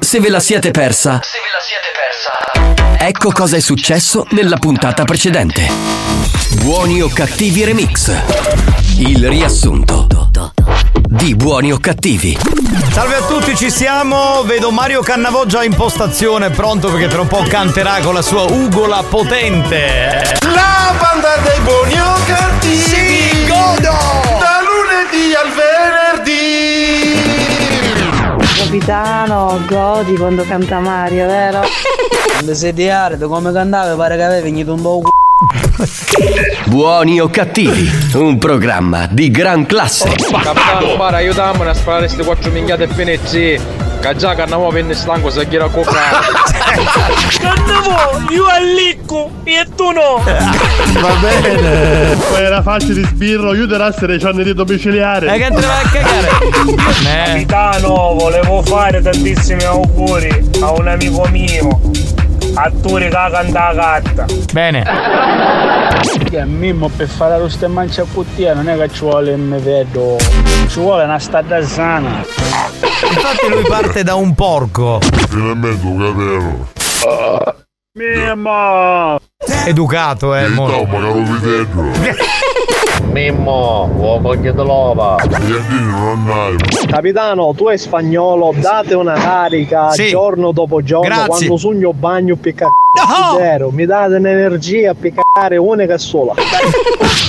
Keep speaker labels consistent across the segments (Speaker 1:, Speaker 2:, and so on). Speaker 1: Se ve la siete persa,
Speaker 2: Se ve la siete persa,
Speaker 1: ecco cosa è successo nella puntata precedente. Buoni o cattivi remix. Il riassunto di buoni o cattivi.
Speaker 3: Salve a tutti, ci siamo. Vedo Mario Cannavò già in postazione, pronto perché tra un po' canterà con la sua ugola potente.
Speaker 4: La banda dei buoni o cattivi Si godo Da lunedì al venerdì
Speaker 5: Capitano, godi quando canta Mario, vero?
Speaker 6: Quando sei di ardo, come cantava, pare che avevi venuto un po' c***o.
Speaker 1: Buoni o cattivi, un programma di gran classe.
Speaker 7: Capitano, para, aiutammi a sparare queste quattro minchiate e finirci. Che già cannavo venne stanco se gira a
Speaker 8: Cannavo, io allicco e tu no.
Speaker 6: Eh,
Speaker 9: Va bene. Era facile di sbirro, aiuterà se le c'hanno di domiciliare.
Speaker 10: Eh,
Speaker 8: E che andrà a
Speaker 9: cagare.
Speaker 8: Capitano, volevo fare tantissimi auguri a un amico mio. Attore che canta la gatta.
Speaker 11: Che Mimmo per fare lo stemmancia a cuttia non è che ci vuole un vedo, ci vuole una strada sana.
Speaker 3: Infatti lui parte da un porco. Ah.
Speaker 12: Finalmente un capello.
Speaker 9: Mimmo!
Speaker 3: Educato, eh. mo.
Speaker 12: Ma caro vitello.
Speaker 7: Mimmo, uomo che te l'ova.
Speaker 13: Capitano, tu è spagnolo, date una carica
Speaker 7: Sì.
Speaker 13: giorno dopo giorno.
Speaker 7: Grazie.
Speaker 13: Quando sogno bagno picca zero, mi date un'energia a piccare una che sola.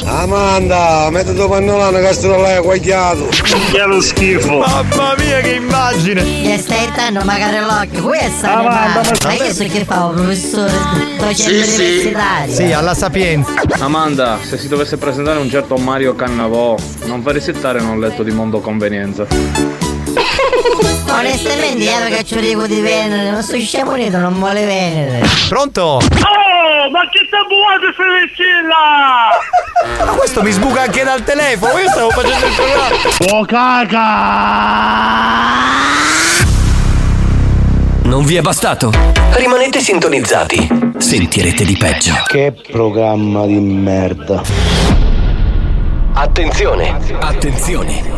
Speaker 4: Amanda, metti tuo pannolano che sto l'hai guagliato Che lo schifo
Speaker 3: Mamma mia che immagine
Speaker 14: Le stai urtando magari l'occhio, questa
Speaker 4: Ah,
Speaker 14: ne
Speaker 4: ma-
Speaker 14: va.
Speaker 4: ma-
Speaker 14: Ma io so che fa un professore docente
Speaker 3: Sì, sì.
Speaker 14: universitario.
Speaker 3: Sì, ah. alla sapienza.
Speaker 7: Amanda, se si dovesse presentare un certo Mario Cannavò, non farei settare in un letto di mondo convenienza.
Speaker 14: Onestamente io che ci arrivo di Venere, non sono scemo niente, non vuole Venere.
Speaker 3: Pronto?
Speaker 8: Oh, ma che tabuate
Speaker 3: Ma questo mi sbuca anche dal telefono. Io stavo facendo il programma.
Speaker 9: Oh caca!
Speaker 1: Non vi è bastato? Rimanete sintonizzati. Sentirete di peggio.
Speaker 6: Che programma di merda.
Speaker 1: Attenzione, attenzione.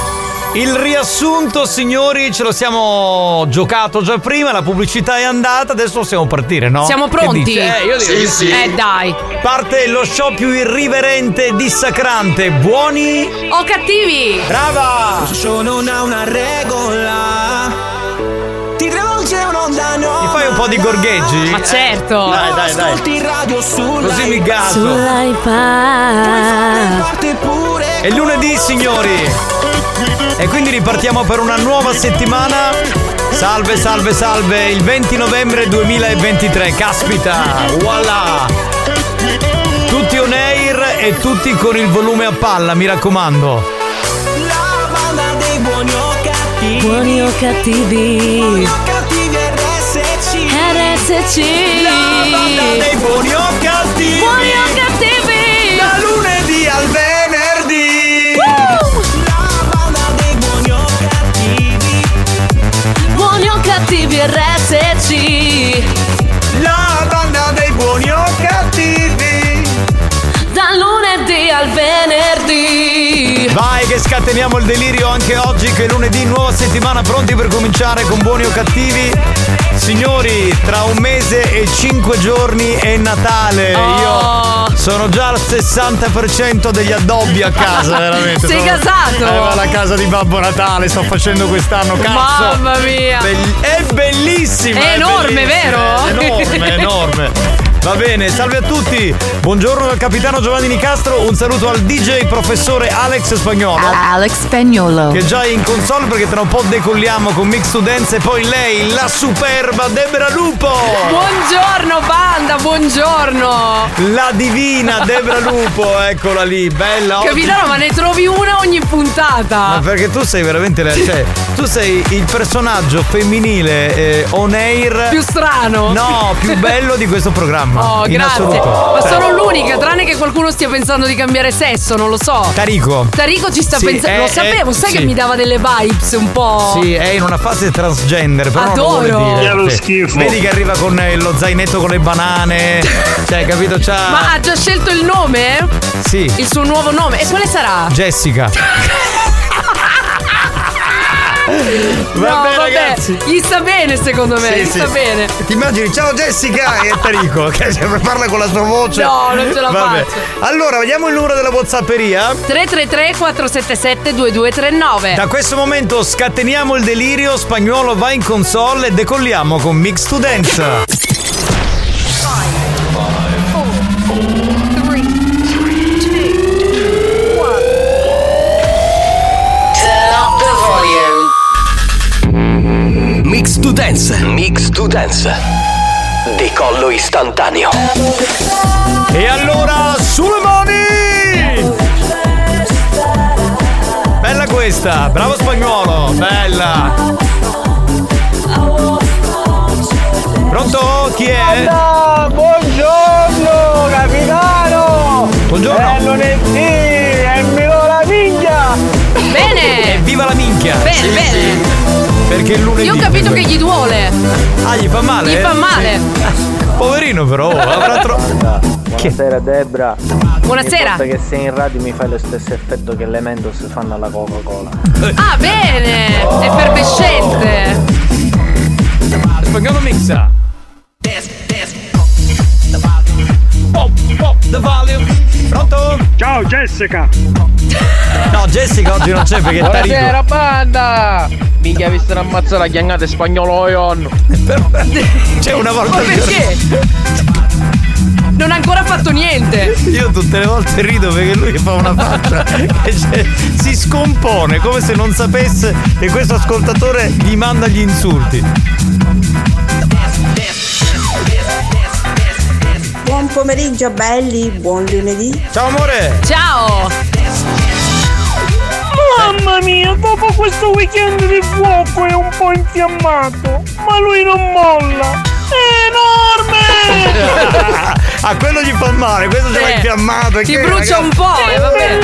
Speaker 3: Il riassunto, signori, ce lo siamo giocato già prima, la pubblicità è andata, adesso possiamo partire, no?
Speaker 10: Siamo
Speaker 3: Che
Speaker 10: pronti?
Speaker 3: dici? Eh, io direi di sì.
Speaker 10: Eh dai.
Speaker 3: Parte lo show più irriverente, dissacrante, buoni
Speaker 10: O cattivi!
Speaker 3: Brava!
Speaker 15: Questo non ha una regola. Ti travolge un'onda no.
Speaker 3: Mi fai un po' di gorgheggi?
Speaker 15: Ma certo.
Speaker 3: Dai, dai,
Speaker 15: Ascolti
Speaker 3: dai.
Speaker 15: radio sulla
Speaker 3: Così mi gaso.
Speaker 15: Forte pure.
Speaker 3: È lunedì, signori. E quindi ripartiamo per una nuova settimana. Salve, salve, salve. Il 20 novembre 2023. Caspita. Voilà. Tutti on air e tutti con il volume a palla, mi raccomando.
Speaker 15: La banda dei buoni o cattivi.
Speaker 16: Buoni o cattivi.
Speaker 15: Buoni o cattivi RSC. La banda dei buoni o cattivi.
Speaker 16: Buoni o cattivi.
Speaker 15: Da lunedì al venerdì. La banda dei buoni o cattivi.
Speaker 16: Buoni o cattivi RSC.
Speaker 15: La banda dei buoni o cattivi.
Speaker 16: Dal lunedì al venerdì.
Speaker 3: Vai che scateniamo il delirio anche oggi che è lunedì, nuova settimana, pronti per cominciare con buoni o cattivi? Signori, tra un mese e cinque giorni è Natale.
Speaker 10: Oh.
Speaker 3: Io sono già al 60% degli addobbi a casa, veramente.
Speaker 10: Sei
Speaker 3: Sono-
Speaker 10: casato?
Speaker 3: Eh, ma la casa di Babbo Natale sto facendo quest'anno, Oh, cazzo.
Speaker 10: Mamma mia.
Speaker 3: Bell- è bellissima!
Speaker 10: È enorme,
Speaker 3: bellissima,
Speaker 10: vero?
Speaker 3: È enorme, è enorme. Va bene, salve a tutti. Buongiorno dal capitano Giovanni Nicastro, un saluto al DJ professore Alex Spagnolo.
Speaker 10: Alex Spagnolo.
Speaker 3: Che già è in console perché tra un po' decolliamo con Mix to Dance e poi lei, la superba Debra Lupo!
Speaker 10: Buongiorno banda, buongiorno.
Speaker 3: La divina Debra Lupo, eccola lì, bella oggi.
Speaker 10: Capitano, ma ne trovi una ogni
Speaker 3: Ma
Speaker 10: puntata.
Speaker 3: perché tu sei veramente la- cioè, tu sei il personaggio femminile eh, on air
Speaker 10: Più strano.
Speaker 3: No, più bello di questo programma.
Speaker 10: Oh,
Speaker 3: in
Speaker 10: grazie.
Speaker 3: assoluto.
Speaker 10: Ma
Speaker 3: Cioè,
Speaker 10: sono l'unica, tranne che qualcuno stia pensando di cambiare sesso, non lo so.
Speaker 3: Tarico.
Speaker 10: Tarico ci sta
Speaker 3: Sì,
Speaker 10: pensando.
Speaker 3: eh,
Speaker 10: Lo sapevo,
Speaker 3: eh,
Speaker 10: sai che
Speaker 3: sì.
Speaker 10: mi dava delle vibes un po'.
Speaker 3: Sì, eh. è in una fase transgender, però non lo
Speaker 10: Adoro.
Speaker 3: vuole dire.
Speaker 10: È uno
Speaker 3: Sì.
Speaker 10: schifo.
Speaker 3: Vedi che arriva con eh, lo zainetto con le banane. cioè, capito? C'ha
Speaker 10: Ma ha già scelto il nome?
Speaker 3: Sì.
Speaker 10: Il suo nuovo nome? E quale sarà?
Speaker 3: Jessica.
Speaker 10: no, vabbè, gli sta bene secondo
Speaker 3: Sì,
Speaker 10: me, gli
Speaker 3: sì.
Speaker 10: sta bene.
Speaker 3: Ti immagini, ciao Jessica e Tarico che sempre parla con la sua voce.
Speaker 10: No, non ce la faccio.
Speaker 3: Allora, vediamo il numero della Whatsapperia.
Speaker 10: 333 477 2239.
Speaker 3: Da questo momento scateniamo il delirio, spagnolo va in console e decolliamo con Mix to Dance.
Speaker 1: Mix to Dance. Mix to Dance. Decollo istantaneo.
Speaker 3: E allora, sulle mani! Bella questa, bravo spagnolo, bella. Pronto? Chi è?
Speaker 17: buongiorno capitano!
Speaker 3: Buongiorno.
Speaker 17: È lunedì, è meno la minchia!
Speaker 10: Bene!
Speaker 3: Eh, Viva la minchia!
Speaker 10: Bene, bene.
Speaker 3: Perché il lunedì.
Speaker 10: Io ho capito che gli duole.
Speaker 3: Ah, gli fa male?
Speaker 10: Gli fa
Speaker 3: eh?
Speaker 10: male.
Speaker 3: Sì. Poverino però, avrà troppo.
Speaker 13: Buonasera Debra.
Speaker 10: Buonasera.
Speaker 13: Ogni volta che sei in radio mi fai lo stesso effetto che le Mentos fanno alla Coca-Cola.
Speaker 10: Ah, bene!
Speaker 3: Oh.
Speaker 10: Effervescente!
Speaker 3: Spagnolo mixa. Pop, pop, the volume. Pronto?
Speaker 4: Ciao Jessica!
Speaker 3: No, Jessica oggi non c'è perché è
Speaker 18: Buonasera
Speaker 3: Tarico.
Speaker 18: banda! Minchia vi stanno ammazzando la ghiangata spagnolo Ion!
Speaker 3: C'è una volta
Speaker 10: Ma
Speaker 3: al giorno.
Speaker 10: perché? Non ha ancora fatto niente!
Speaker 3: Io tutte le volte rido perché lui fa una faccia che c'è- si scompone come se non sapesse che questo ascoltatore gli manda gli insulti.
Speaker 14: Buon pomeriggio belli, buon lunedì.
Speaker 3: Ciao amore!
Speaker 10: Ciao!
Speaker 4: Mamma mia, dopo questo weekend di fuoco è un po' infiammato, ma lui non molla. È enorme!
Speaker 3: A Ah, quello gli fa male, questo ce l'ha
Speaker 4: Sì.
Speaker 3: infiammato. e
Speaker 4: Eh, Ti
Speaker 3: che,
Speaker 4: brucia
Speaker 3: ragazzi-
Speaker 4: un po',
Speaker 10: eh, vabbè.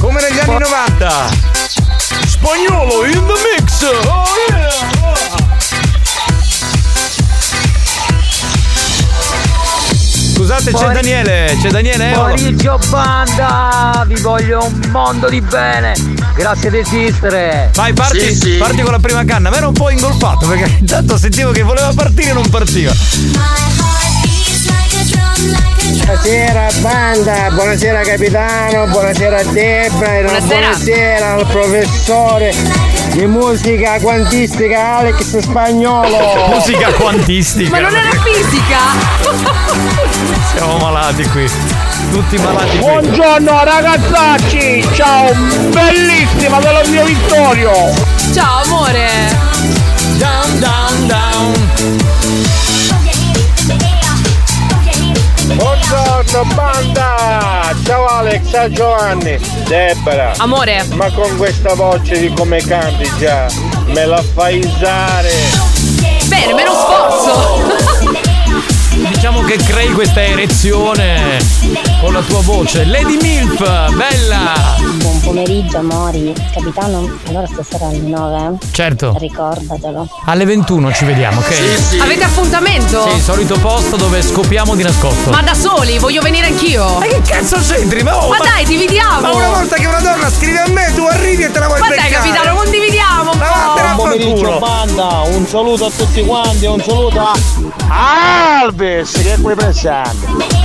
Speaker 3: Come negli anni 90. Spagnolo in the mix. Scusate, c'è
Speaker 17: Buon-
Speaker 3: Daniele, c'è Daniele. eh, Eolo.
Speaker 17: Pomeriggio banda! Vi voglio un mondo di bene! Grazie di esistere!
Speaker 3: Vai, parti, parti con la prima canna, ma era un po' ingolfato perché intanto sentivo che voleva partire e non partiva.
Speaker 19: Buonasera banda, buonasera capitano, buonasera Debra, e una
Speaker 17: Buonasera.
Speaker 19: buonasera al professore di musica quantistica Alex Spagnolo.
Speaker 3: Musica quantistica.
Speaker 10: Oh. Ma non era fisica?
Speaker 3: Siamo malati qui. Tutti malati qui.
Speaker 17: Buongiorno ragazzacci! Ciao! Bellissima della mia Vittorio!
Speaker 10: Ciao amore!
Speaker 3: Down, down, down!
Speaker 20: Buongiorno banda! Ciao Alex, ciao Giovanni! Debra!
Speaker 10: Amore!
Speaker 20: Ma con questa voce di come canti già, me la fai usare!
Speaker 10: Bene, meno sforzo!
Speaker 3: Diciamo che crei questa erezione con la tua voce. Lady Milf, bella!
Speaker 21: Buon pomeriggio amori, capitano, allora stasera alle 9?
Speaker 3: Certo.
Speaker 21: Ricordatelo.
Speaker 3: Alle 21 ci vediamo, ok?
Speaker 10: Avete appuntamento?
Speaker 3: Sì, il solito posto dove scopiamo di nascosto.
Speaker 10: Ma da soli, voglio venire anch'io! Ma
Speaker 3: che cazzo c'entri? Ma,
Speaker 10: ma dai, dividiamo!
Speaker 17: Ma una volta che una donna scrive a me, tu arrivi e te la vuoi
Speaker 10: Ma dai,
Speaker 17: beccare.
Speaker 10: capitano, condividiamo! un po'.
Speaker 17: pomeriggio banda, un saluto a tutti quanti, un saluto a Alves che è qui presente.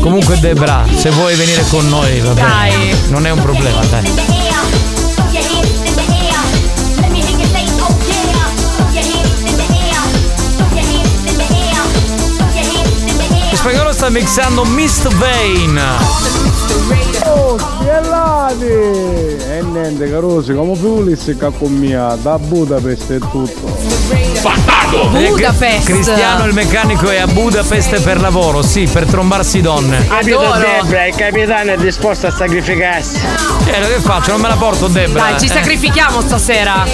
Speaker 3: Comunque Debra, se vuoi venire con noi, va bene.
Speaker 17: Dai.
Speaker 3: Non è un problema, dai. sta mixando Mist Vane.
Speaker 22: Oh, schiellati! E niente, carosi, come Pulis che con mia, da Budapest e tutto.
Speaker 3: Bastardo!
Speaker 22: Budapest.
Speaker 3: Eh, Cristiano il meccanico è a Budapest per lavoro, sì, per trombarsi donne.
Speaker 20: Ah,
Speaker 23: Capito Debra, il capitano è disposto a sacrificarsi.
Speaker 3: Certo, che faccio? Non me la porto Debra.
Speaker 10: Dai, ci
Speaker 3: Eh.
Speaker 10: sacrifichiamo stasera.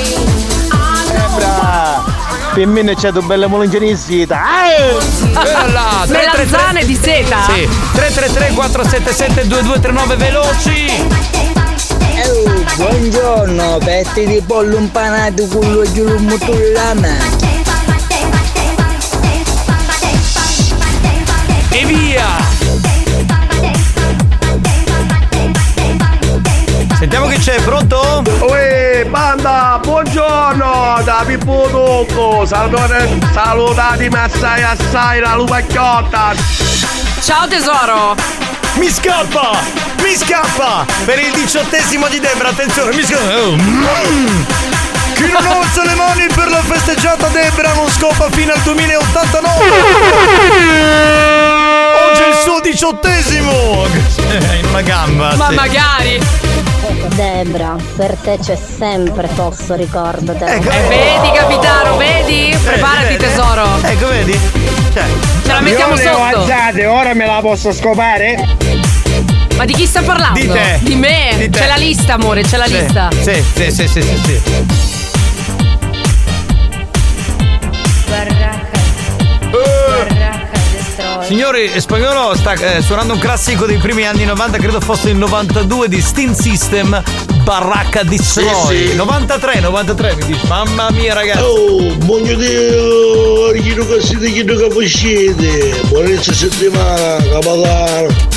Speaker 22: Per me c'è tu belle molongine in sita.
Speaker 3: là, tre, tre, tre.
Speaker 10: Melanzane di seta.
Speaker 3: Sì. 333 477 2239 veloci.
Speaker 13: Buongiorno, petti di pollo impanato con lo giulumutullana.
Speaker 3: E via! Sentiamo che c'è, pronto?
Speaker 24: Uè, banda, buongiorno da Pippo Tocco. Salutare- Salutatemi assai assai la lupacchiotta.
Speaker 10: Ciao tesoro!
Speaker 3: Mi scappa! Mi scappa! Per il diciottesimo di Debra, attenzione, mi scappa! Oh, mm.
Speaker 4: Chi non alza le mani per la festeggiata Debra non scopa fino al 2089! Oggi è il suo diciottesimo!
Speaker 3: Eh, In una gamba!
Speaker 4: sì.
Speaker 25: Debra, per te c'è sempre posso ricordatelo.
Speaker 4: Ecco.
Speaker 10: E Eh, vedi capitano,
Speaker 4: Eh,
Speaker 10: vedi? Preparati tesoro.
Speaker 3: Ecco, vedi?
Speaker 10: Ce la mettiamo
Speaker 23: Io le ho
Speaker 10: sotto.
Speaker 23: alzate, ora me la posso scopare?
Speaker 10: Ma di chi sta parlando?
Speaker 23: Di te.
Speaker 10: Di me.
Speaker 23: Di te.
Speaker 10: C'è la lista, amore, c'è la
Speaker 23: Sì.
Speaker 10: lista.
Speaker 3: Sì, sì, sì, sì, sì, sì. Signori, Spagnolo sta eh, suonando un classico dei primi anni 90, credo fosse il 92 di Steam System, Baracca Destroy.
Speaker 7: Sì, sì.
Speaker 3: 93, 93 mi dici, mamma mia ragazzi.
Speaker 7: Oh, buongiorno Dio, chiedo che siete, chiedo che uscite. Buon inizio settimana, capatano.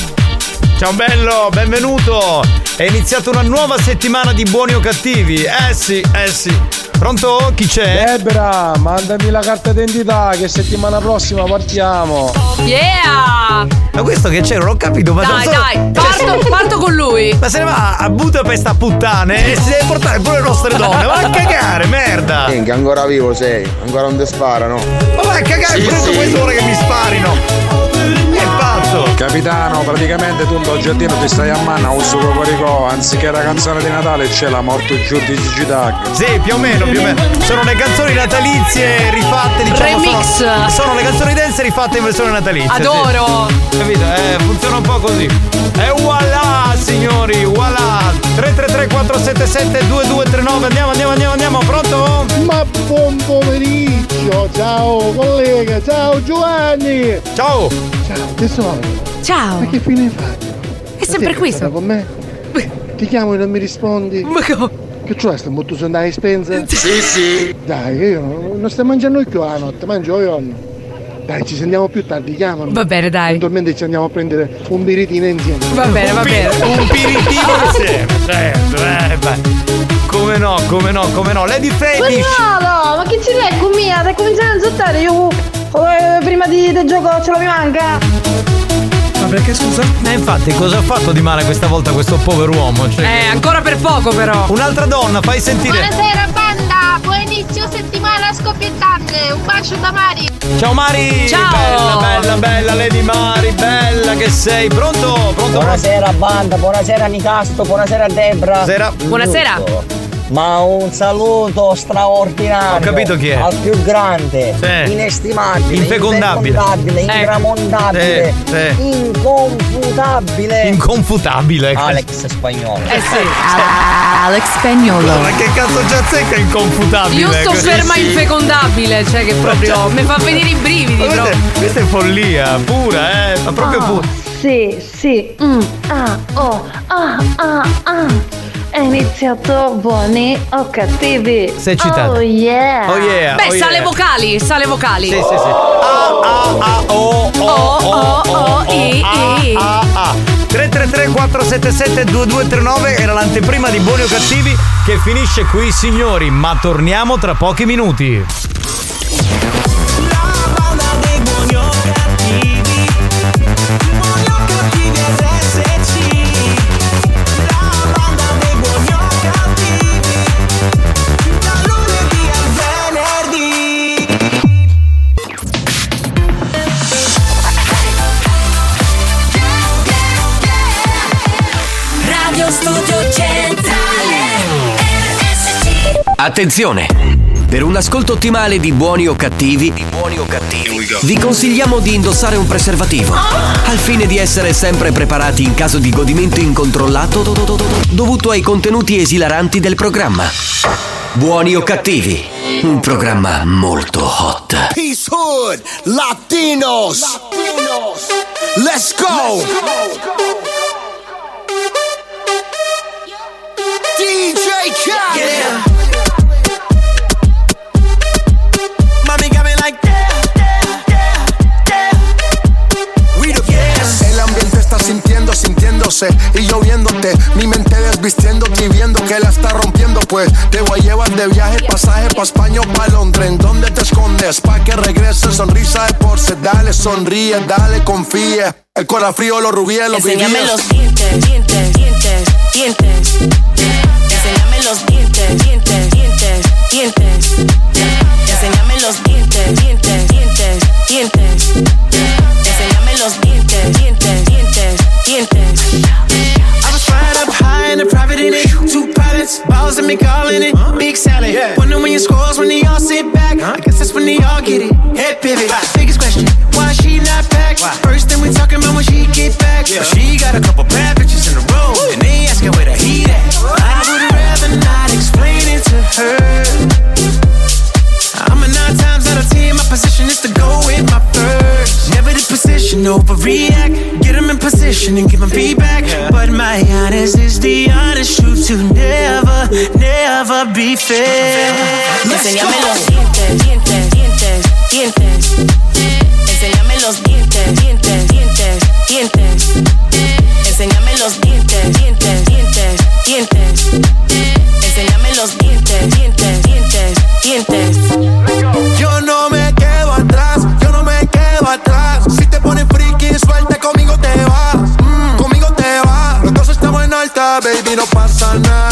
Speaker 3: Ciao bello, benvenuto! È iniziata una nuova settimana di buoni o cattivi. Eh sì, eh sì. Pronto? Chi c'è?
Speaker 23: Debra, mandami la carta d'identità che settimana prossima partiamo.
Speaker 10: Yeah!
Speaker 3: Ma questo che c'era? Non ho capito, ma
Speaker 10: Dai,
Speaker 3: sono-
Speaker 10: dai, parto, parto con lui.
Speaker 3: Ma se ne va a Budapest a puttane e si deve portare pure le nostre donne. Ma a cagare, merda!
Speaker 26: Minchia, ancora vivo sei, ancora non ti sparano.
Speaker 3: Ma vai a cagare pure tu questo ora che mi sparino! Che pazzo!
Speaker 7: Capitano, praticamente tu dal giardino ti stai a manna uso Cocorico, anziché la canzone di Natale c'è la morto giù di Gigi Tag.
Speaker 3: Sì, più o meno, più o meno. Sono le canzoni natalizie rifatte, diciamo.
Speaker 7: Remix.
Speaker 3: Sono, sono le canzoni dance rifatte in versione natalizia. sì.
Speaker 7: Adoro.
Speaker 3: Capito? Eh, funziona un po' così. E voilà, signori, voilà. 333 477 2239. Andiamo, andiamo, andiamo, andiamo. Pronto?
Speaker 22: Ma buon pomeriggio, ciao collega, ciao Giovanni!
Speaker 3: Ciao!
Speaker 22: Ciao tesoro!
Speaker 10: Ciao!
Speaker 22: Ma che fine hai fatto?
Speaker 10: È sempre qui, sono-
Speaker 22: con me? Ti chiamo e non mi rispondi? Ma Che c'è? Sto molto su andare a spensa?
Speaker 7: Sì, sì.
Speaker 22: Dai, io non, non sto mangiando più la notte, mangio io. Dai, ci sentiamo più tardi, chiamami.
Speaker 10: Va bene, dai.
Speaker 22: Eventualmente ci andiamo a prendere un biritino insieme.
Speaker 10: Va bene, va bene.
Speaker 3: Un piritino insieme. Certo, eh, beh. Come no, come no, come no. Lady Fetish.
Speaker 15: Spagnolo, ma che ci lei con mia? Stai cominciando a zottare io eh, prima di, del gioco ce la mi manca.
Speaker 3: Ma perché scusa? Eh, infatti, cosa ha fatto di male questa volta questo povero uomo? Cioè,
Speaker 10: Eh, ancora per poco però.
Speaker 3: Un'altra donna, fai sentire.
Speaker 27: Buonasera banda, buon inizio settimana scoppiettante, Eh, un bacio da Mari.
Speaker 3: Ciao Mari!
Speaker 27: Ciao!
Speaker 3: Bella, bella, bella Lady Mari, bella che sei! Pronto? Pronto?
Speaker 13: Buonasera banda, buonasera Nicasto, buonasera Debra.
Speaker 3: Buonasera.
Speaker 13: Buonasera. Ma un saluto straordinario.
Speaker 3: Ho capito chi è.
Speaker 13: Al più grande,
Speaker 3: Sì.
Speaker 13: inestimabile,
Speaker 3: Infecondabile.
Speaker 13: infecondabile, intramontabile,
Speaker 3: Sì, sì.
Speaker 13: inconfutabile.
Speaker 3: Inconfutabile.
Speaker 13: Alex Spagnolo.
Speaker 10: Eh sì. Alex Spagnolo.
Speaker 3: Ma che cazzo già zecca inconfutabile?
Speaker 10: Io sto
Speaker 3: Questo-
Speaker 10: ferma
Speaker 3: Sì.
Speaker 10: infecondabile, cioè che proprio
Speaker 3: Cioè-
Speaker 10: mi fa venire i brividi
Speaker 3: Ma questa,
Speaker 10: proprio.
Speaker 3: è- questa è follia pura, eh! Ma proprio
Speaker 15: Ah,
Speaker 3: pura.
Speaker 15: Sì, sì. mm, ah, oh, ah, ah, ah. È iniziato buoni o cattivi.
Speaker 3: Sei eccitata.
Speaker 15: Oh yeah.
Speaker 3: Oh, yeah.
Speaker 10: Beh,
Speaker 3: oh,
Speaker 10: sale
Speaker 3: yeah.
Speaker 10: vocali, sale vocali.
Speaker 3: Sì, sì, sì. Ah, ah, ah, oh, oh,
Speaker 10: oh, oh, i,
Speaker 3: ah,
Speaker 10: i.
Speaker 3: ah, ah. 333 477 2239 era l'anteprima di Buoni o Cattivi che finisce qui signori, ma torniamo tra pochi minuti.
Speaker 1: Attenzione! Per un ascolto ottimale di buoni o cattivi, di buoni o cattivi, vi consigliamo di indossare un preservativo al fine di essere sempre preparati in caso di godimento incontrollato do- do- do- do- dovuto ai contenuti esilaranti del programma. Buoni o cattivi, un programma molto hot.
Speaker 4: Peace Hood, Latinos. Latinos. Let's go. DJ Khaled. Mommy got me like
Speaker 24: El ambiente está sintiendo, sintiéndose y yo viéndote. Mi mente desvistiéndote y viendo que la está rompiendo. Pues te voy a llevar de viaje, pasaje pa' España o pa' Londres. ¿En dónde te escondes? Pa' que regrese sonrisa de porce. Dale, sonríe, dale, confía. El corazón frío, los rubíes, los
Speaker 28: Enséñame
Speaker 24: vivíes.
Speaker 28: los dientes, dientes, dientes, dientes. Enséñame los dientes, dientes, dientes, dientes. Enséñame los dientes, dientes, dientes, dientes. Enséñame los dientes, dientes, dientes, dientes.
Speaker 4: I was flying up high in a private in it. Two pilots, balls and me all in it. Big salad. Wonder when you scores when they all sit back. I guess that's when they all get it. Head pivot. Biggest question, why she not back? First thing we talking about when she get back. But she got a couple bad bitches in a row. And they asking where the heat at. I would rather not explain it to her. I'm a nine times out of ten. My position is to go with my first. Never the position, overreact. Get them in position and give them feedback. But my honest is the honest truth to never, never be fair.
Speaker 28: Enséñame los dientes, dientes, dientes, dientes. Enséñame los dientes, dientes, dientes, dientes. Enséñame los dientes, dientes, dientes, dientes. Enséñame los dientes, dientes, dientes, dientes.
Speaker 4: Yo no me quedo atrás, yo no me quedo atrás. Si te pones friki, suelta conmigo te vas. Mm, conmigo te vas. Los dos estamos en alta, baby, no pasa nada.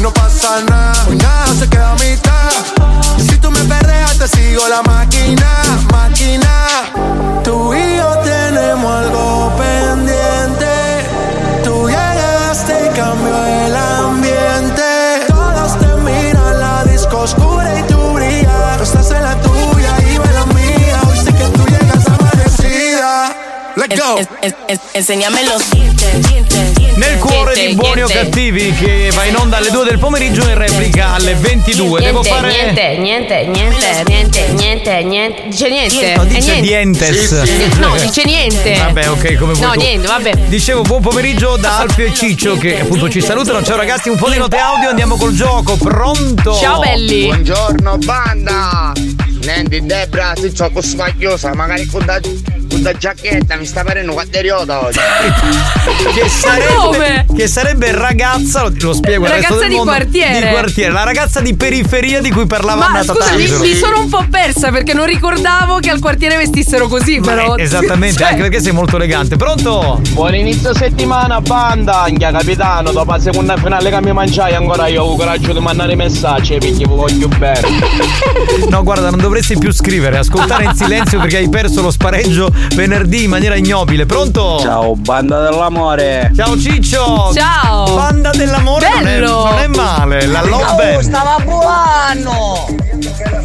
Speaker 4: No pasa nada, hoy nada se queda a mitad. Si tú me perreas, te sigo la máquina, máquina. Tú y yo tenemos algo pendiente. Tú llegaste y cambió el ambiente. Todos te miran la disco oscura y tú brillas. Tú estás en la tuya y yo en la mía. Hoy sé que tú llegas amanecida. Let's go.
Speaker 28: Enséñame los dientes, dientes, dientes.
Speaker 3: Nel cuore di
Speaker 28: dientes,
Speaker 3: buoni o
Speaker 28: dientes.
Speaker 3: cattivi che va in onda alle 2 del pomeriggio in replica alle 22. Devo
Speaker 28: Niente, niente,
Speaker 3: fare
Speaker 28: niente, niente, niente, niente, niente. Dice niente.
Speaker 3: No,
Speaker 28: eh,
Speaker 3: dice
Speaker 28: niente.
Speaker 3: dientes.
Speaker 28: Sì, No, dice niente.
Speaker 3: Vabbè, ok, come vuoi
Speaker 28: No,
Speaker 3: tu.
Speaker 28: niente, vabbè.
Speaker 3: Dicevo buon pomeriggio da Alfio e Ciccio che appunto ci salutano. Ciao ragazzi, un po' di note audio, andiamo col gioco. Pronto?
Speaker 13: Buongiorno banda Niente in Debra se ciò con sbagliosa Magari con da, con da giacchetta mi sta parendo quatteriota oggi
Speaker 3: Che sarebbe, che sarebbe ragazza, lo, lo spiego al resto
Speaker 10: Ragazza
Speaker 3: del
Speaker 10: di
Speaker 3: mondo,
Speaker 10: quartiere.
Speaker 3: Di quartiere, la ragazza di periferia di cui parlava
Speaker 10: Ma
Speaker 3: Anna
Speaker 10: scusa, mi,
Speaker 3: Tatangelo.
Speaker 10: mi sono un po' persa perché non ricordavo che al quartiere vestissero così, però.
Speaker 3: Eh, Esattamente,
Speaker 10: Cioè,
Speaker 3: anche perché sei molto elegante. Pronto?
Speaker 29: Buon inizio settimana, banda! Anche capitano, dopo la seconda finale che mi mangiai ancora io ho coraggio di mandare messaggi perché vi voglio bene.
Speaker 3: No, guarda, non dovresti più scrivere, ascoltare in silenzio perché hai perso lo spareggio venerdì in maniera ignobile. Pronto? Ciao, banda dell'amore. Ciao Ciccio.
Speaker 10: Ciao.
Speaker 3: Banda dell'amore non è-
Speaker 10: Bello.
Speaker 3: Non, è, male, la love
Speaker 30: Oh,
Speaker 3: band.
Speaker 30: stava volando!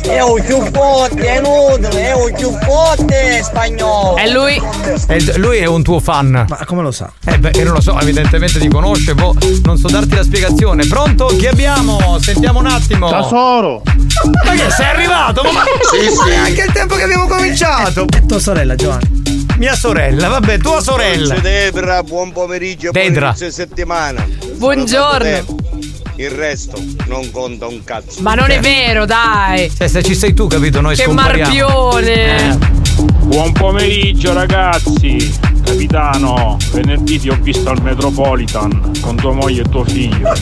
Speaker 30: È un chiuppote, è inutile, è un chiuppote spagnolo!
Speaker 10: E lui?
Speaker 3: E d- lui è un tuo fan. Ma come lo sa? Eh beh, io non lo so, evidentemente ti conosce, boh, non so darti la spiegazione. Pronto? Chi abbiamo? Sentiamo un attimo.
Speaker 31: Tesoro!
Speaker 3: Ma che sei arrivato? Ma
Speaker 31: Sì, sì.
Speaker 3: Ma anche il tempo che abbiamo cominciato. È tua sorella, Giovanni. Mia sorella, vabbè, tua sorella.
Speaker 32: Ciao Debra, buon pomeriggio e buon
Speaker 3: Dedra.
Speaker 32: inizio settimana.
Speaker 10: Buongiorno.
Speaker 32: Sono stato Debra. Il resto non conta un cazzo.
Speaker 10: Ma non è vero, dai.
Speaker 3: Cioè, se ci sei tu, capito, noi
Speaker 10: Che
Speaker 3: scompariamo.
Speaker 10: marpione.
Speaker 3: Eh.
Speaker 7: Buon pomeriggio ragazzi, capitano, venerdì ti ho visto al Metropolitan con tua moglie e tuo figlio.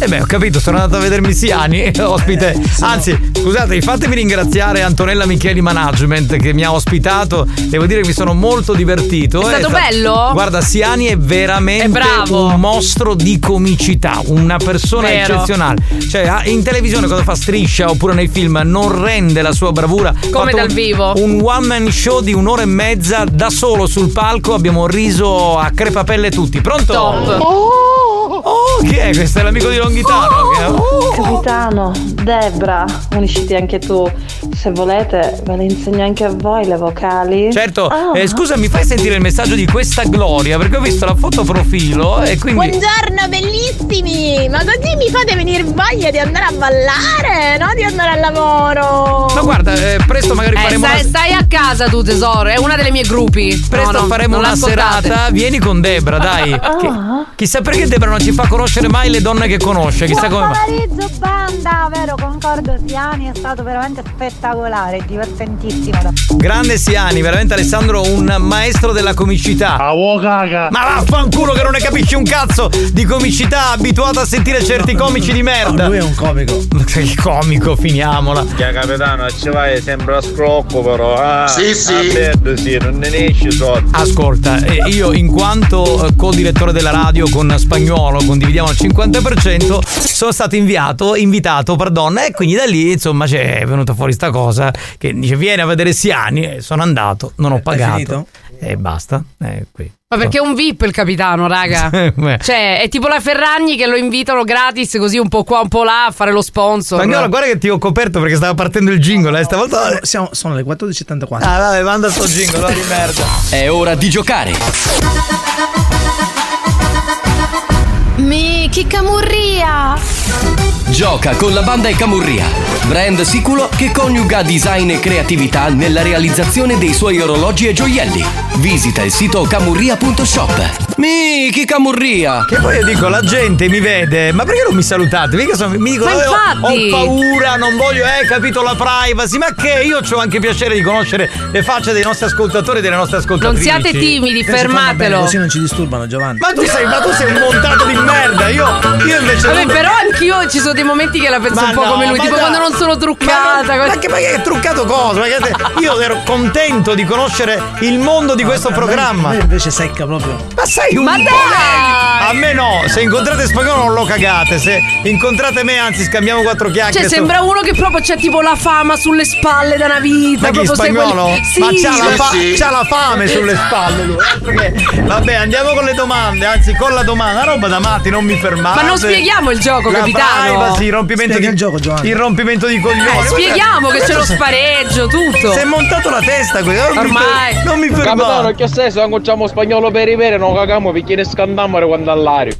Speaker 3: Eh beh, ho capito, sono andato a vedermi Siani, eh, ospite. Anzi, scusate, fatemi ringraziare Antonella Micheli Management che mi ha ospitato. Devo dire che mi sono molto divertito.
Speaker 10: È stato
Speaker 3: sta-
Speaker 10: bello?
Speaker 3: Guarda, Siani è veramente
Speaker 10: È bravo.
Speaker 3: un mostro di comicità, una persona
Speaker 10: Vero.
Speaker 3: eccezionale. Cioè, ha- in televisione quando fa striscia oppure nei film non rende la sua bravura.
Speaker 10: Come
Speaker 3: Fatto
Speaker 10: dal
Speaker 3: un-
Speaker 10: vivo.
Speaker 3: Un one man show di un'ora e mezza da solo sul palco, abbiamo riso a crepapelle tutti. Pronto?
Speaker 10: Top.
Speaker 3: Oh! chi è? Questo è l'amico di
Speaker 10: Oh!
Speaker 3: Longhitano. che-
Speaker 22: Capitano, Debra, unisciti anche tu. Se volete, ve le insegno anche a voi le vocali.
Speaker 3: Certo,
Speaker 22: Ah.
Speaker 3: eh, scusa, mi fai sentire il messaggio di questa Gloria? Perché ho visto la foto profilo Oh, e quindi.
Speaker 4: Buongiorno bellissimi! Ma così mi fate venire voglia di andare a ballare, no? Di andare al lavoro!
Speaker 3: Ma guarda, eh, presto magari
Speaker 10: Eh,
Speaker 3: faremo.
Speaker 10: stai,
Speaker 3: una...
Speaker 10: stai a casa tu tesoro, è una delle mie gruppi.
Speaker 3: Presto
Speaker 10: No, no,
Speaker 3: faremo
Speaker 10: non Ah,
Speaker 3: una
Speaker 10: l'ascoltate.
Speaker 3: serata, vieni con Debra, dai. Che- Chissà perché Debra non ci fa conoscere mai le donne che conosce, chissà come mai.
Speaker 20: pomeriggio banda, vero, concordo Siani, è stato veramente spettacolare, divertentissimo. da-
Speaker 3: Grande Siani, veramente Alessandro, un maestro della comicità. Ma vaffanculo che non ne capisci un cazzo di comicità, abituato a sentire certi comici di merda. Ah, lui è un comico. Il comico, finiamola.
Speaker 9: Che capitano, ci vai, sembra scrocco però. Ah,
Speaker 3: Sì, sì.
Speaker 9: vabbè, sì, non ne esci sotto.
Speaker 3: Ascolta, eh, io in quanto eh, co-direttore della radio con Spagnuolo condividiamo il 50%, sono stato inviato, invitato, pardon, e quindi da lì insomma c'è è venuta fuori sta cosa che dice vieni a vedere Siani, e sono andato, non ho
Speaker 10: finito?
Speaker 3: pagato e basta. Eh, qui. Eh,
Speaker 10: Ma perché è un VIP il capitano, raga?
Speaker 3: Beh.
Speaker 10: cioè, è tipo la Ferragni che lo invitano gratis così un po' qua, un po' là a fare lo sponsor.
Speaker 3: Spagnolo, guarda che ti ho coperto perché stava partendo il jingle, eh, stavolta...
Speaker 18: Siamo, sono le 14.74.
Speaker 3: Ah, vabbè, manda sto jingle, di merda.
Speaker 1: È ora di giocare.
Speaker 4: Mi chicamurria!
Speaker 1: Gioca con la banda e Camurria, brand sicuro che coniuga design e creatività nella realizzazione dei suoi orologi e gioielli. Visita il sito camurria.shop. Mi, chi camurria?
Speaker 3: Che poi io dico, la gente mi vede, ma perché non mi salutate? Mica sono, mi dicono,
Speaker 1: Ma
Speaker 3: "Eh, ho-
Speaker 1: infatti!"
Speaker 3: ho, paura, non voglio, eh, capito la privacy, ma che io ho anche piacere di conoscere le facce dei nostri ascoltatori e delle nostre
Speaker 18: Invece
Speaker 3: ascoltatrici.
Speaker 18: fanno bene, Così non ci disturbano, Giovanni.
Speaker 3: Ma tu sei, ma tu sei un montato di merda, io, io invece...
Speaker 10: Vabbè,
Speaker 3: non-
Speaker 10: però anch'io ci sono dei momenti che la penso
Speaker 3: Ma
Speaker 10: un po'
Speaker 3: no,
Speaker 10: come lui,
Speaker 3: ma
Speaker 10: tipo
Speaker 3: no.
Speaker 10: quando non sono truccata.
Speaker 3: Ma, non- ma che, ma che truccato cosa? Ma che- io ero contento di conoscere il mondo di questo programma.
Speaker 18: Ah, Lei invece secca proprio.
Speaker 3: Ma sei un
Speaker 18: Ma dai!
Speaker 3: A me no, se incontrate spagnolo non lo cagate, se incontrate me anzi scambiamo quattro chiacchiere.
Speaker 10: Cioè,
Speaker 3: sto-
Speaker 10: sembra uno che proprio c'ha tipo la fama sulle spalle da una
Speaker 3: Ma
Speaker 10: vita.
Speaker 3: chi,
Speaker 10: proprio sei
Speaker 3: spagnolo?
Speaker 10: quelli- Sì. Esatto.
Speaker 3: Ma c'ha la, fa- c'ha la fame sulle spalle lui. altro che- Vabbè, andiamo con le domande, anzi con la domanda, una roba da matti, non mi fermate.
Speaker 10: Ma non spieghiamo il gioco,
Speaker 3: la
Speaker 10: capitano.
Speaker 3: privacy, il rompimento
Speaker 18: Spiega
Speaker 3: di
Speaker 18: il gioco, Giovanni.
Speaker 3: Il rompimento di coglioni.
Speaker 10: Eh, spieghiamo che
Speaker 3: Guarda-
Speaker 10: c'è lo
Speaker 3: guarda-
Speaker 10: spareggio, tutto.
Speaker 3: Si è montato la testa qui, non mi
Speaker 10: Ormai.
Speaker 3: fer- non mi fermare.
Speaker 13: Capitano, che stai? Se conciamo spagnolo per i veri, non cagamo perché ne scandamore quando all'aria.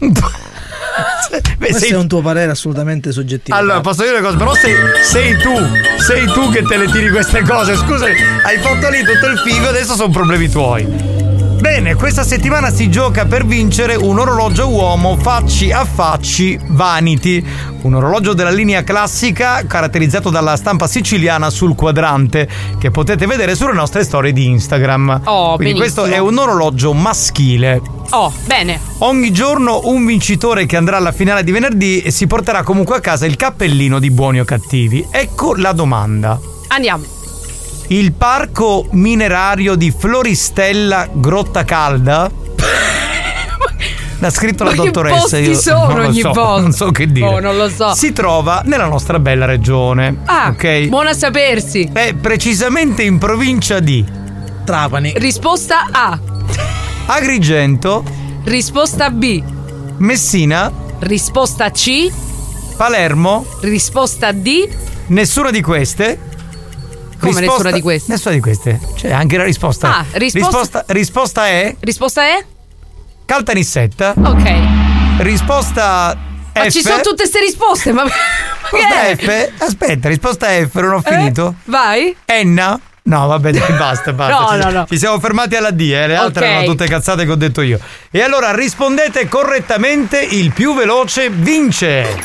Speaker 18: Questo
Speaker 3: sei-
Speaker 18: è un tuo parere assolutamente soggettivo.
Speaker 3: Allora, posso dire una cosa, però sei, sei tu, sei tu che te le tiri queste cose. Scusa, hai fatto lì tutto il figo, adesso sono problemi tuoi. Bene, questa settimana si gioca per vincere un orologio uomo facci a facci Vanity, un orologio della linea classica caratterizzato dalla stampa siciliana sul quadrante che potete vedere sulle nostre storie di Instagram.
Speaker 10: Oh,
Speaker 3: Quindi
Speaker 10: benissimo.
Speaker 3: questo è un orologio maschile.
Speaker 10: Oh, bene.
Speaker 3: Ogni giorno un vincitore che andrà alla finale di venerdì e si porterà comunque a casa il cappellino di buoni o cattivi. Ecco la domanda.
Speaker 10: Andiamo.
Speaker 3: Il parco minerario di Floristella Grotta Calda. L'ha scritto la
Speaker 10: Ma che
Speaker 3: dottoressa.
Speaker 10: posti
Speaker 3: io
Speaker 10: sono
Speaker 3: non lo
Speaker 10: ogni
Speaker 3: so,
Speaker 10: volta?
Speaker 3: Non so che dire.
Speaker 10: Oh, non lo so.
Speaker 3: Si trova nella nostra bella regione.
Speaker 10: Ah,
Speaker 3: ok.
Speaker 10: buona a sapersi.
Speaker 3: È precisamente in provincia di Trapani,
Speaker 10: Risposta A.
Speaker 3: Agrigento,
Speaker 10: Risposta B.
Speaker 3: Messina,
Speaker 10: Risposta C.
Speaker 3: Palermo.
Speaker 10: Risposta D.
Speaker 3: Nessuna di queste.
Speaker 10: Come nessuna di
Speaker 3: queste? Nessuna di queste. Cioè, anche la risposta.
Speaker 10: Ah, risposta-
Speaker 3: risposta, risposta è.
Speaker 10: Risposta E?
Speaker 3: Caltanissetta.
Speaker 10: Ok.
Speaker 3: Risposta F.
Speaker 10: Ma ci sono tutte queste risposte, ma. ma
Speaker 3: Risposta
Speaker 10: che è?
Speaker 3: F. Aspetta, risposta F, non
Speaker 10: Eh?
Speaker 3: ho finito.
Speaker 10: Vai.
Speaker 3: Enna. No, vabbè, dai, basta, basta.
Speaker 10: No,
Speaker 3: ci,
Speaker 10: no, no.
Speaker 3: ci siamo fermati alla D, eh. Le altre
Speaker 10: Ok.
Speaker 3: erano tutte cazzate che ho detto io. E allora rispondete correttamente, il più veloce vince.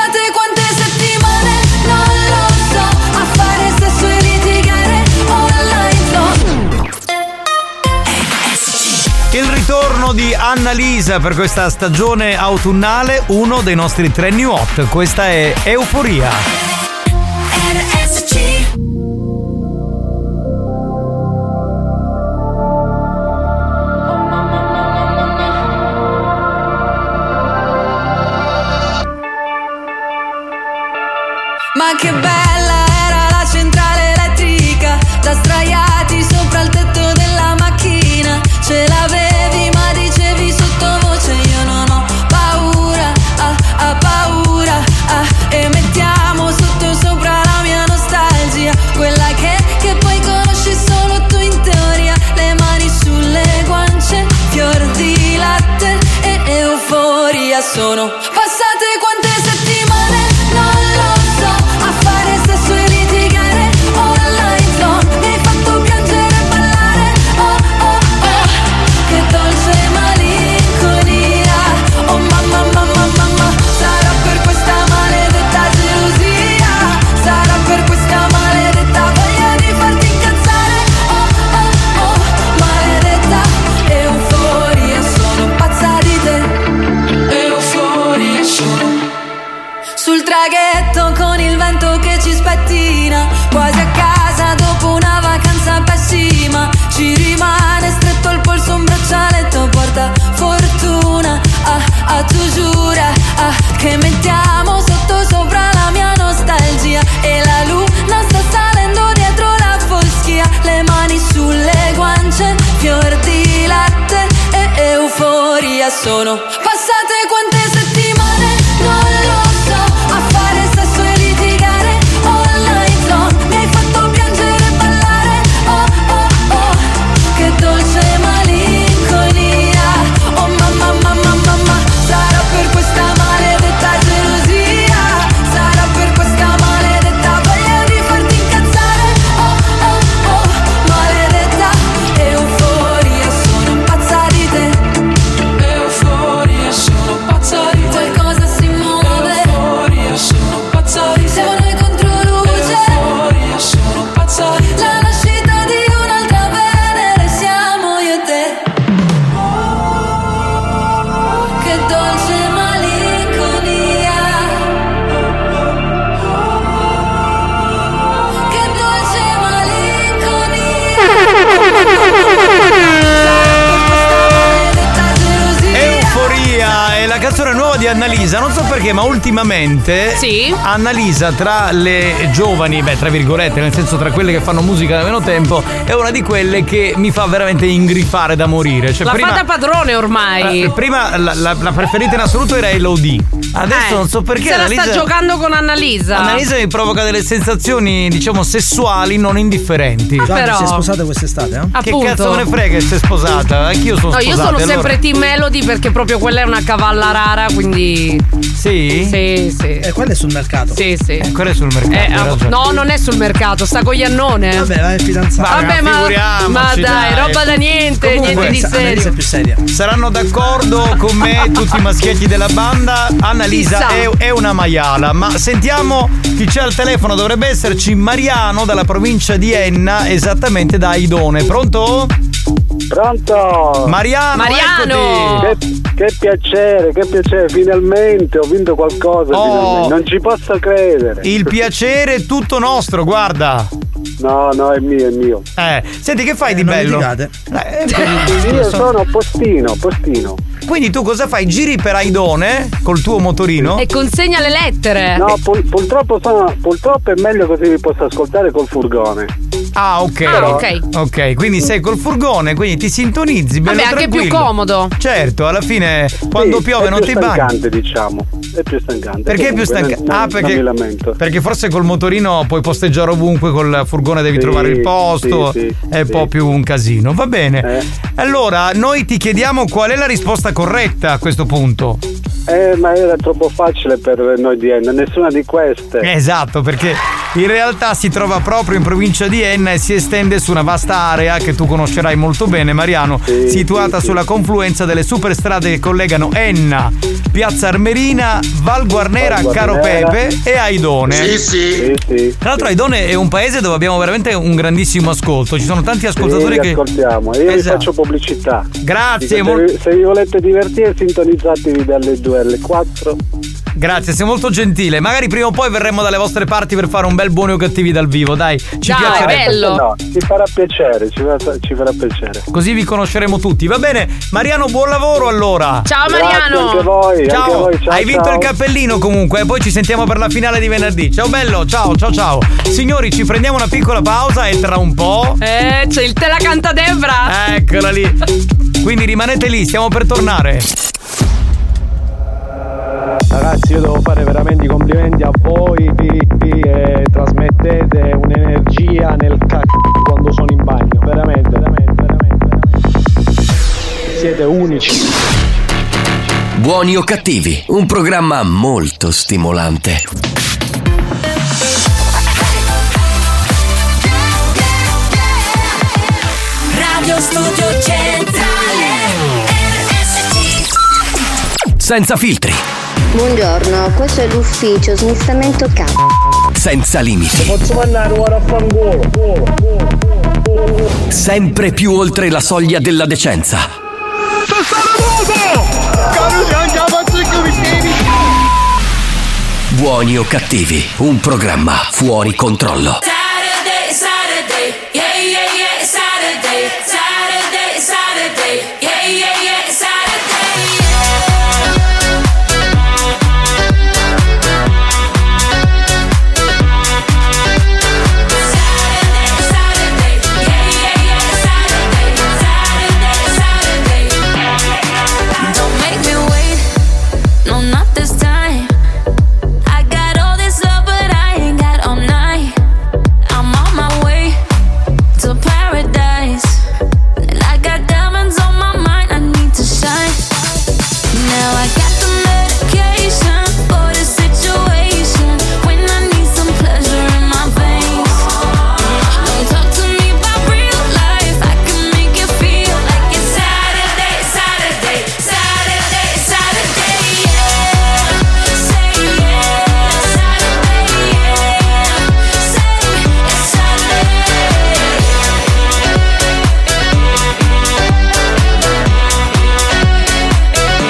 Speaker 15: quante settimane, non lo so, a fare sesso e litigare online.
Speaker 3: Il ritorno di Annalisa per questa stagione autunnale, uno dei nostri tre new hot. Questa è Euforia.
Speaker 15: RSC. ma che bella era la centrale elettrica Da straiati sopra il tetto della macchina Ce l'avevi ma dicevi sottovoce Io non ho paura, ah, ah, paura ah. E mettiamo sotto sopra la mia nostalgia Quella che, che poi conosci solo tu in teoria Le mani sulle guance, fior di latte e euforia Sono passate quante settimane non lo so A fare sesso e litigare online zone Mi hai fatto piangere e ballare Oh oh oh Che dolce malinconia Oh mamma mamma mamma Sarà per questa maledetta gelosia Sarà per questa maledetta voglia di farti incazzare Oh oh oh Maledetta euforia Sono pazza di te Euforia sono sul traghetto con il vento che ci spettina, quasi a casa dopo una vacanza pessima, ci rimane stretto al polso un braccialetto, porta fortuna, ah, ah, tu giura, ah, che mettiamo sotto sopra la mia nostalgia e la luna sta salendo dietro la foschia, le mani sulle guance, fior di latte e euforia sono passate quante settimane, non lo so, a fare sesso e litigare online zone, mi hai fatto piangere e ballare, oh oh oh, che dolce malinconia, oh mamma mamma mamma, sarà per questa maledetta gelosia, sarà per questa maledetta voglia di farti incazzare, oh oh oh, maledetta euforia, sono pazza di te. Euforia, sono pazza di te Qualcosa si muove Euforia, sono pazza di te Siamo noi contro luce Euforia, sono pazza di te La nascita di un'altra Venere Siamo io e te Che dolce malinconia Che dolce
Speaker 3: Euforia è la canzone nuova di Annalisa, non so perché, ma ultimamente Annalisa tra le giovani, beh, tra virgolette, nel senso tra quelle che fanno musica da meno tempo, è una di quelle che mi fa veramente ingrifare da morire. Cioè,
Speaker 10: La
Speaker 3: prima,
Speaker 10: fata padrone ormai.
Speaker 3: eh, prima la, la- la preferita in assoluto era Elodie. Adesso
Speaker 10: Eh,
Speaker 3: non so perché
Speaker 10: Se la
Speaker 3: Annalisa
Speaker 10: sta giocando con Annalisa.
Speaker 3: Annalisa mi provoca delle sensazioni, diciamo, sessuali non indifferenti.
Speaker 10: Ah, però.
Speaker 18: si è sposata quest'estate, eh?
Speaker 3: Che
Speaker 10: Appunto.
Speaker 3: cazzo me ne frega se è sposata? Anch'io sono
Speaker 10: No, io
Speaker 3: sposato.
Speaker 10: sono
Speaker 3: allora.
Speaker 10: sempre team Melody perché proprio quella è una cavalla rara, quindi.
Speaker 3: Sì?
Speaker 10: Sì, sì. E
Speaker 18: Eh, quella è sul mercato.
Speaker 10: Sì, sì.
Speaker 3: Ancora è sul mercato.
Speaker 10: Eh,
Speaker 3: hai
Speaker 10: ah,
Speaker 3: ragione.
Speaker 10: no, non è sul mercato, sta con Iannone. Vabbè,
Speaker 18: ma è fidanzata.
Speaker 10: Vabbè, ma, ma dai, roba da niente,
Speaker 3: Comunque,
Speaker 10: niente di
Speaker 3: Annalisa
Speaker 10: serio.
Speaker 3: è più seria. Saranno d'accordo con me tutti i maschietti della banda. Annalisa
Speaker 10: Chissà.
Speaker 3: è, è una maiala, ma sentiamo chi c'è al telefono. Dovrebbe esserci Mariano dalla provincia di Enna, esattamente da Aidone. Pronto?
Speaker 7: Pronto?
Speaker 3: Mariano, eccoti.
Speaker 7: Che, che piacere, che piacere, finalmente ho vinto qualcosa, finalmente. non ci posso credere.
Speaker 3: Oh. Il piacere è tutto nostro, guarda.
Speaker 7: No, no, è mio, è mio.
Speaker 3: Eh, senti che fai di
Speaker 7: non
Speaker 3: bello?
Speaker 7: litigate.
Speaker 3: Eh,
Speaker 7: Io sono postino, postino.
Speaker 3: Quindi tu cosa fai? Giri per Aidone col tuo motorino?
Speaker 10: E consegna le lettere.
Speaker 7: No, pur- purtroppo, sono, purtroppo è meglio così vi posso ascoltare col furgone.
Speaker 3: Ah, ok.
Speaker 7: Ah, ok.
Speaker 3: Ok, quindi sei col furgone, quindi ti sintonizzi bello
Speaker 10: Vabbè, anche
Speaker 3: tranquillo.
Speaker 10: più comodo.
Speaker 3: Certo, alla fine quando
Speaker 7: Sì,
Speaker 3: piove
Speaker 7: è
Speaker 3: non
Speaker 7: più
Speaker 3: ti bagni.
Speaker 7: stancante, diciamo. È più stancante.
Speaker 3: Perché è più
Speaker 7: Comunque,
Speaker 3: stancante?
Speaker 7: non-
Speaker 3: Ah,
Speaker 7: non- non mi lamento.
Speaker 3: perché, perché forse col motorino puoi posteggiare ovunque, col furgone devi
Speaker 7: Sì,
Speaker 3: trovare il posto,
Speaker 7: sì, sì,
Speaker 3: è un
Speaker 7: sì. Eh.
Speaker 3: po' più un casino. Va bene. Allora, noi ti chiediamo qual è la risposta corretta a questo punto.
Speaker 7: Eh, ma era troppo facile per noi di Enna, nessuna di queste.
Speaker 3: Esatto, perché in realtà si trova proprio in provincia di Enna e si estende su una vasta area che tu conoscerai molto bene, Mariano, situata sulla confluenza delle superstrade che collegano Enna, Piazza Armerina, Val Guarnera,
Speaker 7: Val Guarnera.
Speaker 3: Caro Pepe e Aidone.
Speaker 7: Sì,
Speaker 3: sì. Tra l'altro Aidone è un paese dove abbiamo veramente un grandissimo ascolto, ci sono tanti ascoltatori
Speaker 7: Sì, li
Speaker 3: che...
Speaker 7: ascoltiamo, io vi
Speaker 3: Esatto.
Speaker 7: faccio pubblicità.
Speaker 3: Grazie,
Speaker 7: Dico,
Speaker 3: mol-
Speaker 7: se, vi, se vi volete divertire sintonizzatevi dalle 2 alle 4.
Speaker 3: Grazie, sei molto gentile. Magari prima o poi verremo dalle vostre parti per fare un bel buoni o cattivi dal vivo, dai. Ci piacerebbe.
Speaker 7: No, ci farà piacere, ci farà, ci farà piacere.
Speaker 3: Così vi conosceremo tutti. Va bene, Mariano, buon lavoro allora.
Speaker 7: Ciao, Grazie Mariano. anche a voi,
Speaker 3: ciao.
Speaker 7: anche a voi, ciao,
Speaker 3: Hai vinto
Speaker 7: ciao.
Speaker 3: il cappellino comunque. E poi ci sentiamo per la finale di venerdì. Ciao, bello. Ciao, ciao, ciao. Signori, ci prendiamo una piccola pausa e tra un po'.
Speaker 10: Eh, c'è il te la canta Debra.
Speaker 3: Eccola lì. Quindi rimanete lì, stiamo per tornare.
Speaker 24: Ragazzi, io devo fare veramente i complimenti a voi vi- vi- e trasmettete un'energia nel cazzo quando sono in bagno. Veramente, veramente, veramente, veramente. Siete unici.
Speaker 1: Buoni o cattivi, un programma molto stimolante.
Speaker 28: Radio Studio Centrale RSC
Speaker 1: Senza filtri,
Speaker 27: Buongiorno, questo è l'ufficio smistamento capo.
Speaker 1: senza limiti,
Speaker 27: Posso mandare ora a fangolo?
Speaker 1: sempre più oltre la soglia della decenza. Buoni o cattivi, un programma fuori controllo.
Speaker 28: Saturday, Saturday, yeah, yeah, yeah, it's Saturday, Saturday, it's Saturday, yeah, yeah, yeah, it's Saturday.
Speaker 27: Don't make me wait, no, not this time. I got all this love, but I ain't got all night. I'm on my way to paradise. And I got diamonds on my mind, I need to shine. Now I got the medication for the situation. When I need some pleasure in my veins. Don't talk to me about real life, I can make it feel like it's Saturday, Saturday, Saturday, Saturday, yeah. Say yeah, Saturday, yeah. Say it's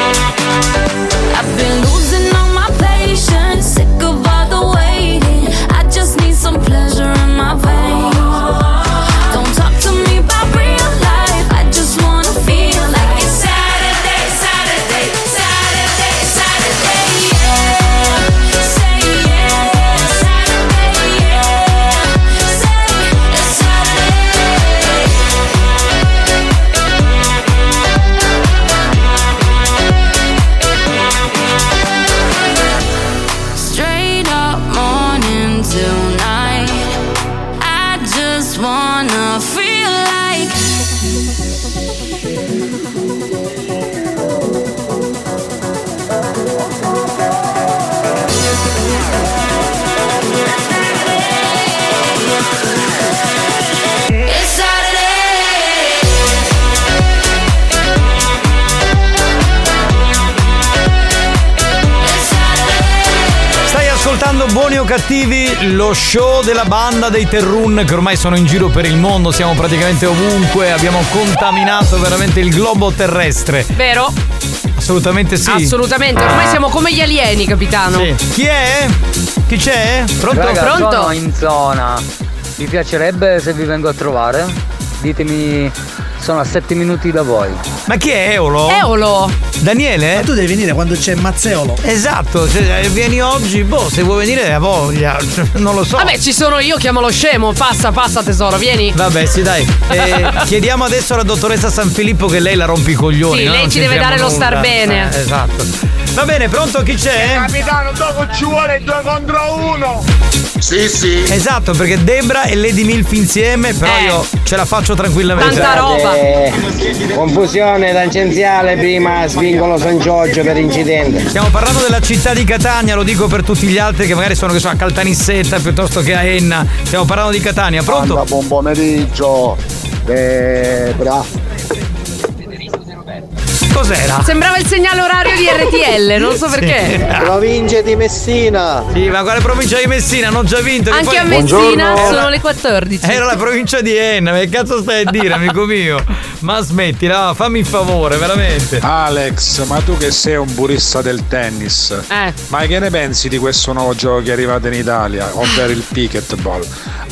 Speaker 27: Saturday. I've been losing all my patience, sick of all the waiting. I just need some pleasure in my veins. Don't talk to me about real life. I just wanna feel like it's Saturday, Saturday, Saturday, Saturday, yeah. Say yeah, Saturday, yeah. Say it's Saturday. Straight up morning till night. I just wanna feel like it's Saturday.
Speaker 3: Stai ascoltando Buoni o Cattivi, lo show della banda dei Terrun che ormai sono in giro per il mondo, siamo praticamente ovunque, abbiamo contaminato veramente il globo terrestre.
Speaker 10: Vero?
Speaker 3: Assolutamente sì.
Speaker 10: Assolutamente, ormai siamo come gli alieni, capitano.
Speaker 3: Sì. Chi è? Chi c'è? Pronto?
Speaker 33: Raga,
Speaker 3: Pronto?
Speaker 33: Sono in zona. Mi piacerebbe se vi vengo a trovare. Ditemi, sono a 7 minuti da voi.
Speaker 3: Ma chi è Eolo?
Speaker 10: Eolo!
Speaker 3: Daniele?
Speaker 33: Ma tu
Speaker 3: devi venire quando c'è Mazzeolo. Esatto, se- eh, vieni oggi, boh, se vuoi venire a voglia, non lo so.
Speaker 10: Vabbè, ci sono io, chiamo lo scemo. Passa, passa, tesoro, vieni.
Speaker 3: Vabbè, sì, dai. Eh, chiediamo adesso alla dottoressa San Filippo che lei la rompi i coglioni.
Speaker 10: Sì,
Speaker 3: no?
Speaker 10: lei
Speaker 3: Non
Speaker 10: ci deve
Speaker 3: c'entriamo
Speaker 10: dare lo
Speaker 3: nulla.
Speaker 10: star bene.
Speaker 3: Eh, esatto. Va bene, pronto chi c'è?
Speaker 34: Eh, Capitano, dopo ci vuole due contro uno.
Speaker 3: Sì, sì. Esatto, perché Debra e Lady Milf insieme, però
Speaker 10: Eh.
Speaker 3: io ce la faccio tranquillamente.
Speaker 33: roba! Eh, Confusione tangenziale prima svincolo San Giorgio per incidente.
Speaker 3: Stiamo parlando della città di Catania, lo dico per tutti gli altri che magari sono che so, a Caltanissetta piuttosto che a Enna. Stiamo parlando di Catania, pronto?
Speaker 35: buon pomeriggio. Debra.
Speaker 3: Cos'era?
Speaker 10: Sembrava il segnale orario di RTL, non so perché.
Speaker 3: Provincia di Messina. Sì, ma quale provincia di Messina? Non già vinto. che
Speaker 10: Anche
Speaker 3: poi-
Speaker 10: a Messina sono
Speaker 3: Era-
Speaker 10: le 14.
Speaker 3: Era la provincia di Enna, che cazzo stai a dire, amico mio? Ma smettila, va, fammi il favore, veramente.
Speaker 7: Alex, ma tu che sei un burista del tennis,
Speaker 10: Eh.
Speaker 7: ma che ne pensi di questo nuovo gioco che è arrivato in Italia, ovvero il pickleball?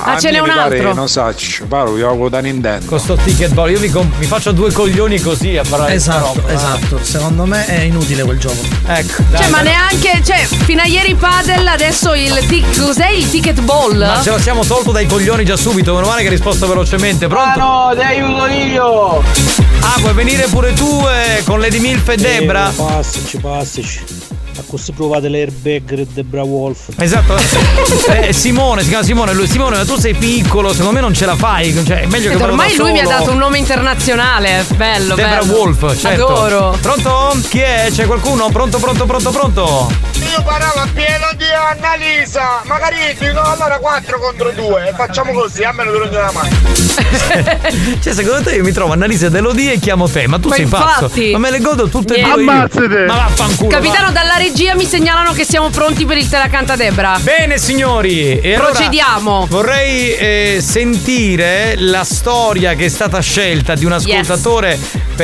Speaker 10: Ah, ce n'è un altro.
Speaker 7: Non saccio, parlo io avevo da Nintendo.
Speaker 3: Con sto ticketball, io mi, com- mi faccio due coglioni così a parlare di sta
Speaker 36: Esatto,
Speaker 3: roba.
Speaker 36: esatto. Secondo me è inutile quel gioco.
Speaker 3: Ecco.
Speaker 36: Cioè,
Speaker 10: Cioè, ma neanche. Cioè, fino a ieri padel, adesso il. tic- cos'è il ticket ball?
Speaker 3: Ma ce lo siamo tolto dai coglioni già subito, meno male che ha risposto velocemente. Pronto?
Speaker 37: Ah no, ti aiuto io!
Speaker 3: Ah, vuoi venire pure tu eh, con Lady Milf e Debra?
Speaker 13: Eh, Passaci, passaci. A questo provate l'airbag di Bra Wolf.
Speaker 3: Esatto. Eh, Simone, si chiama Simone, lui, Simone, ma tu sei piccolo, secondo me non ce la fai. Cioè, è meglio che
Speaker 10: Ed
Speaker 3: vado da
Speaker 10: ormai lui mi ha
Speaker 3: solo.
Speaker 10: dato un nome internazionale. Bello,
Speaker 3: Debra
Speaker 10: bello.
Speaker 3: Wolf, certo.
Speaker 10: Adoro.
Speaker 3: Pronto? Chi è? C'è qualcuno? Pronto, pronto, pronto, pronto?
Speaker 13: Io parlavo pieno di Annalisa, magari dico allora 4 contro 2 e facciamo così, a meno che non la mano.
Speaker 3: Cioè, secondo te io mi trovo Annalisa Delodie e chiamo te, ma tu
Speaker 10: Ma
Speaker 3: sei
Speaker 10: infatti.
Speaker 3: pazzo. Ma me le godo tutte e due.
Speaker 10: Niente.
Speaker 3: io.
Speaker 10: Ammazzate.
Speaker 3: Ma vaffanculo.
Speaker 10: Capitano,
Speaker 3: va.
Speaker 10: dalla regia mi segnalano che siamo pronti per il Te la canta Debra.
Speaker 3: Bene signori, e allora
Speaker 10: Procediamo.
Speaker 3: vorrei eh, sentire la storia che è stata scelta di un ascoltatore,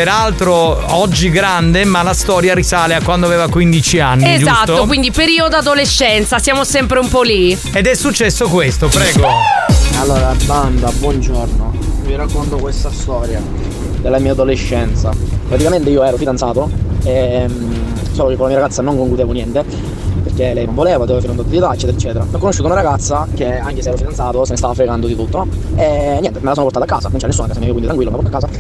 Speaker 3: peraltro oggi grande, ma la storia risale a quando aveva 15 anni,
Speaker 10: Esatto,
Speaker 3: giusto?
Speaker 10: quindi periodo adolescenza, siamo sempre un po' lì.
Speaker 3: Ed è successo questo, prego.
Speaker 13: Allora, banda, buongiorno. Vi racconto questa storia della mia adolescenza. Praticamente io ero fidanzato e mm, solo che con la mia ragazza non concutevo niente perché lei non voleva, dovevo fare un dotto di età, eccetera, eccetera. Ho conosciuto una ragazza che, anche se ero fidanzato, se ne stava fregando di tutto, no? E niente, me la sono portata a casa, non c'è nessuno a casa mia, quindi tranquillo, me la porto a casa.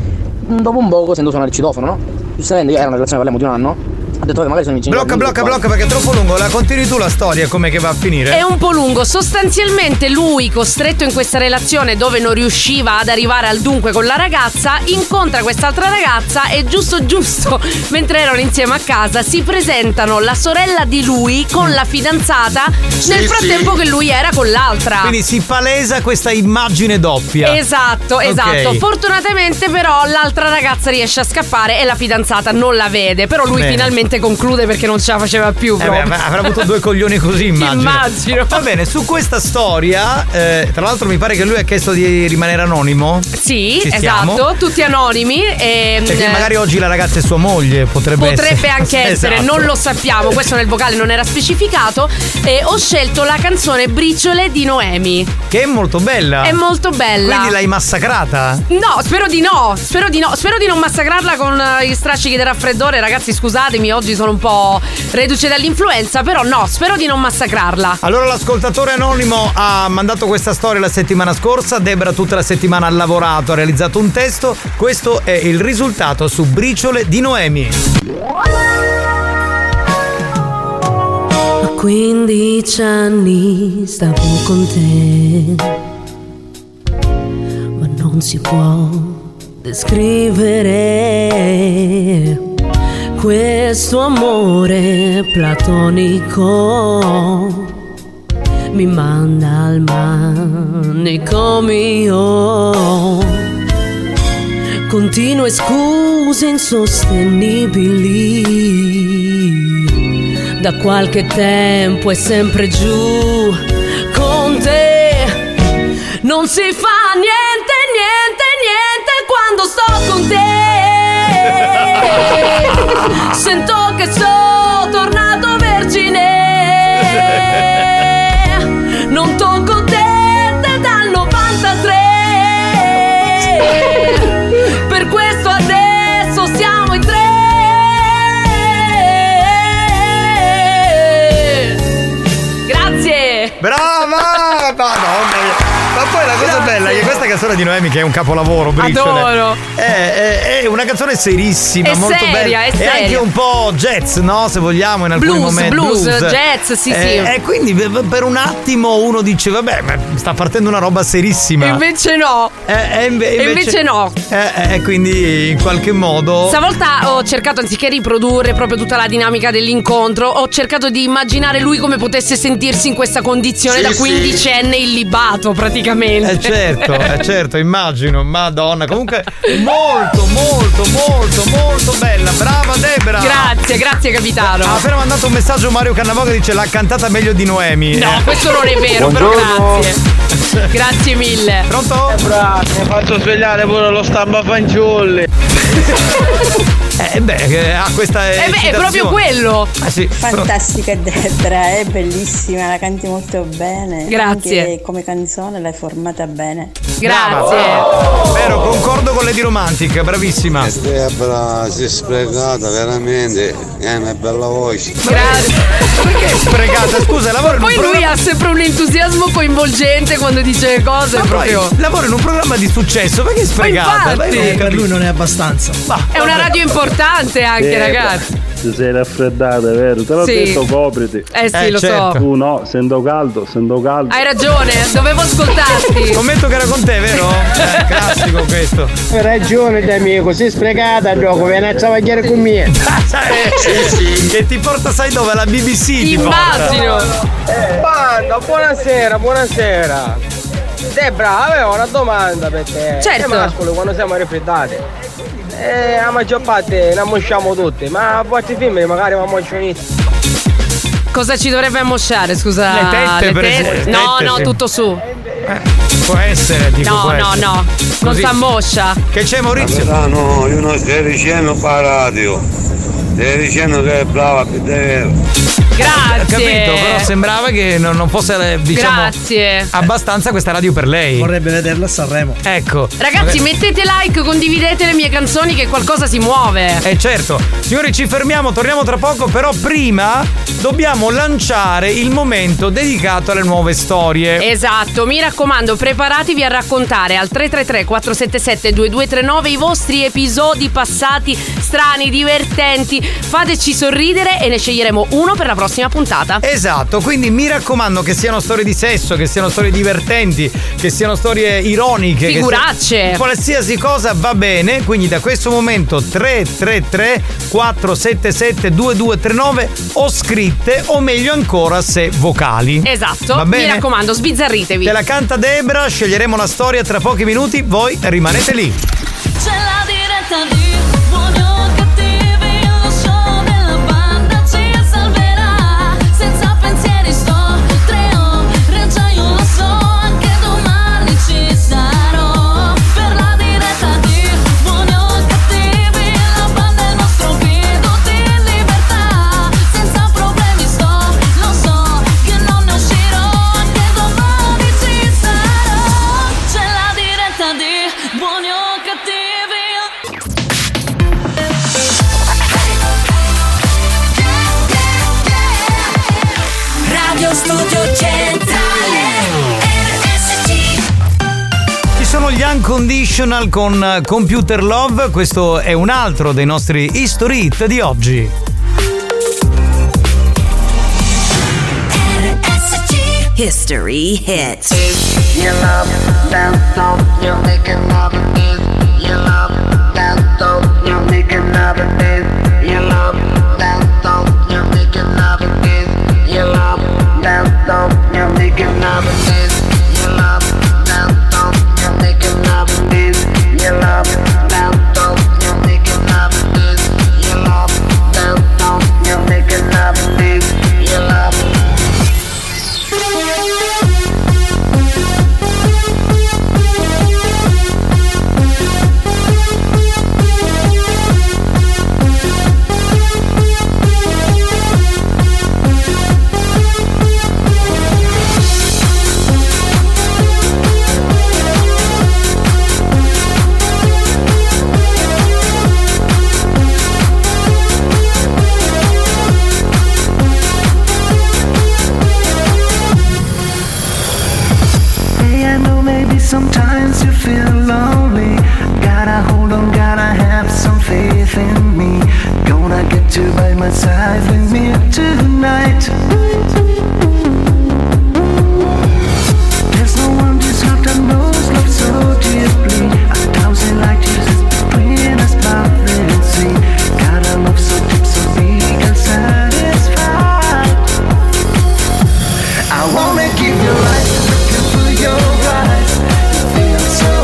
Speaker 13: Mm, Dopo un poco sento suonare il citofono, no? Giustamente io era una relazione, parliamo di un anno, ho detto, "Vabbè, magari sono i miei
Speaker 3: Blocca, blocca, blocca perché è troppo lungo, la continui tu la storia come che va a finire?
Speaker 10: È un po' lungo, sostanzialmente lui costretto in questa relazione dove non riusciva ad arrivare al dunque con la ragazza, incontra quest'altra ragazza e giusto giusto, mentre erano insieme a casa, si presentano la sorella di lui con la fidanzata nel frattempo che lui era con l'altra.
Speaker 3: Quindi si palesa questa immagine doppia.
Speaker 10: Esatto,
Speaker 3: Ok.
Speaker 10: esatto. Fortunatamente però l'altra ragazza riesce a scappare e la fidanzata non la vede, però lui
Speaker 3: Bene.
Speaker 10: finalmente conclude perché non ce la faceva più.
Speaker 3: Eh beh,
Speaker 10: proprio.
Speaker 3: avrà avuto due coglioni così, immagino.
Speaker 10: Immagino.
Speaker 3: Va bene, su questa storia, eh, tra l'altro mi pare che lui ha chiesto di rimanere anonimo.
Speaker 10: Sì,
Speaker 3: Ci siamo.
Speaker 10: esatto, tutti anonimi. E,
Speaker 3: Cioè, che
Speaker 10: eh,
Speaker 3: magari oggi la ragazza è sua moglie, potrebbe,
Speaker 10: Potrebbe
Speaker 3: essere.
Speaker 10: anche essere,
Speaker 3: Esatto.
Speaker 10: non lo sappiamo, questo nel vocale non era specificato. E ho scelto la canzone Briciole di Noemi.
Speaker 3: Che è molto bella.
Speaker 10: È molto bella.
Speaker 3: Quindi l'hai massacrata?
Speaker 10: No, spero di no, spero di no, spero di non massacrarla con eh, gli strascichi del raffreddore, ragazzi scusatemi, oggi sono un po' reduce dall'influenza, però no, spero di non massacrarla.
Speaker 3: Allora l'ascoltatore anonimo ha mandato questa storia la settimana scorsa, Debra tutta la settimana ha lavorato, ha realizzato un testo, questo è il risultato su Briciole di Noemi.
Speaker 27: 15 anni stavo con te, ma non si può descrivere questo amore platonico. Mi manda al manico mio. Continue scuse insostenibili da qualche tempo è sempre giù con te. Non si fa niente, niente, niente quando sto con te. Sento che sono tornato vergine. Non tocco te te dal 93. Per questo adesso siamo in tre. Grazie!
Speaker 3: Brava! Madonna! Ma poi la cosa bella è che questa canzone di Noemi che è un capolavoro, Briciole.
Speaker 10: Adoro.
Speaker 3: È, è- è una canzone serissima,
Speaker 10: È
Speaker 3: molto
Speaker 10: seria,
Speaker 3: bella.
Speaker 10: è seria.
Speaker 3: anche un po' jazz, no? Se vogliamo in alcuni
Speaker 10: Blues,
Speaker 3: momenti.
Speaker 10: blues, jazz, sì,
Speaker 3: Eh,
Speaker 10: sì.
Speaker 3: E quindi per per un attimo uno dice vabbè, ma sta partendo una roba serissima.
Speaker 10: E invece no.
Speaker 3: e inve-
Speaker 10: E invece no.
Speaker 3: Eh, eh, quindi in qualche modo
Speaker 10: Stavolta ho cercato, anziché riprodurre proprio tutta la dinamica dell'incontro, ho cercato di immaginare lui come potesse sentirsi in questa condizione
Speaker 3: Sì,
Speaker 10: da
Speaker 3: sì.
Speaker 10: quindicenne illibato praticamente. Probabilmente.
Speaker 3: Eh certo, eh certo, immagino, madonna. Comunque molto, molto, molto, molto bella. Brava Ah, Debra.
Speaker 10: Grazie, grazie capitano.
Speaker 3: Ha appena mandato un messaggio Mario Cannavò che dice l'ha cantata meglio di Noemi.
Speaker 10: No,
Speaker 3: Eh.
Speaker 10: questo non è vero, però grazie. Grazie mille.
Speaker 3: Pronto?
Speaker 38: Mi faccio svegliare pure lo stampa fanciulli.
Speaker 3: Eh beh, che ha questa
Speaker 10: Eh beh, è proprio
Speaker 3: eccitazione.
Speaker 10: quello.
Speaker 3: Ah sì.
Speaker 28: Fantastica Debra, è bellissima, la canti molto bene.
Speaker 10: Grazie.
Speaker 28: Anche come canzone l'hai formata bene.
Speaker 10: Oh.
Speaker 3: Brava. Vero, concordo con Lady Romantic, bravissima.
Speaker 9: Debra si è Eh, sprecata veramente, è una bella voce.
Speaker 3: Perché sprecata? Scusa, lavoro in un
Speaker 10: Poi lui
Speaker 3: programma-
Speaker 10: ha sempre un entusiasmo coinvolgente quando dice le cose.
Speaker 3: Ma poi
Speaker 10: proprio.
Speaker 3: lavoro in un programma di successo, perché è
Speaker 10: Ma
Speaker 3: sprecata?
Speaker 10: infatti. Eh,
Speaker 3: Dai, non
Speaker 39: Per
Speaker 3: capisco.
Speaker 39: lui non è abbastanza.
Speaker 10: È una radio importante anche,
Speaker 39: Eh,
Speaker 10: ragazzi.
Speaker 9: Ti sei raffreddata, vero? Te l'ho
Speaker 10: Sì.
Speaker 9: detto, copriti.
Speaker 10: Eh sì, Eh, lo so. certo.
Speaker 9: Tu no, sento caldo, sento caldo.
Speaker 10: Hai ragione, dovevo ascoltarti.
Speaker 3: Scommetto che era con te, vero? Eh, classico questo.
Speaker 13: Hai ragione, amico, sei sprecata a gioco, vieni a travagliare con me.
Speaker 3: Che ti porta, sai dove? La BBC ti porta.
Speaker 13: Banda, Eh, buonasera, buonasera. Debra, avevo eh, una domanda per te.
Speaker 28: Certo.
Speaker 13: Noi mascoli quando siamo raffreddati, eh, la maggior parte ne ammosciamo tutti, ma a volte film magari mi ammoscionissi.
Speaker 10: Cosa ci dovrebbe ammosciare, scusa?
Speaker 3: Le tette, per
Speaker 10: tette?
Speaker 3: esempio.
Speaker 10: No,
Speaker 3: Tette,
Speaker 10: no,
Speaker 3: sì.
Speaker 10: tutto su.
Speaker 3: Può essere, dico
Speaker 10: No,
Speaker 3: può
Speaker 10: no,
Speaker 3: essere.
Speaker 10: no. Non
Speaker 3: Così.
Speaker 10: s'ammoscia.
Speaker 3: Che c'è Maurizio?
Speaker 9: Ah no, io non stai dicendo fa radio. Stai dicendo che è brava, che deve.
Speaker 10: Grazie.
Speaker 3: Capito, però sembrava che non, non fosse eh, diciamo
Speaker 10: Grazie.
Speaker 3: abbastanza questa radio per lei. Vorrebbe vederla a Sanremo. Ecco.
Speaker 10: Ragazzi,
Speaker 3: Vabbè.
Speaker 10: mettete like, condividete le mie canzoni che qualcosa si muove.
Speaker 3: Eh certo, signori ci fermiamo, torniamo tra poco, però prima dobbiamo lanciare il momento dedicato alle nuove storie.
Speaker 10: Esatto, mi raccomando, preparatevi a raccontare al 333-477-2239 i vostri episodi passati strani, divertenti. Fateci sorridere e ne sceglieremo uno per la prossima puntata.
Speaker 3: Esatto, quindi mi raccomando che siano storie di sesso, che siano storie divertenti, che siano storie ironiche. che
Speaker 10: Figuracce.
Speaker 3: siano- Qualsiasi cosa va bene, quindi da questo momento 333 477 2239 o scritte o meglio ancora se vocali.
Speaker 10: Esatto,
Speaker 3: Va
Speaker 10: mi
Speaker 3: bene?
Speaker 10: raccomando, sbizzarritevi.
Speaker 3: Te la canta Debra, sceglieremo la storia tra pochi minuti, voi rimanete lì.
Speaker 40: C'è la diretta di buoni o cattivi, io lo show della banda ci salverà. Senza pensieri sto, tre ore già io lo so, anche domani ci sarò. Per la diretta di buoni o cattivi, la banda è il nostro grido di libertà. Senza problemi sto, lo so che non ne uscirò, anche domani ci sarò. C'è la diretta di buoni o cattivi.
Speaker 41: Radio Studio Centrale RSC
Speaker 3: Ci sono gli Unconditional con eh, Computer Love, questo è un altro dei nostri history hit di oggi.
Speaker 42: History hit.
Speaker 27: You love that song, you're making love and this. You love that song, you're making love and this. You love that song, you're making love and this. You love that song, you're making love and this. You love that song, you're making love and this. You love that song, you're making love and this. You love that song, you're making love and this. You love.
Speaker 4: Hey, I know maybe sometimes you feel lonely. Gotta hold on, gotta have some faith in me. Gonna get you by my side with me tonight. There's no one this heart that knows love so deeply. A thousand light years is between us, but let's see. Got a love so deep, so big and satisfied. I wanna give you life, looking through your eyes.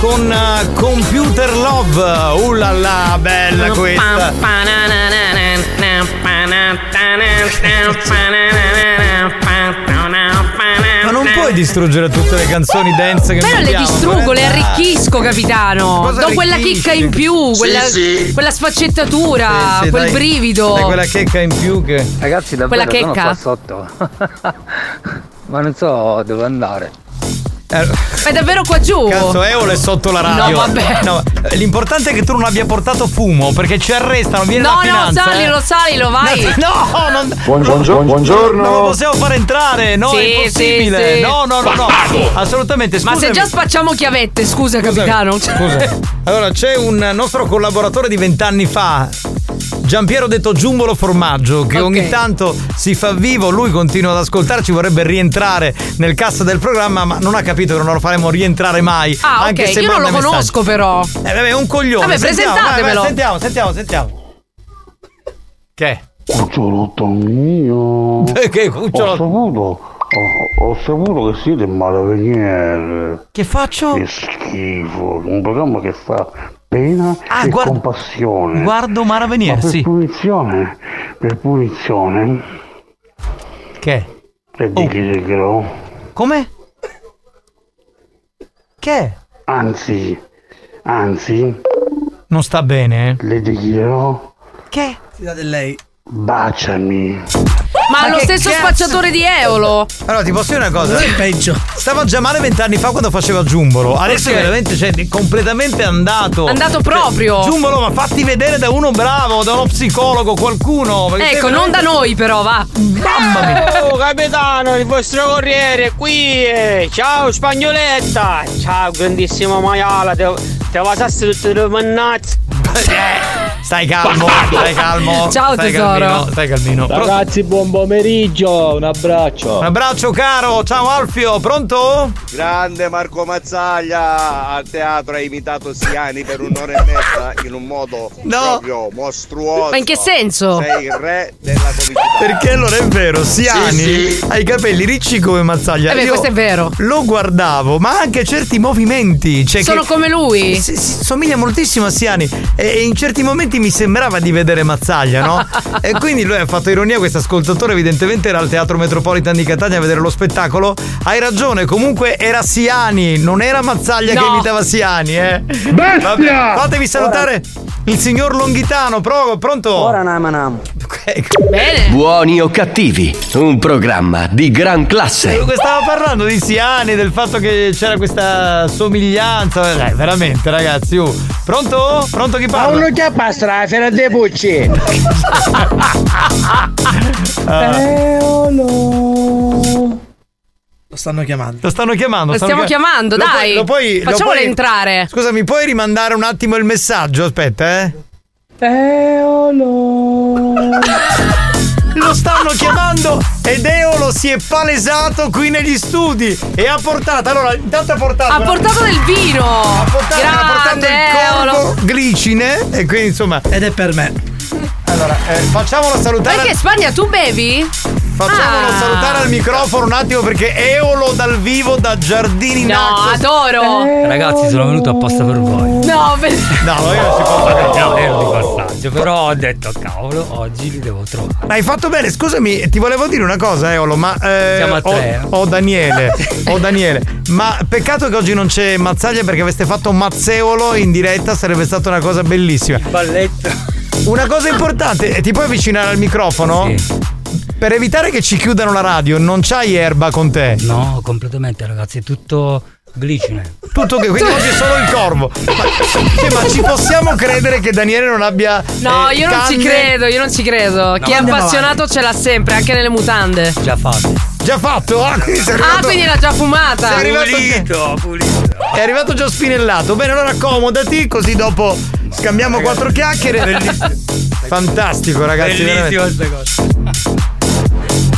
Speaker 3: con eh, Computer Love. Uh la la, bella questa. Ma non puoi distruggere tutte le canzoni dance che
Speaker 10: Però le
Speaker 3: mettiamo,
Speaker 10: distruggo, le
Speaker 3: Brenda.
Speaker 10: arricchisco, capitano.
Speaker 3: Cosa
Speaker 10: Do quella
Speaker 3: arricchisci?
Speaker 10: chicca in più,
Speaker 3: Sì,
Speaker 10: quella,
Speaker 3: sì.
Speaker 10: quella sfaccettatura,
Speaker 3: Sì, sì,
Speaker 10: quel
Speaker 3: dai.
Speaker 10: brivido.
Speaker 3: Dai, quella checca in più che.
Speaker 33: Ragazzi,
Speaker 10: Quella
Speaker 33: davvero sono
Speaker 10: checca?
Speaker 33: qua sotto. Ma non so dove andare.
Speaker 10: Ma è davvero qua giù?
Speaker 3: Cazzo, eh, Eolo è sotto la radio.
Speaker 10: No, vabbè.
Speaker 3: No, l'importante è che tu non abbia portato fumo, perché ci arrestano, viene
Speaker 10: No,
Speaker 3: la
Speaker 10: no,
Speaker 3: finanza.
Speaker 10: salilo,
Speaker 3: eh.
Speaker 10: salilo, vai.
Speaker 3: No, no, non-
Speaker 13: Buongiorno, buongiorno.
Speaker 3: Non lo possiamo far entrare, no,
Speaker 10: Sì,
Speaker 3: è impossibile.
Speaker 10: sì, sì.
Speaker 3: No, no, no, no.
Speaker 10: Bastardo.
Speaker 3: Assolutamente,
Speaker 10: Ma
Speaker 3: scusami.
Speaker 10: se già spacciamo chiavette, scusa, capitano.
Speaker 3: Scusa. Allora, c'è un nostro collaboratore di vent'anni fa. Giampiero detto Giumbolo Formaggio che ogni tanto si fa vivo, lui continua ad ascoltarci, vorrebbe rientrare nel cast del programma ma non ha capito che non lo faremo rientrare mai.
Speaker 10: Ah,
Speaker 3: anche
Speaker 10: ok,
Speaker 3: se
Speaker 10: io non
Speaker 3: manda
Speaker 10: lo
Speaker 3: messaggi.
Speaker 10: conosco, però.
Speaker 3: Eh, vabbè, è un coglione.
Speaker 10: Vabbè,
Speaker 3: Sentiamo, vai, vai,
Speaker 10: presentatemelo.
Speaker 3: Sentiamo, sentiamo, sentiamo. Che?
Speaker 4: Cucciolotto mio.
Speaker 3: Perché
Speaker 4: Ho saputo. Ho, ho saputo che siete malaveniere.
Speaker 3: Che faccio?
Speaker 4: Che schifo. Un programma che fa pena
Speaker 3: Ah,
Speaker 4: e
Speaker 3: guarda-
Speaker 4: compassione.
Speaker 3: guardo Maraveniere,
Speaker 4: Ma per
Speaker 3: sì.
Speaker 4: punizione. Per punizione.
Speaker 3: Che?
Speaker 10: Oh.
Speaker 4: E digli del gro.
Speaker 3: Come? Che?
Speaker 4: Anzi. Anzi.
Speaker 3: Non sta bene, eh?
Speaker 4: Le dichiarò.
Speaker 3: Che?
Speaker 4: lei. Baciami.
Speaker 10: Ma,
Speaker 3: Ma
Speaker 10: lo
Speaker 3: che
Speaker 10: stesso
Speaker 3: cazzo?
Speaker 10: spacciatore di Eolo.
Speaker 3: Allora, ti posso dire una cosa?
Speaker 10: Sì, peggio.
Speaker 3: Stava già male vent'anni fa quando faceva Giumbolo. Adesso
Speaker 10: Perché?
Speaker 3: veramente cioè, è completamente andato. Cioè,
Speaker 10: Andato proprio.
Speaker 3: Giumbolo, ma fatti vedere da uno bravo, da uno psicologo, qualcuno. Oh, perché
Speaker 10: Ecco,
Speaker 3: sei
Speaker 10: non da
Speaker 3: veramente-
Speaker 10: noi, però, va.
Speaker 3: Mamma mia.
Speaker 20: Oh capitano, il vostro corriere è qui! eh. Ciao spagnoletta! Ciao grandissimo maiala, te, te vasasse tutte le mannazze!
Speaker 3: Eh, Stai calmo, stai calmo. stai Calmino, stai calmino. Pro-
Speaker 9: Ragazzi, buon pomeriggio, un abbraccio.
Speaker 3: un abbraccio caro, ciao Alfio, pronto?
Speaker 14: Grande Marco Mazzaglia al teatro ha imitato Siani per un'ora e mezza in un modo
Speaker 10: No.
Speaker 14: proprio mostruoso.
Speaker 10: Ma in che senso?
Speaker 14: Sei il re della comicità.
Speaker 3: Perché allora è vero, Siani
Speaker 14: Sì, sì.
Speaker 3: ha i capelli ricci come Mazzaglia.
Speaker 10: Eh beh,
Speaker 3: Io
Speaker 10: questo è vero.
Speaker 3: Lo guardavo, ma anche certi movimenti. Cioè
Speaker 10: Sono
Speaker 3: che-
Speaker 10: come lui.
Speaker 3: Sì, sì, somiglia moltissimo a Siani. E, e in certi momenti mi sembrava di vedere Mazzaglia, no? e quindi lui ha fatto ironia. Questo ascoltatore, evidentemente, era al Teatro Metropolitan di Catania a vedere lo spettacolo. Hai ragione, comunque era Siani, non era Mazzaglia che
Speaker 9: No.
Speaker 3: imitava Siani, eh.
Speaker 9: Bestia!
Speaker 3: fatemi salutare il signor Longhitano, provo, pronto? Ora
Speaker 9: namanam.
Speaker 3: Ecco.
Speaker 1: Buoni o cattivi, un programma di gran classe.
Speaker 3: Stava Ecco, parlando di Siani, del fatto che c'era questa somiglianza. Eh, veramente, ragazzi. oh. Pronto? Pronto chi parla?
Speaker 9: uno che passa la fiera dei bucci.
Speaker 3: Ah,
Speaker 18: Eolo. Lo stanno chiamando.
Speaker 3: Lo stanno chiamando.
Speaker 10: Lo stiamo
Speaker 3: chiam-
Speaker 10: chiamando,
Speaker 3: Lo
Speaker 10: dai.
Speaker 3: puoi- lo puoi- lo
Speaker 10: Facciamolo
Speaker 3: puoi-
Speaker 10: entrare.
Speaker 3: Scusami, puoi rimandare un attimo il messaggio? Aspetta, eh.
Speaker 18: Eolo.
Speaker 3: Lo stanno chiamando ed Eolo si è palesato qui negli studi e ha portato, allora intanto ha portato
Speaker 10: Ha portato del vino.
Speaker 3: ha portato, ha portato
Speaker 10: Grande,
Speaker 3: il
Speaker 10: Eolo.
Speaker 3: corvo glicine e quindi insomma ed è per me allora eh, facciamolo salutare
Speaker 10: Perché Spagna tu bevi?
Speaker 3: Facciamolo
Speaker 10: Ah.
Speaker 3: salutare al microfono un attimo perché Eolo dal vivo da Giardini
Speaker 10: No,
Speaker 3: Naxos. Eh,
Speaker 10: adoro.
Speaker 19: Ragazzi, sono venuto apposta per voi.
Speaker 10: No, bellissimo.
Speaker 3: No, io non si può fare.
Speaker 19: No, ero di passaggio, però ho detto, cavolo, oggi li devo trovare.
Speaker 3: Ma hai fatto bene, scusami, ti volevo dire una cosa, Eolo, ma. eh,
Speaker 19: Siamo a
Speaker 3: o-
Speaker 19: tre, eh.
Speaker 3: O Daniele, o Daniele. Ma peccato che oggi non c'è Mazzaglia perché aveste fatto Mazzeolo in diretta, sarebbe stata una cosa bellissima.
Speaker 19: Balletto.
Speaker 3: Una cosa importante, eh, ti puoi avvicinare al microfono? Per evitare che ci chiudano la radio, non c'hai erba con te?
Speaker 19: No, Oh, completamente, ragazzi, è tutto glicine.
Speaker 3: Tutto che quindi oggi è solo il corvo. Ma, cioè, ma ci possiamo credere che Daniele non abbia.
Speaker 10: No,
Speaker 3: eh,
Speaker 10: io non ci
Speaker 3: canne?
Speaker 10: credo, io non ci credo. Chi è
Speaker 3: andiamo
Speaker 10: appassionato ce l'ha sempre, anche nelle mutande.
Speaker 19: Già fatto.
Speaker 3: Già fatto? Ah, quindi sei
Speaker 10: Ah,
Speaker 3: arrivato-
Speaker 10: quindi l'ha già fumata.
Speaker 3: Sei arrivato- È arrivato già spinellato. Bene, allora accomodati, così dopo scambiamo quattro chiacchiere. Fantastico, ragazzi.
Speaker 19: Bellissimo
Speaker 3: veramente.
Speaker 19: questa cosa.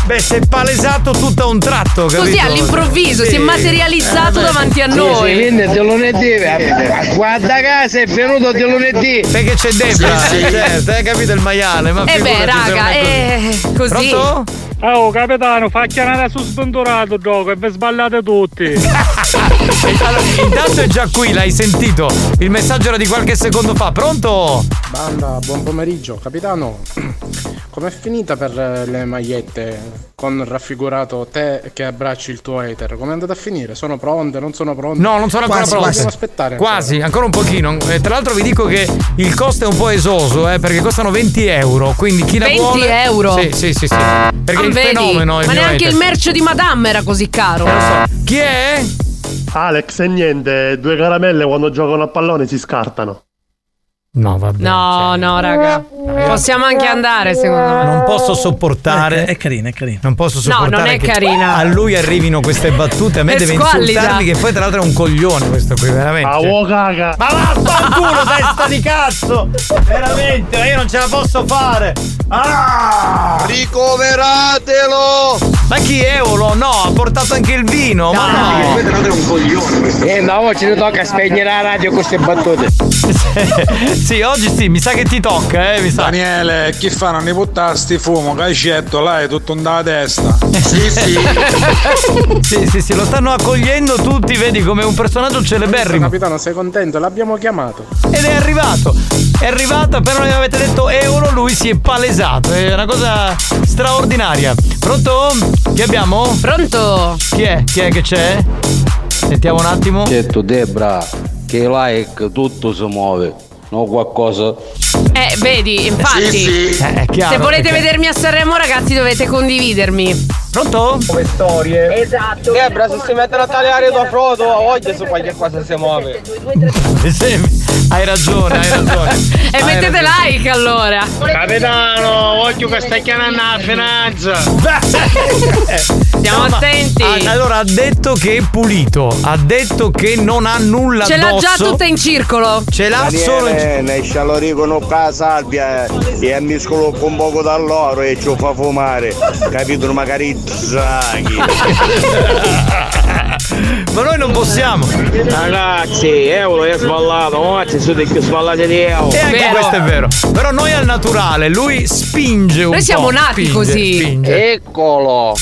Speaker 3: Beh, si è palesato tutto a un tratto, capito?
Speaker 10: Così all'improvviso si è materializzato davanti a noi.
Speaker 9: quindi di lunedì, eh, guarda casa, è venuto di lunedì.
Speaker 3: Perché c'è Debra, certo, hai capito il maiale? Ma
Speaker 10: Eh beh,
Speaker 3: figurati se non
Speaker 10: raga,
Speaker 3: è
Speaker 10: eh, così.
Speaker 3: Pronto?
Speaker 7: Oh capitano, fa chianata su sventorato gioco e vi sballate tutti.
Speaker 10: eh.
Speaker 3: Allora, intanto è già qui, l'hai sentito. Il messaggio era di qualche secondo fa. Pronto?
Speaker 24: Banda, buon pomeriggio. Capitano, com'è finita per eh, le magliette con raffigurato te che abbracci il tuo hater? Com'è andata a finire? Sono pronte? Non sono pronte?
Speaker 3: No, non sono ancora
Speaker 24: Quasi,
Speaker 3: pronto.
Speaker 24: Dobbiamo aspettare. ancora.
Speaker 3: Quasi, ancora un pochino. Eh, tra l'altro vi dico che il costo è un po' esoso, eh, perché costano 20 euro. Quindi chi la
Speaker 10: 20
Speaker 3: vuole.
Speaker 10: euro?
Speaker 3: Sì, sì, sì, sì. Perché
Speaker 10: Ah,
Speaker 3: il
Speaker 10: vedi?
Speaker 3: fenomeno è
Speaker 10: Ma neanche il mercio di Madame era così caro.
Speaker 3: Chi è?
Speaker 43: Alex e niente, due caramelle quando giocano a pallone si scartano.
Speaker 3: No, vabbè.
Speaker 10: No, no, raga. Possiamo anche andare, secondo me.
Speaker 3: Non posso sopportare.
Speaker 18: È carina, è carina.
Speaker 3: Non posso
Speaker 10: No,
Speaker 3: sopportare.
Speaker 10: non è
Speaker 3: che
Speaker 10: carina.
Speaker 3: A lui arrivino queste battute. A me
Speaker 10: È
Speaker 3: deve
Speaker 10: squallida.
Speaker 3: insultarmi, che poi, tra l'altro, è un coglione questo qui, veramente.
Speaker 43: Ah,
Speaker 9: oh,
Speaker 43: uo caga! Ma vaffanculo, testa di cazzo! Veramente, ma io non ce la posso fare! Ah!
Speaker 14: Ricoveratelo!
Speaker 3: Ma chi è Olo? No, ha portato anche il vino. ma no.
Speaker 9: un coglione. E Eh, no, oggi ti tocca spegnere la radio con queste battute.
Speaker 3: sì, oggi sì, mi sa che ti tocca, eh, mi sa.
Speaker 34: Daniele, chi fa? Non ne buttasti fumo, caicetto, là è tutto andata testa.
Speaker 3: Eh,
Speaker 34: Sì, sì.
Speaker 3: sì, sì, sì, lo stanno accogliendo tutti, vedi, come un personaggio celeberrimo.
Speaker 24: Capitano, sei contento? L'abbiamo chiamato.
Speaker 3: Ed è arrivato, è arrivato, appena gli avete detto euro, lui si è palesato. È una cosa straordinaria. Pronto? Chi abbiamo?
Speaker 10: Pronto?
Speaker 3: Chi è? Chi è che c'è? Sentiamo un attimo.
Speaker 21: Certo Debra, che like tutto si muove, no qualcosa.
Speaker 10: Eh, vedi, infatti.
Speaker 3: eh,
Speaker 21: è
Speaker 10: Se volete vedermi a Sanremo, ragazzi, dovete condividermi.
Speaker 3: Pronto?
Speaker 13: Come storie?
Speaker 10: Esatto.
Speaker 13: Debra, Eh, se si mettono a tagliare da frodo, a voglia su qualche cosa si muove.
Speaker 3: Sì, hai ragione, hai ragione.
Speaker 10: E
Speaker 3: Hai
Speaker 10: mettete
Speaker 3: ragione.
Speaker 10: like allora.
Speaker 13: Capitano, occhio che stai chiamando la finanza.
Speaker 10: Stiamo
Speaker 3: No, ma-
Speaker 10: attenti.
Speaker 3: Ah, allora ha detto che è pulito, ha detto che non ha nulla
Speaker 10: Ce l'ha già
Speaker 3: addosso.
Speaker 10: tutta in circolo.
Speaker 3: Ce
Speaker 14: Daniele, ne scialoricono qua la salvia eh, e mescolo un poco dall'oro e ci fa fumare. Capito? Magari zaghi.
Speaker 3: Ma noi non possiamo.
Speaker 13: Ragazzi, euro è sballato, oggi siete più sballati di euro.
Speaker 3: E anche questo è vero. Però noi al naturale, lui spinge un po'.
Speaker 13: Noi siamo nati
Speaker 3: spinge,
Speaker 13: così.
Speaker 3: Spinge.
Speaker 13: Eccolo!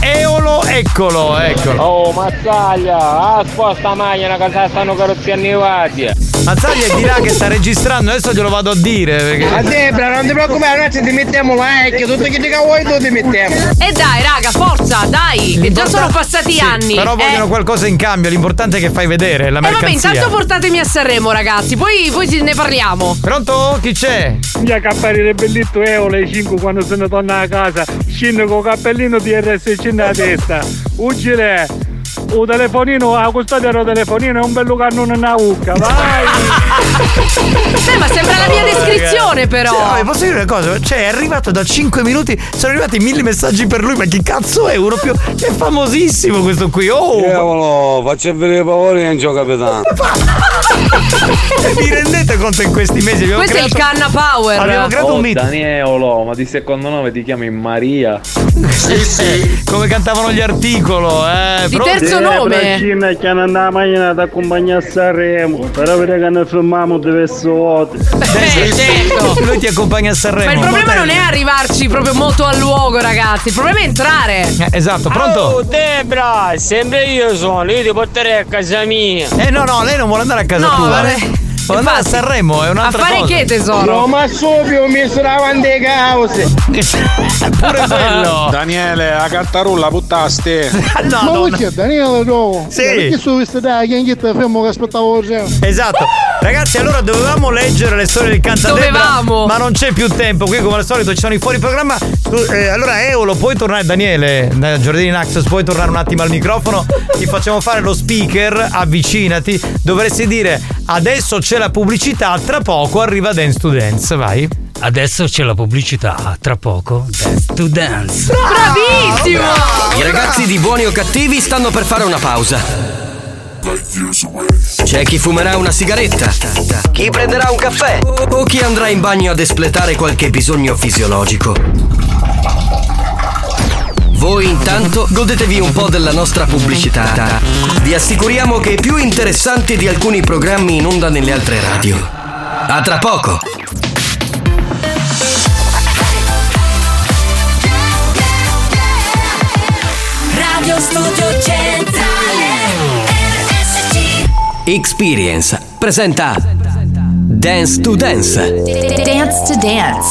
Speaker 3: Eolo, eccolo, eccolo.
Speaker 13: Oh, Mazzaglia, ascolta sta macchina che stanno carrozzi annivati.
Speaker 3: Mazzaglia è di là che sta registrando, adesso glielo vado a dire.
Speaker 9: Ma
Speaker 3: Perché...
Speaker 9: Debra, non ti preoccupare, ragazzi, ti mettiamo like, tutto che ti vuoi tu ti mettiamo.
Speaker 10: E dai, raga, forza, dai. E già
Speaker 3: L'importante-
Speaker 10: sono passati
Speaker 3: Sì,
Speaker 10: anni.
Speaker 3: Però vogliono qualcosa in cambio, l'importante è che fai vedere la
Speaker 10: E vabbè,
Speaker 3: mercanzia.
Speaker 10: intanto portatemi a Sanremo, ragazzi. Poi, poi ci- ne parliamo.
Speaker 3: Pronto? Oh, Chi c'è?
Speaker 7: Via cappellino bellito io alle 5 quando sono tornato a casa. Scendo con cappellino di RSC nella testa. Ugile! Un telefonino, a custodia del telefonino è un bello cannone una ucca, vai!
Speaker 10: Beh, ma sembra la mia descrizione, però.
Speaker 3: Cioè, no, posso dire una cosa? Cioè, è arrivato da 5 minuti, sono arrivati mille messaggi per lui, ma chi cazzo è? Uno più. È famosissimo questo qui, oh!
Speaker 35: Diavolo, faccia vedere i pavori e non gioca capitano.
Speaker 3: Vi rendete conto in questi mesi? abbiamo
Speaker 10: Questo è il
Speaker 3: creato-
Speaker 10: canna power.
Speaker 3: Abbiamo creato un mito.
Speaker 44: Oh, Danielo, ma di secondo nome ti chiami Maria.
Speaker 3: Sì, sì. Come cantavano gli articolo, eh.
Speaker 44: Di
Speaker 3: pronti?
Speaker 44: terzo
Speaker 15: La Cina che non andava mai ad accompagnare a Sanremo, però vedete che noi filmiamo diverse volte.
Speaker 3: Ecco. Lui ti accompagna a Sanremo.
Speaker 10: Ecco. Ma il problema non è arrivarci proprio molto al luogo, ragazzi. Il problema è entrare.
Speaker 3: esatto,
Speaker 10: pronto?
Speaker 20: Oh Debra, sempre io sono, io ti porterei a casa mia.
Speaker 3: Eh no, no, lei non vuole andare a casa
Speaker 20: No,
Speaker 3: tua. eh.
Speaker 20: vabbè.
Speaker 3: Vuole andare a Sanremo, è un'altra cosa.
Speaker 15: No, ma subito mi suravano le cause.
Speaker 3: Pure quello.
Speaker 34: Daniele, la cartarulla buttaste.
Speaker 3: no,
Speaker 15: ma perché Daniele no?
Speaker 3: Sì.
Speaker 15: Perché su queste dai, che anche te fermo che aspettavo il giro.
Speaker 3: Esatto. Ragazzi, allora dovevamo leggere le storie del Cantadebra.
Speaker 15: Dovevamo.
Speaker 3: Ma non c'è più tempo. Qui, come al solito, ci sono i fuori programma. Scu- eh, allora, Eolo, puoi tornare, Daniele, da Giordini Naxos, puoi tornare un attimo al microfono. Ti facciamo fare lo speaker. Avvicinati. Dovresti dire adesso c'è la pubblicità. Tra poco arriva Dance to Dance. Vai.
Speaker 19: Adesso c'è la pubblicità, tra poco Dance to Dance.
Speaker 10: Bravissimo!
Speaker 1: I ragazzi di buoni o cattivi stanno per fare una pausa. C'è chi fumerà una sigaretta, chi prenderà un caffè o chi andrà in bagno ad espletare qualche bisogno fisiologico. Voi intanto godetevi un po' della nostra pubblicità. Vi assicuriamo che è più interessante di alcuni programmi in onda nelle altre radio. A tra poco!
Speaker 27: Radio Studio Centrale RSC
Speaker 1: Experience presenta Dance to Dance.
Speaker 27: Dance to Dance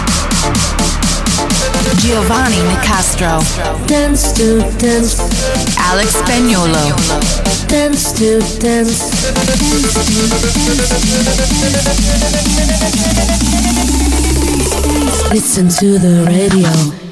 Speaker 2: Giovanni Nicastro. Dance to dance. Alex Spagnolo. Dance to dance.
Speaker 27: Listen to the radio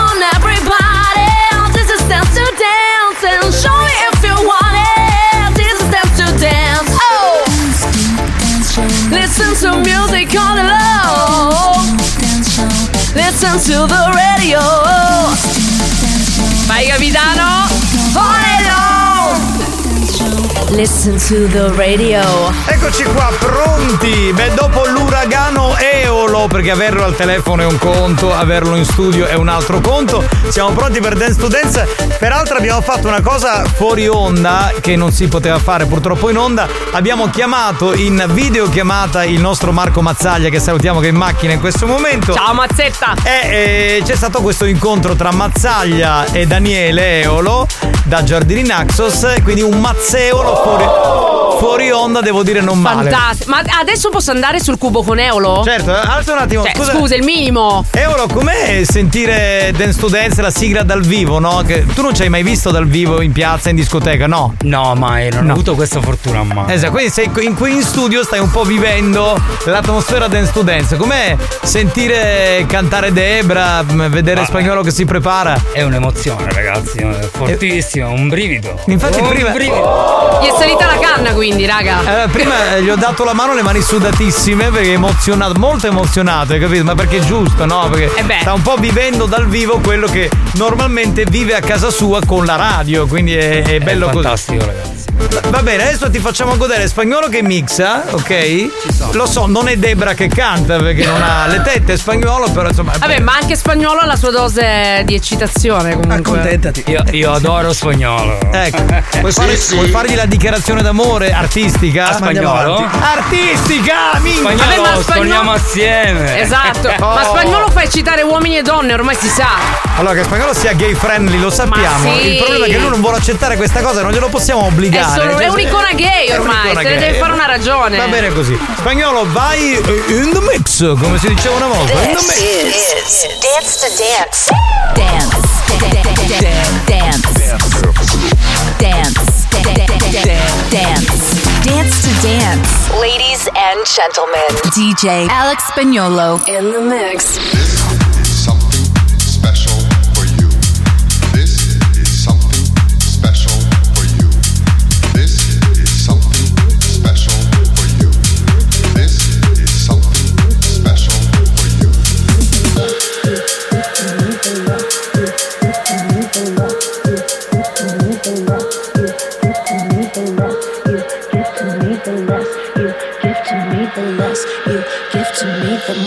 Speaker 27: on everybody This is dance to dance And show me if you want it This is dance to dance Oh Listen to music on the low Listen to the radio Vai capitano Volelo Listen to the radio
Speaker 3: Eccoci qua pronti! Beh, dopo l'uragano Eolo, perché averlo al telefono è un conto, averlo in studio è un altro conto, siamo pronti per Dance to Dance. Peraltro abbiamo fatto una cosa fuori onda che non si poteva fare purtroppo in onda. Abbiamo chiamato in videochiamata il nostro Marco Mazzaglia che salutiamo che è in macchina in questo momento.
Speaker 10: Ciao Mazzetta!
Speaker 3: E eh, c'è stato questo incontro tra Mazzaglia e Daniele Eolo da Giardini Naxos, quindi un mazzeolo fuori, fuori onda, devo dire non male.
Speaker 10: Fantas- Ma adesso posso andare sul cubo con Eolo?
Speaker 3: Certo, eh, alza un attimo,
Speaker 10: Cioè,
Speaker 3: scusa.
Speaker 10: scusa, il minimo.
Speaker 3: Eolo, com'è Eh, sentire Dance to Dance, la sigla dal vivo, no? Che tu non ci hai mai visto dal vivo in piazza, in discoteca, no?
Speaker 19: No, mai, non ho avuto questa fortuna mai.
Speaker 3: Esatto, quindi sei qui- in, qui in studio stai un po' vivendo l'atmosfera dance to dance. Com'è sentire cantare Debra, m, vedere spagnolo che si prepara?
Speaker 19: Ah. È un'emozione, ragazzi, è fortissimo, un brivido.
Speaker 3: Infatti,
Speaker 19: un
Speaker 3: prima,
Speaker 10: Gli è salita la canna quindi, raga.
Speaker 3: eh, prima eh, gli ho dato la mano, le mani sudatissime perché è emozionato, molto emozionato, hai capito? Ma perché è giusto, no? Perché
Speaker 10: Eh beh.
Speaker 3: sta un po' vivendo dal vivo quello che normalmente vive a casa sua con la radio, quindi è, è bello
Speaker 19: fantastico,
Speaker 3: così. ragazzi. Va bene, adesso ti facciamo godere spagnolo che mixa, ok? Lo so, non è Debra che canta perché non ha le tette, è spagnolo, però insomma.
Speaker 10: Vabbè, ma anche spagnolo ha la sua dose di eccitazione comunque.
Speaker 19: Io, io adoro spagnolo. Eh,
Speaker 3: Ecco, vuoi, fare- vuoi fargli la dichiarazione d'amore artistica?
Speaker 19: A spagnolo?
Speaker 3: Artistica, minchia!
Speaker 19: Spagnolo,
Speaker 10: Vabbè, ma spagnolo-
Speaker 19: torniamo assieme.
Speaker 10: Esatto. Ma
Speaker 3: Oh.
Speaker 10: spagnolo fa eccitare uomini e donne, ormai si sa.
Speaker 3: Allora, che spagnolo sia gay friendly, lo sappiamo.
Speaker 10: sì.
Speaker 3: Il problema è che lui non vuole accettare questa cosa, non glielo possiamo
Speaker 10: È,
Speaker 3: obbligare.
Speaker 10: solo,
Speaker 3: Cioè,
Speaker 10: è un'icona gay
Speaker 3: è
Speaker 10: ormai,
Speaker 3: un'icona
Speaker 10: se ne
Speaker 3: gay.
Speaker 10: deve fare una ragione.
Speaker 3: Va bene così. Spagnolo, vai eh, in the mix, come si diceva una volta. In the mix.
Speaker 27: is Dance to Dance. Dance. Dance. Dance.
Speaker 2: Dance. Dance to dance.
Speaker 27: Ladies and gentlemen,
Speaker 2: DJ Alex Spagnolo. In the mix.
Speaker 22: special for you. This is something special for you. This is something special for you. This is something special for you.
Speaker 27: give to me the less you give to me, the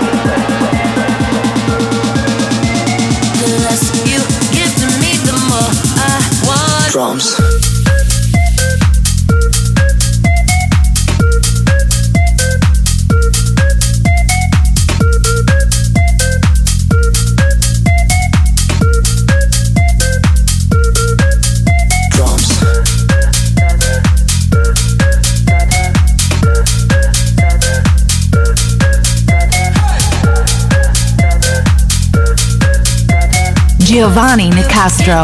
Speaker 27: The less you give to me, the more I want.
Speaker 6: Drums.
Speaker 27: Giovanni Nicastro,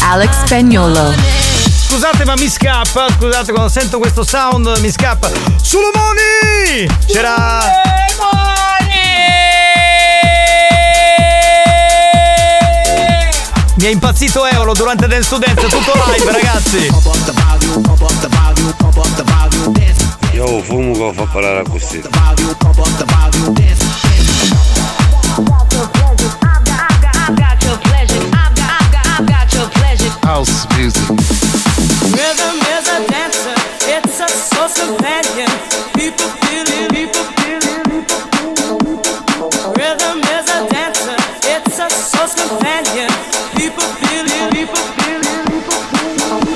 Speaker 27: Alex Spagnolo.
Speaker 3: Scusate ma mi scappa, scusate quando sento questo sound mi scappa. Solomoni! C'era... Mi è impazzito Eolo durante Dance to Dance, tutto live ragazzi!
Speaker 45: Io fumo che fa parlare così.
Speaker 28: House music.
Speaker 4: Rhythm is a dancer, it's a social companion. People feel it, people feel it. Rhythm is a dancer, it's a social companion. People feel it, people feel it.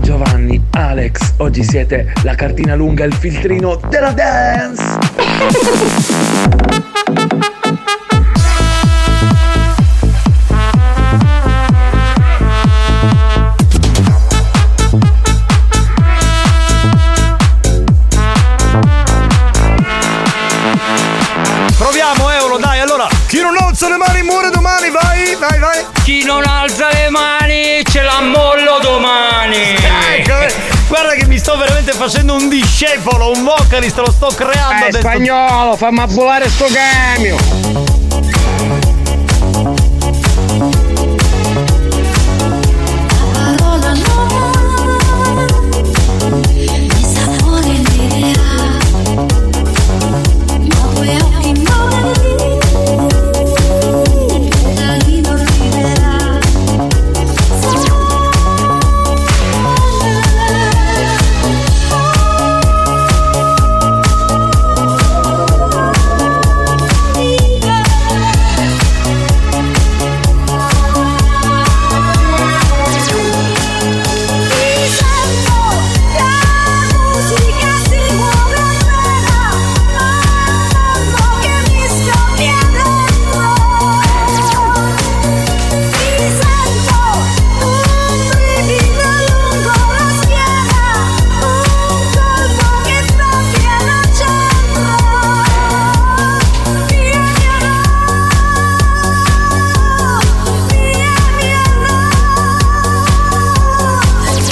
Speaker 46: Giovanni, Alex, oggi siete la cartina lunga e il filtrino della dance!
Speaker 3: Proviamo eh, Eolo, dai, allora! Chi non alza le mani muore domani, vai, vai, vai!
Speaker 13: Chi non alza le mani ce l'ha mollo domani!
Speaker 3: Ecco, eh, guarda che mi sto veramente facendo un discepolo, un vocalist, lo sto
Speaker 13: Eh,
Speaker 3: creando
Speaker 47: Dai
Speaker 3: adesso.
Speaker 47: spagnolo, fammi abbolare sto camion!
Speaker 4: Parola nuova, di sapore nera, ma poi occhi nuovi, la lino libera.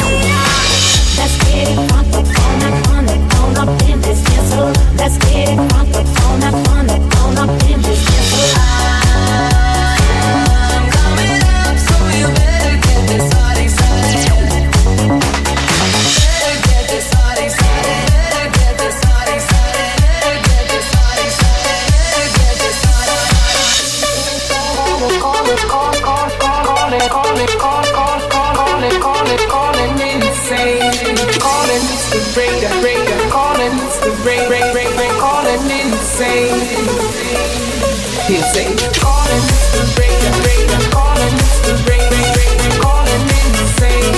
Speaker 4: Let's get it on the phone, up on the phone, up in this castle. Let's get it on the phone, up on the phone, up in this castle. I'm coming up, so you better get this party started. Better get this party started. Better get this party started. Better get this party started. Better get this party started. Call it, call it, call it, call it, call it, call it, call it, call it, call it, call it me insane. Calling is the breaker, breaker. Calling is the break, break, break, break. Calling me insane. Insane. Calling is the breaker, breaker. Calling is the break, break, break, break. Calling me insane.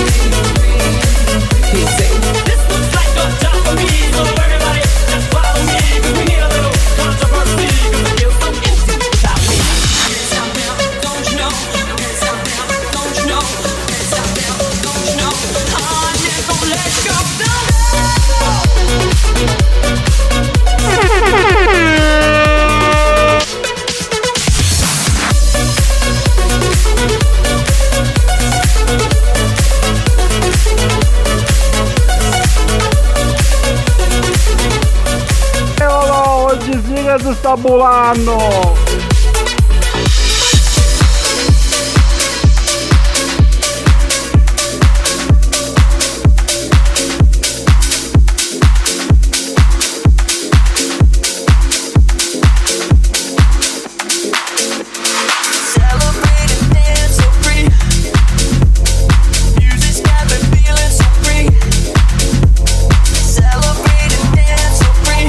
Speaker 4: Insane. This looks like a job for me, so everybody just follow me. 'cause we need a little controversy, 'cause I feel so empty without me. Don't you know? Don't you know?
Speaker 48: Eolo, oggi sì che si sta volando!
Speaker 4: Celebrate and dance so free.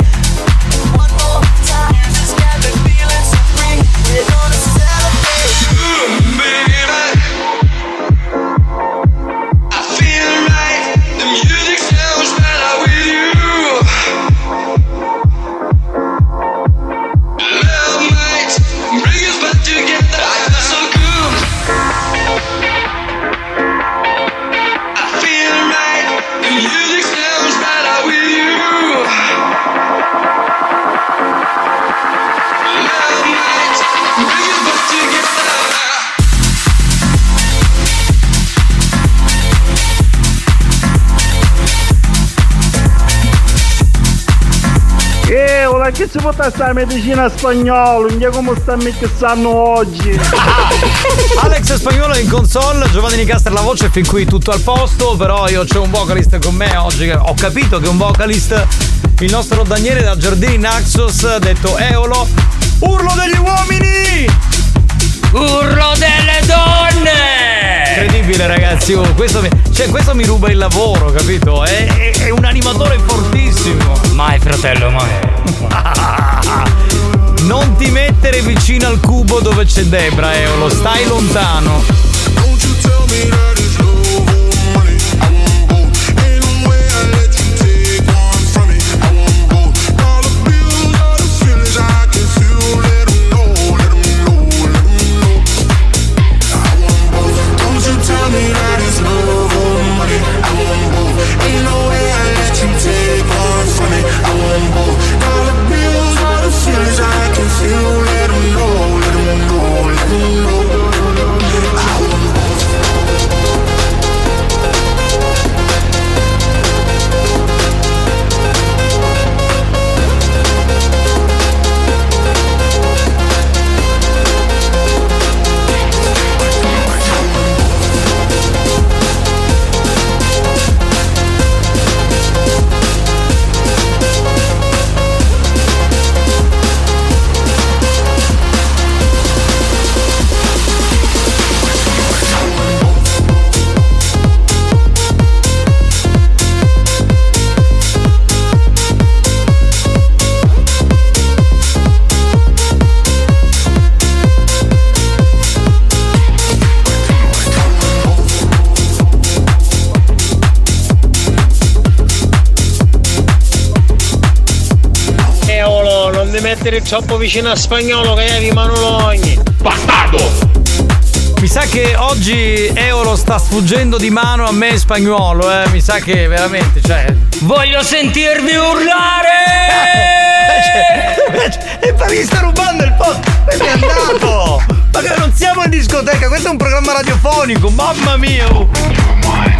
Speaker 4: One more time, just got me feeling so
Speaker 7: Eh,
Speaker 9: ma che ci può stare la medicina spagnolo? India come sta mica stanno oggi?
Speaker 3: Alex Spagnolo in console, Giovanni Nicastro la voce, fin qui tutto al posto, però io c'ho un vocalist con me oggi, che ho capito che un vocalist, il nostro Daniele da Giardini Naxos, detto Eolo, urlo degli uomini!
Speaker 27: Urlo delle donne!
Speaker 3: Incredibile ragazzi, oh, questo mi, cioè, questo mi ruba il lavoro, capito? Eh? È, è- è un animatore fortissimo.
Speaker 13: Mai fratello, mai.
Speaker 3: Non ti mettere vicino al cubo dove c'è Debra, Eolo, stai lontano.
Speaker 4: Eolo, Eh, non ti mettere troppo vicino a spagnolo che è di Manologni. Bastardo!
Speaker 3: Mi sa che oggi Eolo sta sfuggendo di mano a me in spagnolo, eh. Mi sa che veramente, cioè.
Speaker 13: Voglio sentirvi urlare!
Speaker 3: Eh, E poi mi sta rubando il posto! Ma è andato! Ma che non siamo in discoteca, questo è un programma radiofonico, mamma mia!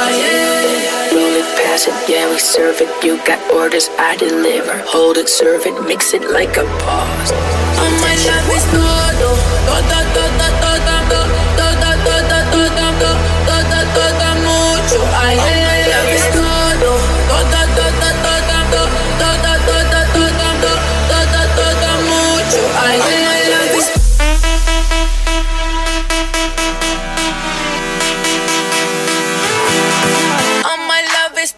Speaker 49: Roll it, pass it, yeah, we serve it. You got orders, I deliver. Hold it, serve it, mix it like a boss.
Speaker 27: Oh my love is todo, todo, todo, todo, todo, todo, todo, todo, todo, todo, todo, mucho. Ay, ay, ay, love is todo, todo, todo, todo, todo, todo, todo, todo, todo, todo, mucho. Ay, ay, ay, love is Oh my love is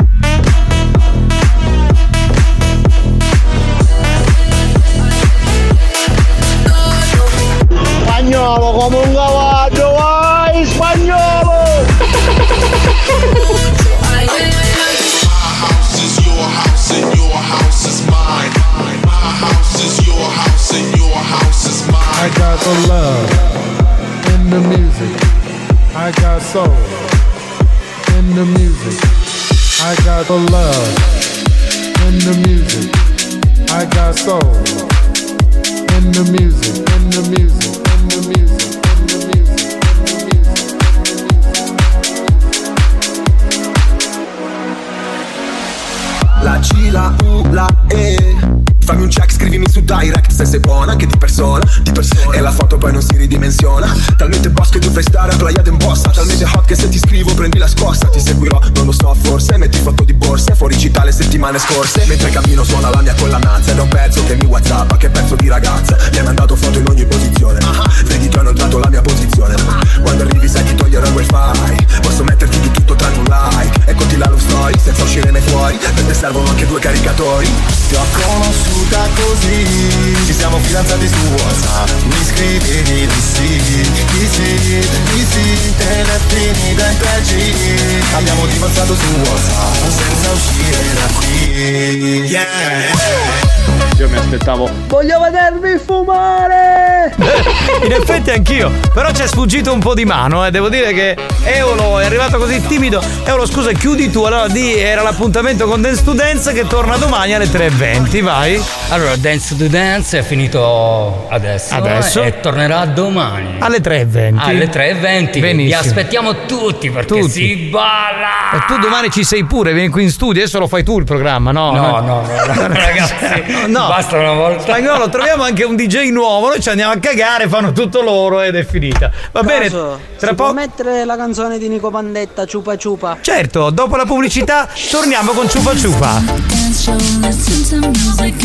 Speaker 50: Spagnolo come un cavallo,
Speaker 24: ah,
Speaker 50: vai spagnolo!
Speaker 24: I got the love in the music. I got soul in the music. I got the love in the music. I got soul in the music. In the music. In the music. In the music. La C, la U, la E Fammi un check, scrivimi su direct se sei buona anche di persona, di persona E la foto poi non si ridimensiona Talmente boss che dovrei stare a playa d'embossa Talmente hot che se ti scrivo prendi la scossa Ti seguirò, non lo so forse Metti foto di borse, fuori città le settimane scorse Mentre cammino suona la mia collananza Ed è un pezzo che mi whatsappa, che pezzo di ragazza Mi hai mandato foto in ogni posizione Vedi ti ho notato la mia posizione Quando arrivi sai di togliere il wifi Posso metterti di tutto tranne un like Eccoti la love story
Speaker 4: fuori senza uscire mai fuori Perché servono anche due caricatori Ti ho conosciuta così Ci siamo fidanzati su WhatsApp Mi scrivevi di sì Di sì, di sì Telefoni dai pregi Abbiamo dimostrato su WhatsApp Senza uscire da qui
Speaker 3: Eh, cioè.
Speaker 51: Io mi aspettavo.
Speaker 52: Voglio vedervi fumare!
Speaker 3: In effetti anch'io, però ci è sfuggito un po' di mano, eh. devo dire che Eolo è arrivato così timido. Eolo scusa, chiudi tu, allora di era l'appuntamento con Dance to Dance che torna domani alle 3.20, vai.
Speaker 13: Allora, Dance to Dance è finito adesso. eh,
Speaker 3: Adesso.
Speaker 13: E tornerà domani.
Speaker 3: Alle 3.20.
Speaker 13: Alle 3.20. Vi
Speaker 3: Benissimo.
Speaker 13: aspettiamo tutti perché
Speaker 3: Tutti.
Speaker 13: si balla.
Speaker 3: E tu domani ci sei pure, vieni qui in studio, adesso lo fai tu il programma, no?
Speaker 13: No, no, no, no, ragazzi. Basta una volta.
Speaker 3: Spagnolo, troviamo anche un DJ nuovo, noi ci andiamo a cagare, fanno tutto loro ed è finita. Va bene, tra poco.
Speaker 53: mettere la canzone di Nico Pandetta, Ciupa Ciupa.
Speaker 3: Certo, dopo la pubblicità torniamo con Ciupa Ciupa.
Speaker 54: Dance show, listen to music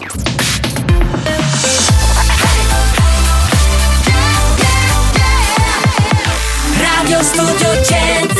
Speaker 52: Radio Studio Centrale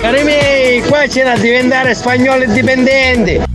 Speaker 55: Cari miei, qua c'è da diventare spagnoli dipendenti.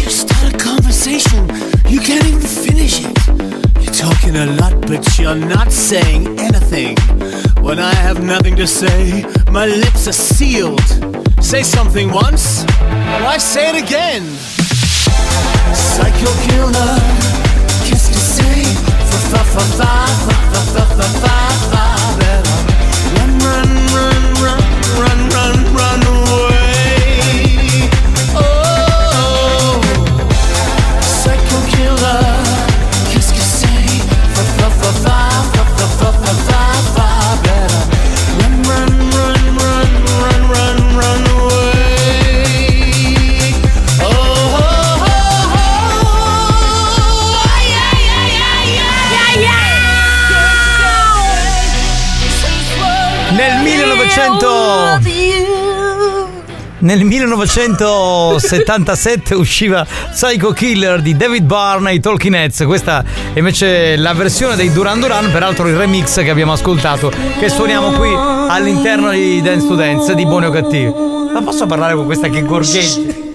Speaker 27: You start a conversation, you can't even finish it. You're talking a lot, but you're not saying anything. When I have nothing to say, my lips are sealed. Say something once, why say it again? Psycho killer, kiss to say, fa fa fa fa fa fa fa fa fa fa better. Run, run, run, run, run, run, run away. Oh. Psycho killer, qu'est-ce que c'est? Fa fa fa fa fa fa fa fa fa fa better. Run, run, run, run, run, run, run away. Oh, oh, oh, oh. Ay, ay, ay, ay, ay, ay,
Speaker 3: Nel 1900 Nel 1977 usciva Psycho Killer di David Barney ai Talking Heads. Questa è invece la versione dei Duran Duran, peraltro il remix che abbiamo ascoltato, che suoniamo qui all'interno di Dance to Dance di Buoni o Cattivi. Ma posso parlare con questa che gorgheggia?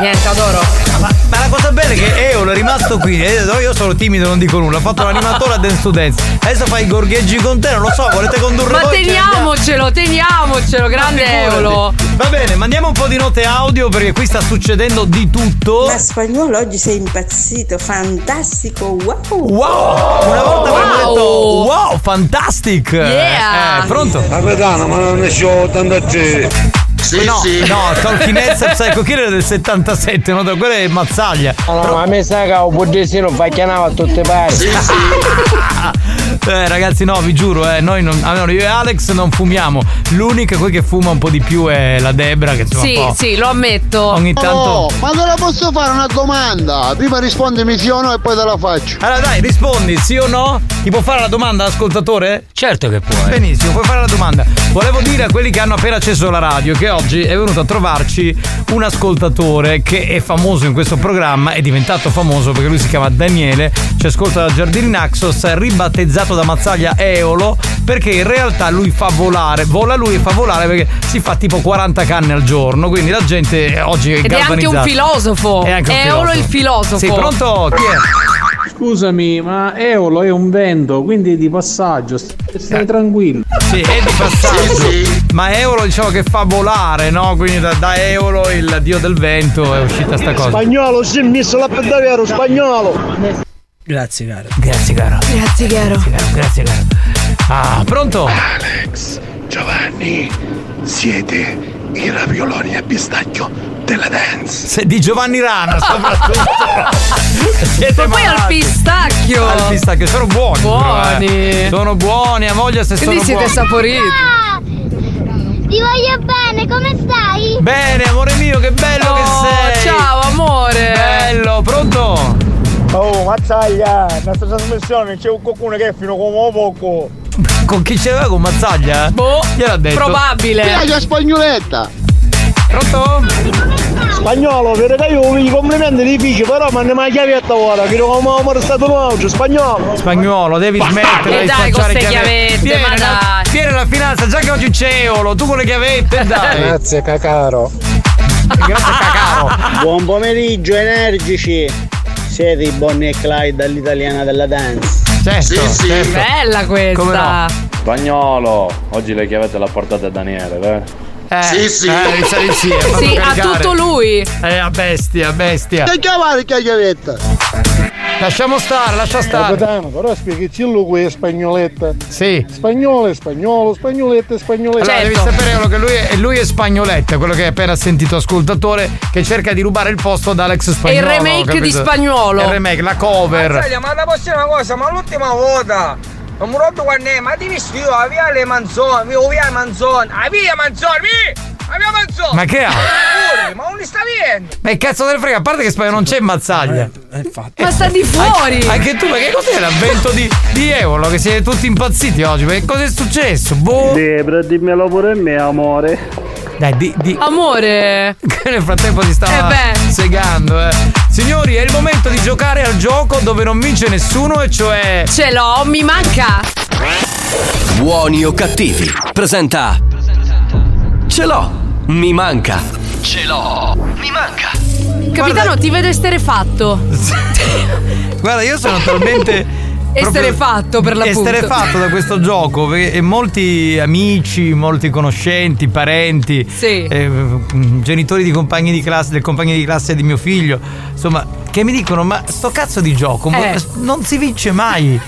Speaker 10: Niente, adoro.
Speaker 3: Ma la cosa bella è che Eolo è rimasto qui, eh, no, io sono timido, non dico nulla, ha fatto l'animatore a Dance to Dance. Adesso fai i gorgheggi con te, non lo so, volete condurre
Speaker 10: Ma
Speaker 3: voi? Cioè,
Speaker 10: teniamocelo, teniamocelo, grande
Speaker 3: figurati.
Speaker 10: Eolo.
Speaker 3: Va bene, mandiamo un po' di note audio perché qui sta succedendo di tutto.
Speaker 28: Ma spagnolo oggi sei impazzito, fantastico, wow!
Speaker 3: Wow! Una volta avremmo detto wow, fantastic!
Speaker 28: Yeah!
Speaker 3: Eh, pronto?
Speaker 56: Capitano, ma non ne c'ho 83.
Speaker 13: sì,
Speaker 3: no,
Speaker 13: sì.
Speaker 3: No, Talking Heads e Psycho Killer del 77, no, quella è mazzaglia.
Speaker 9: No, ma a me sa che un buddesino facchianava a tutte parti.
Speaker 3: Eh, ragazzi, no, vi giuro, eh, noi non, almeno io e Alex non fumiamo. L'unica qui che fuma un po' di più è la Debra, che insomma
Speaker 10: Sì,
Speaker 3: un po'-
Speaker 10: sì, lo ammetto.
Speaker 3: Ogni tanto.
Speaker 22: Oh, ma te la posso fare una domanda? Prima rispondimi sì o no e poi te la faccio.
Speaker 3: Allora dai, rispondi sì o no? Ti può fare la domanda ascoltatore? Certo che puoi. Benissimo, puoi fare la domanda. Volevo dire a quelli che hanno appena acceso la radio che oggi è venuto a trovarci un ascoltatore che è famoso in questo programma, è diventato famoso perché lui si chiama Daniele, ci ascolta da Giardini Naxos, è ribattezzato da Mazzaglia Eolo perché in realtà lui fa volare, vola lui e fa volare perché si fa tipo 40 canne al giorno, quindi la gente oggi è
Speaker 10: Ed è anche un
Speaker 3: galvanizzata.
Speaker 10: filosofo.
Speaker 3: È anche un
Speaker 10: Eolo
Speaker 3: filosofo.
Speaker 10: il filosofo.
Speaker 3: Sei pronto? Chi è?
Speaker 6: Scusami, ma Eolo è un vento, quindi di passaggio. Stai tranquillo.
Speaker 3: Sì, è di passaggio. Ma Eolo diciamo che fa volare, no? Quindi da, da Eolo, il dio del vento, è uscita sta cosa.
Speaker 13: Spagnolo, sì, misso la per davvero, spagnolo.
Speaker 3: Grazie caro. Grazie caro. Grazie caro. Grazie caro. Ah, pronto?
Speaker 6: Alex, Giovanni, siete i ravioloni a pistacchio della dance.
Speaker 3: Se- di Giovanni Rana soprattutto. Siete
Speaker 10: Ma poi al
Speaker 3: malati.
Speaker 10: pistacchio.
Speaker 3: Al pistacchio, sono buoni. però, eh. Sono buoni, a voglia se sono
Speaker 10: Quindi siete
Speaker 3: buoni.
Speaker 10: saporiti.
Speaker 34: Ti voglio bene, come stai?
Speaker 3: Bene, amore mio, che bello che sei.
Speaker 34: ciao,
Speaker 10: Oh, amore.
Speaker 3: Bello, pronto?
Speaker 17: Oh, mazzaglia, nella nostra trasmissione c'è un qualcuno che è fino come poco.
Speaker 3: Con chi c'era con Mazzaglia? Boh, gliel'ha detto.
Speaker 22: Piaglia spagnoletta.
Speaker 3: Pronto?
Speaker 13: Spagnolo, per che io i complimenti li fici, però ma ne mai chiavetta ora, che non ho mai stato nuovo, spagnolo.
Speaker 3: Spagnolo, devi
Speaker 10: Eh,
Speaker 3: smettere
Speaker 13: E
Speaker 3: di
Speaker 13: Eh, dai, con
Speaker 3: spacciare
Speaker 13: ste
Speaker 3: chiavette.
Speaker 13: chiavette,
Speaker 3: Tieni
Speaker 13: ma
Speaker 3: la- tieni la finanza, già che oggi c'è Eolo, tu con le chiavette, dai.
Speaker 6: Grazie cacaro.
Speaker 3: Grazie cacao.
Speaker 34: Buon pomeriggio, energici. Siete i Bonnie e Clyde dall'italiana della dance.
Speaker 3: Certo,
Speaker 34: Sì, sì. certo.
Speaker 10: Bella questa.
Speaker 34: Come no?
Speaker 44: Spagnolo, oggi le chiavette l'ha portate Daniele, vero?
Speaker 3: Eh,
Speaker 34: Sì, sì.
Speaker 3: eh, mi sa di sì, è fatto
Speaker 10: Sì, a
Speaker 3: caricare.
Speaker 10: tutto lui.
Speaker 3: Eh, a bestia, bestia.
Speaker 22: Che chiamare chiagliavetta?
Speaker 3: Lasciamo stare, lascia stare.
Speaker 6: Capitano, però spieghici lui è spagnoletta.
Speaker 3: Sì.
Speaker 6: Spagnolo è spagnolo, spagnoletta è spagnoletta.
Speaker 3: Allora,
Speaker 10: Certo.
Speaker 3: devi sapere Eolo, che lui è, lui è spagnoletta, quello che hai appena sentito ascoltatore, che cerca di rubare il posto ad Alex
Speaker 10: È il
Speaker 3: Spagnolo.
Speaker 10: remake
Speaker 3: capito?
Speaker 10: di spagnolo.
Speaker 3: È Il remake, la cover.
Speaker 13: Ah, cioè,
Speaker 18: Mazzaglia, ma la prossima cosa, ma l'ultima volta. Non mi ricordo quando è, ma ti visto io, a via le manzoni, via, oh, via manzoni, a via manzoni, via, a via manzoni.
Speaker 3: Ma che ha?
Speaker 18: Pure, ma non li sta vedendo?
Speaker 3: Ma che cazzo te ne frega, a parte che spagnolo non c'è mazzaglia.
Speaker 10: Ma sta di fuori.
Speaker 3: Anche, anche tu, ma che cos'è l'avvento di, di Eolo? Che siete tutti impazziti oggi? Ma Che cosa è successo? Boh.
Speaker 15: Debra, dimmelo pure a me, amore.
Speaker 3: Dai, Eh, di, di...
Speaker 10: Amore.
Speaker 3: Che nel frattempo si stava
Speaker 10: Eh beh.
Speaker 3: segando, eh. Signori, è il momento di giocare al gioco dove non vince nessuno, e cioè.
Speaker 10: Ce l'ho, mi manca.
Speaker 1: Buoni o cattivi. Presenta. Ce l'ho. Mi manca. Ce l'ho. Mi manca.
Speaker 10: Capitano, ti vedo esterefatto.
Speaker 3: Guarda, io sono talmente.
Speaker 10: Esterefatto per l'appunto.
Speaker 3: Esterefatto da questo gioco perché molti amici, molti conoscenti, parenti,
Speaker 10: Sì.
Speaker 3: eh, mm, genitori di compagni di classe, del compagno di classe di mio figlio, insomma, che mi dicono: Ma sto cazzo di gioco ma
Speaker 10: Eh.
Speaker 3: non si vince mai.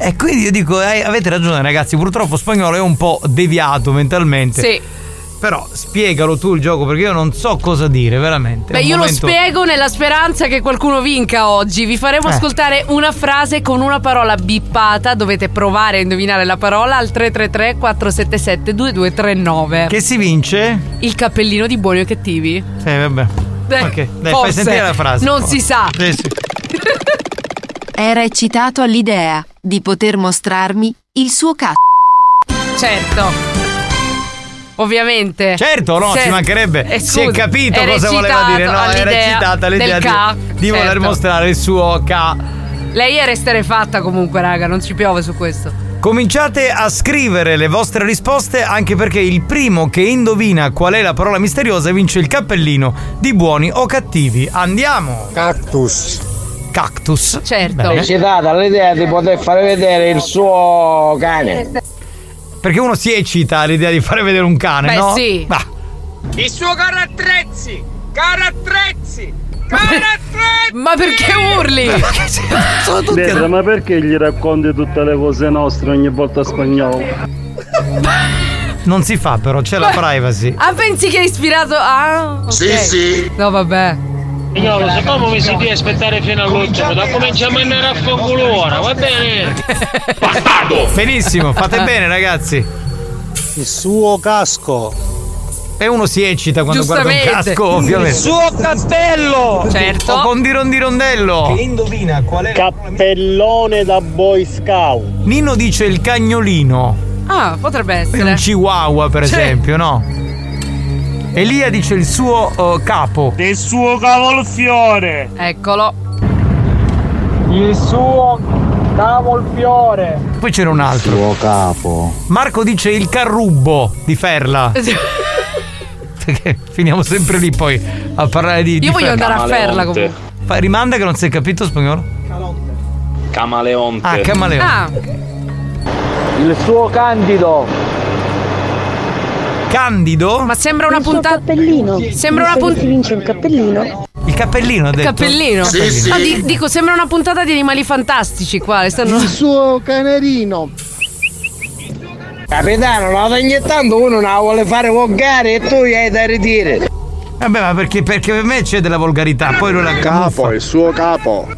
Speaker 3: E quindi io dico: "Eh, Avete ragione, ragazzi. Purtroppo spagnolo è un po' deviato mentalmente.
Speaker 10: Sì.
Speaker 3: Però spiegalo tu il gioco perché io non so cosa dire, veramente.
Speaker 10: Beh,
Speaker 3: È un
Speaker 10: io lo
Speaker 3: momento-
Speaker 10: spiego nella speranza che qualcuno vinca oggi. Vi faremo
Speaker 3: Eh.
Speaker 10: ascoltare una frase con una parola bippata. Dovete provare a indovinare la parola al 333 477 2239.
Speaker 3: Che si vince?
Speaker 10: Il cappellino di buoni o cattivi.
Speaker 3: Eh, vabbè.
Speaker 10: Beh,
Speaker 3: ok, dai, fai
Speaker 10: forse.
Speaker 3: sentire la frase.
Speaker 10: Non si sa.
Speaker 3: Sì, sì.
Speaker 14: Era eccitato all'idea di poter mostrarmi il suo cazzo.
Speaker 10: Certo. Ovviamente.
Speaker 3: Certo, no,
Speaker 10: Se-
Speaker 3: ci mancherebbe.
Speaker 10: Eh,
Speaker 3: si è
Speaker 10: scusa,
Speaker 3: capito
Speaker 10: era
Speaker 3: cosa voleva
Speaker 10: eccitato
Speaker 3: dire. No, era
Speaker 10: all'idea
Speaker 3: eccitata
Speaker 10: del
Speaker 3: l'idea di,
Speaker 10: ca,
Speaker 3: di voler
Speaker 10: certo.
Speaker 3: mostrare il suo ca.
Speaker 10: Lei era esterefatta comunque, raga, non ci piove su questo.
Speaker 3: Cominciate a scrivere le vostre risposte anche perché il primo che indovina qual è la parola misteriosa vince il cappellino di buoni o cattivi. Andiamo! Cactus. Cactus.
Speaker 10: Certo.
Speaker 3: Bene.
Speaker 9: Eccitata all'idea di poter fare vedere il suo cane.
Speaker 3: Perché uno si eccita all'idea di fare vedere un cane,
Speaker 18: Beh,
Speaker 3: no?
Speaker 18: sì.
Speaker 3: Ma
Speaker 18: Il suo carattrezzi, carattrezzi,
Speaker 10: Ma perché urli?
Speaker 15: Debra, ma
Speaker 3: Eh,
Speaker 15: perché gli racconti tutte le cose nostre ogni volta a spagnolo?
Speaker 3: Non si fa però, c'è la privacy.
Speaker 10: Ah, pensi che è ispirato a.
Speaker 3: Sì, sì.
Speaker 10: No, vabbè.
Speaker 7: Signore, siccome mi si deve aspettare fino all'ultimo, da cominciamo a andare a focolora, va bene?
Speaker 3: Benissimo, fate bene ragazzi.
Speaker 13: Il suo casco.
Speaker 3: E uno si eccita quando guarda un
Speaker 13: Giustamente.
Speaker 3: casco, ovviamente.
Speaker 13: Il suo
Speaker 3: cappello!
Speaker 13: Certo.
Speaker 3: O con di rondi rondello.
Speaker 13: indovina qual è Cappellone da Boy Scout.
Speaker 3: Nino dice il cagnolino.
Speaker 10: Ah, potrebbe essere.
Speaker 3: Un chihuahua, per
Speaker 10: Sì.
Speaker 3: esempio, no? Elia dice il suo eh, capo. Il suo cavolfiore.
Speaker 10: Eccolo.
Speaker 7: Il suo cavolfiore.
Speaker 3: Poi c'era un altro. Il suo capo. Marco dice il carrubbo di Ferla. Perché finiamo sempre lì poi a parlare di. di
Speaker 10: Io voglio andare a Ferla,
Speaker 3: Camaleonte.
Speaker 10: comunque.
Speaker 3: Fai- rimanda che non si è capito spagnolo.
Speaker 57: Camaleonte.
Speaker 3: Ah, camaleonte.
Speaker 10: Ah,
Speaker 3: Il suo candido. Candido?
Speaker 10: ma sembra una puntata. Sembra una puntata. vince un cappellino.
Speaker 3: Il cappellino ha detto.
Speaker 10: Cappellino? No, di- dico, sembra una puntata di animali fantastici qua. le Stanno... Il suo canerino.
Speaker 7: Capitano, la ogni tanto uno non la vuole fare vogare e tu gli hai da ridire.
Speaker 3: Vabbè, Eh ma perché, perché per me c'è della volgarità, poi lui la Capo, il suo capo.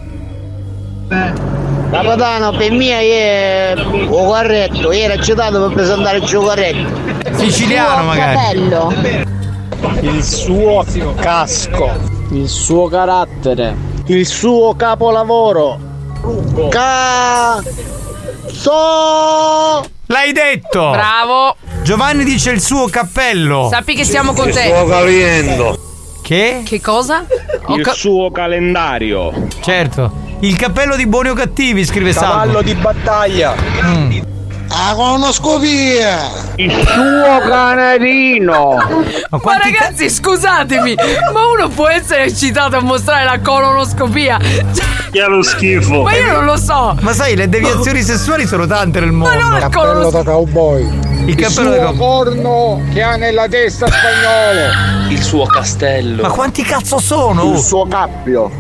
Speaker 13: Capitano, per me è il corretto, era citato per presentare il suo corretto.
Speaker 3: Siciliano
Speaker 13: Il suo casco. Il suo carattere. Il suo capolavoro. Ca... So...
Speaker 3: L'hai detto!
Speaker 10: Bravo.
Speaker 3: Giovanni dice il suo cappello.
Speaker 10: Sappi che siamo con te.
Speaker 3: Che?
Speaker 10: Che cosa?
Speaker 3: Il suo calendario. Certo. Il cappello di buoni o cattivi, scrive Salvo.
Speaker 13: Cavallo
Speaker 3: di battaglia.
Speaker 13: La Ah, conosco via! Il suo canarino!
Speaker 3: Ma,
Speaker 10: ragazzi, scusatemi, ma uno può essere eccitato a mostrare la colonoscopia?
Speaker 4: Che è lo schifo.
Speaker 10: Ma io non lo so.
Speaker 3: Ma sai, le deviazioni sessuali sono tante nel mondo.
Speaker 10: non
Speaker 3: il
Speaker 10: la Cappello conosco.
Speaker 3: da cowboy. Il cappello da cowboy.
Speaker 7: corno che ha nella testa spagnolo. Il suo castello.
Speaker 3: Ma quanti cazzo sono?
Speaker 7: Il suo cappio.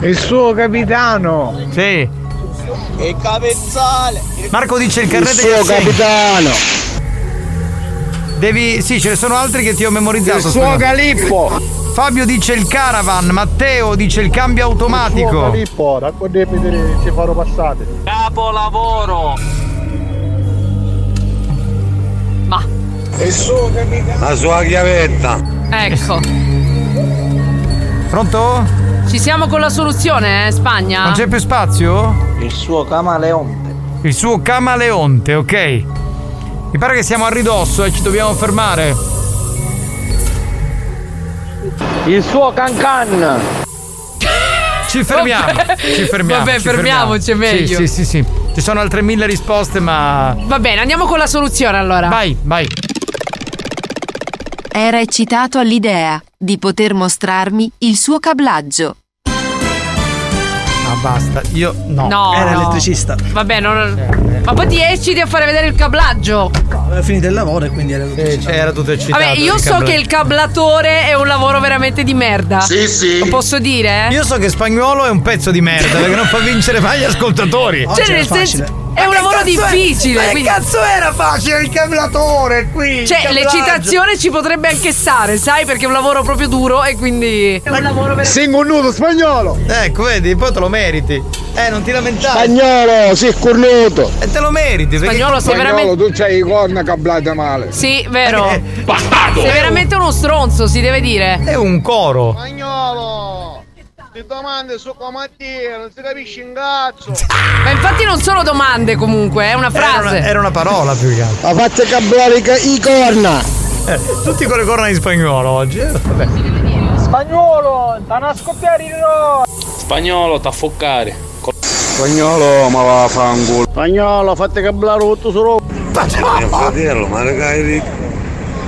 Speaker 7: Il suo capitano.
Speaker 3: Sì.
Speaker 7: E capezzale.
Speaker 3: Marco dice il carrete
Speaker 7: Il
Speaker 3: di
Speaker 7: suo
Speaker 3: assegni.
Speaker 7: capitano.
Speaker 3: Devi. Sì, ce ne sono altri che ti ho memorizzato.
Speaker 7: Il suo
Speaker 3: spagnolo.
Speaker 7: galippo.
Speaker 3: Fabio dice il caravan, Matteo dice il cambio automatico.
Speaker 4: Filippo, raccontami delle ci farò passate.
Speaker 7: Capolavoro.
Speaker 10: Ma.
Speaker 7: Il suo capitano.
Speaker 22: La sua chiavetta.
Speaker 10: Ecco,
Speaker 3: Pronto?
Speaker 10: ci siamo con la soluzione, eh, Spagna?
Speaker 3: Non c'è più spazio?
Speaker 13: Il suo camaleonte.
Speaker 3: Il suo camaleonte, ok. Mi pare che siamo a ridosso e ci dobbiamo fermare.
Speaker 7: Il suo cancan.
Speaker 3: Ci fermiamo.
Speaker 7: Vabbè.
Speaker 3: Ci fermiamo.
Speaker 7: Vabbè,
Speaker 3: ci
Speaker 7: fermiamoci,
Speaker 10: è
Speaker 3: Sì,
Speaker 10: meglio.
Speaker 3: Sì, sì, sì. Ci sono altre mille risposte, ma.
Speaker 10: Va bene, andiamo con la soluzione allora.
Speaker 3: Vai, vai.
Speaker 58: Era eccitato all'idea di poter mostrarmi il suo cablaggio.
Speaker 3: Ma Ah, basta, io no.
Speaker 10: No. Era elettricista. Vabbè, non. Ma poi ti ecciti a fare vedere il cablaggio.
Speaker 59: Era finito il lavoro e quindi era tutto eccitato.
Speaker 3: era tutto eccitato.
Speaker 10: Vabbè, io so che il cablatore è un lavoro veramente di merda.
Speaker 3: Sì, sì.
Speaker 10: Lo posso dire? eh?
Speaker 3: Io so che spagnolo è un pezzo di merda perché non fa vincere mai gli ascoltatori.
Speaker 10: Cioè, nel senso. È un lavoro difficile. quindi-
Speaker 4: cablatore qui?
Speaker 10: Cioè, l'eccitazione ci potrebbe anche stare, sai? Perché è un lavoro proprio duro e quindi. È un lavoro
Speaker 4: Singo nudo spagnolo!
Speaker 3: Ecco, vedi, poi te lo meriti. Eh, non ti lamentare.
Speaker 7: Spagnolo, sei cornuto.
Speaker 3: E te lo meriti, perché- Spagnolo, sei veramente-
Speaker 7: tu c'hai i corna cablate male.
Speaker 10: Sì, vero. Sei veramente uno stronzo, si deve dire.
Speaker 3: È un coro.
Speaker 4: Spagnolo! Ti domande su come dire, non si capisce un cazzo!
Speaker 10: Ma infatti non sono domande comunque, è una
Speaker 3: Era una,
Speaker 10: frase.
Speaker 3: era una parola più che altro.
Speaker 7: Ha fatto cablare i, corna.
Speaker 3: Eh, tutti con le corna di spagnolo oggi. eh, Vabbè.
Speaker 7: Spagnolo, da una scoppiare il ro.
Speaker 57: Spagnolo, t'affoccare. Co-
Speaker 22: Spagnolo, ma va a fare un culo.
Speaker 4: Spagnolo, fate cablare tutto su roba!
Speaker 22: Mio fratello, ma ragazzi, di-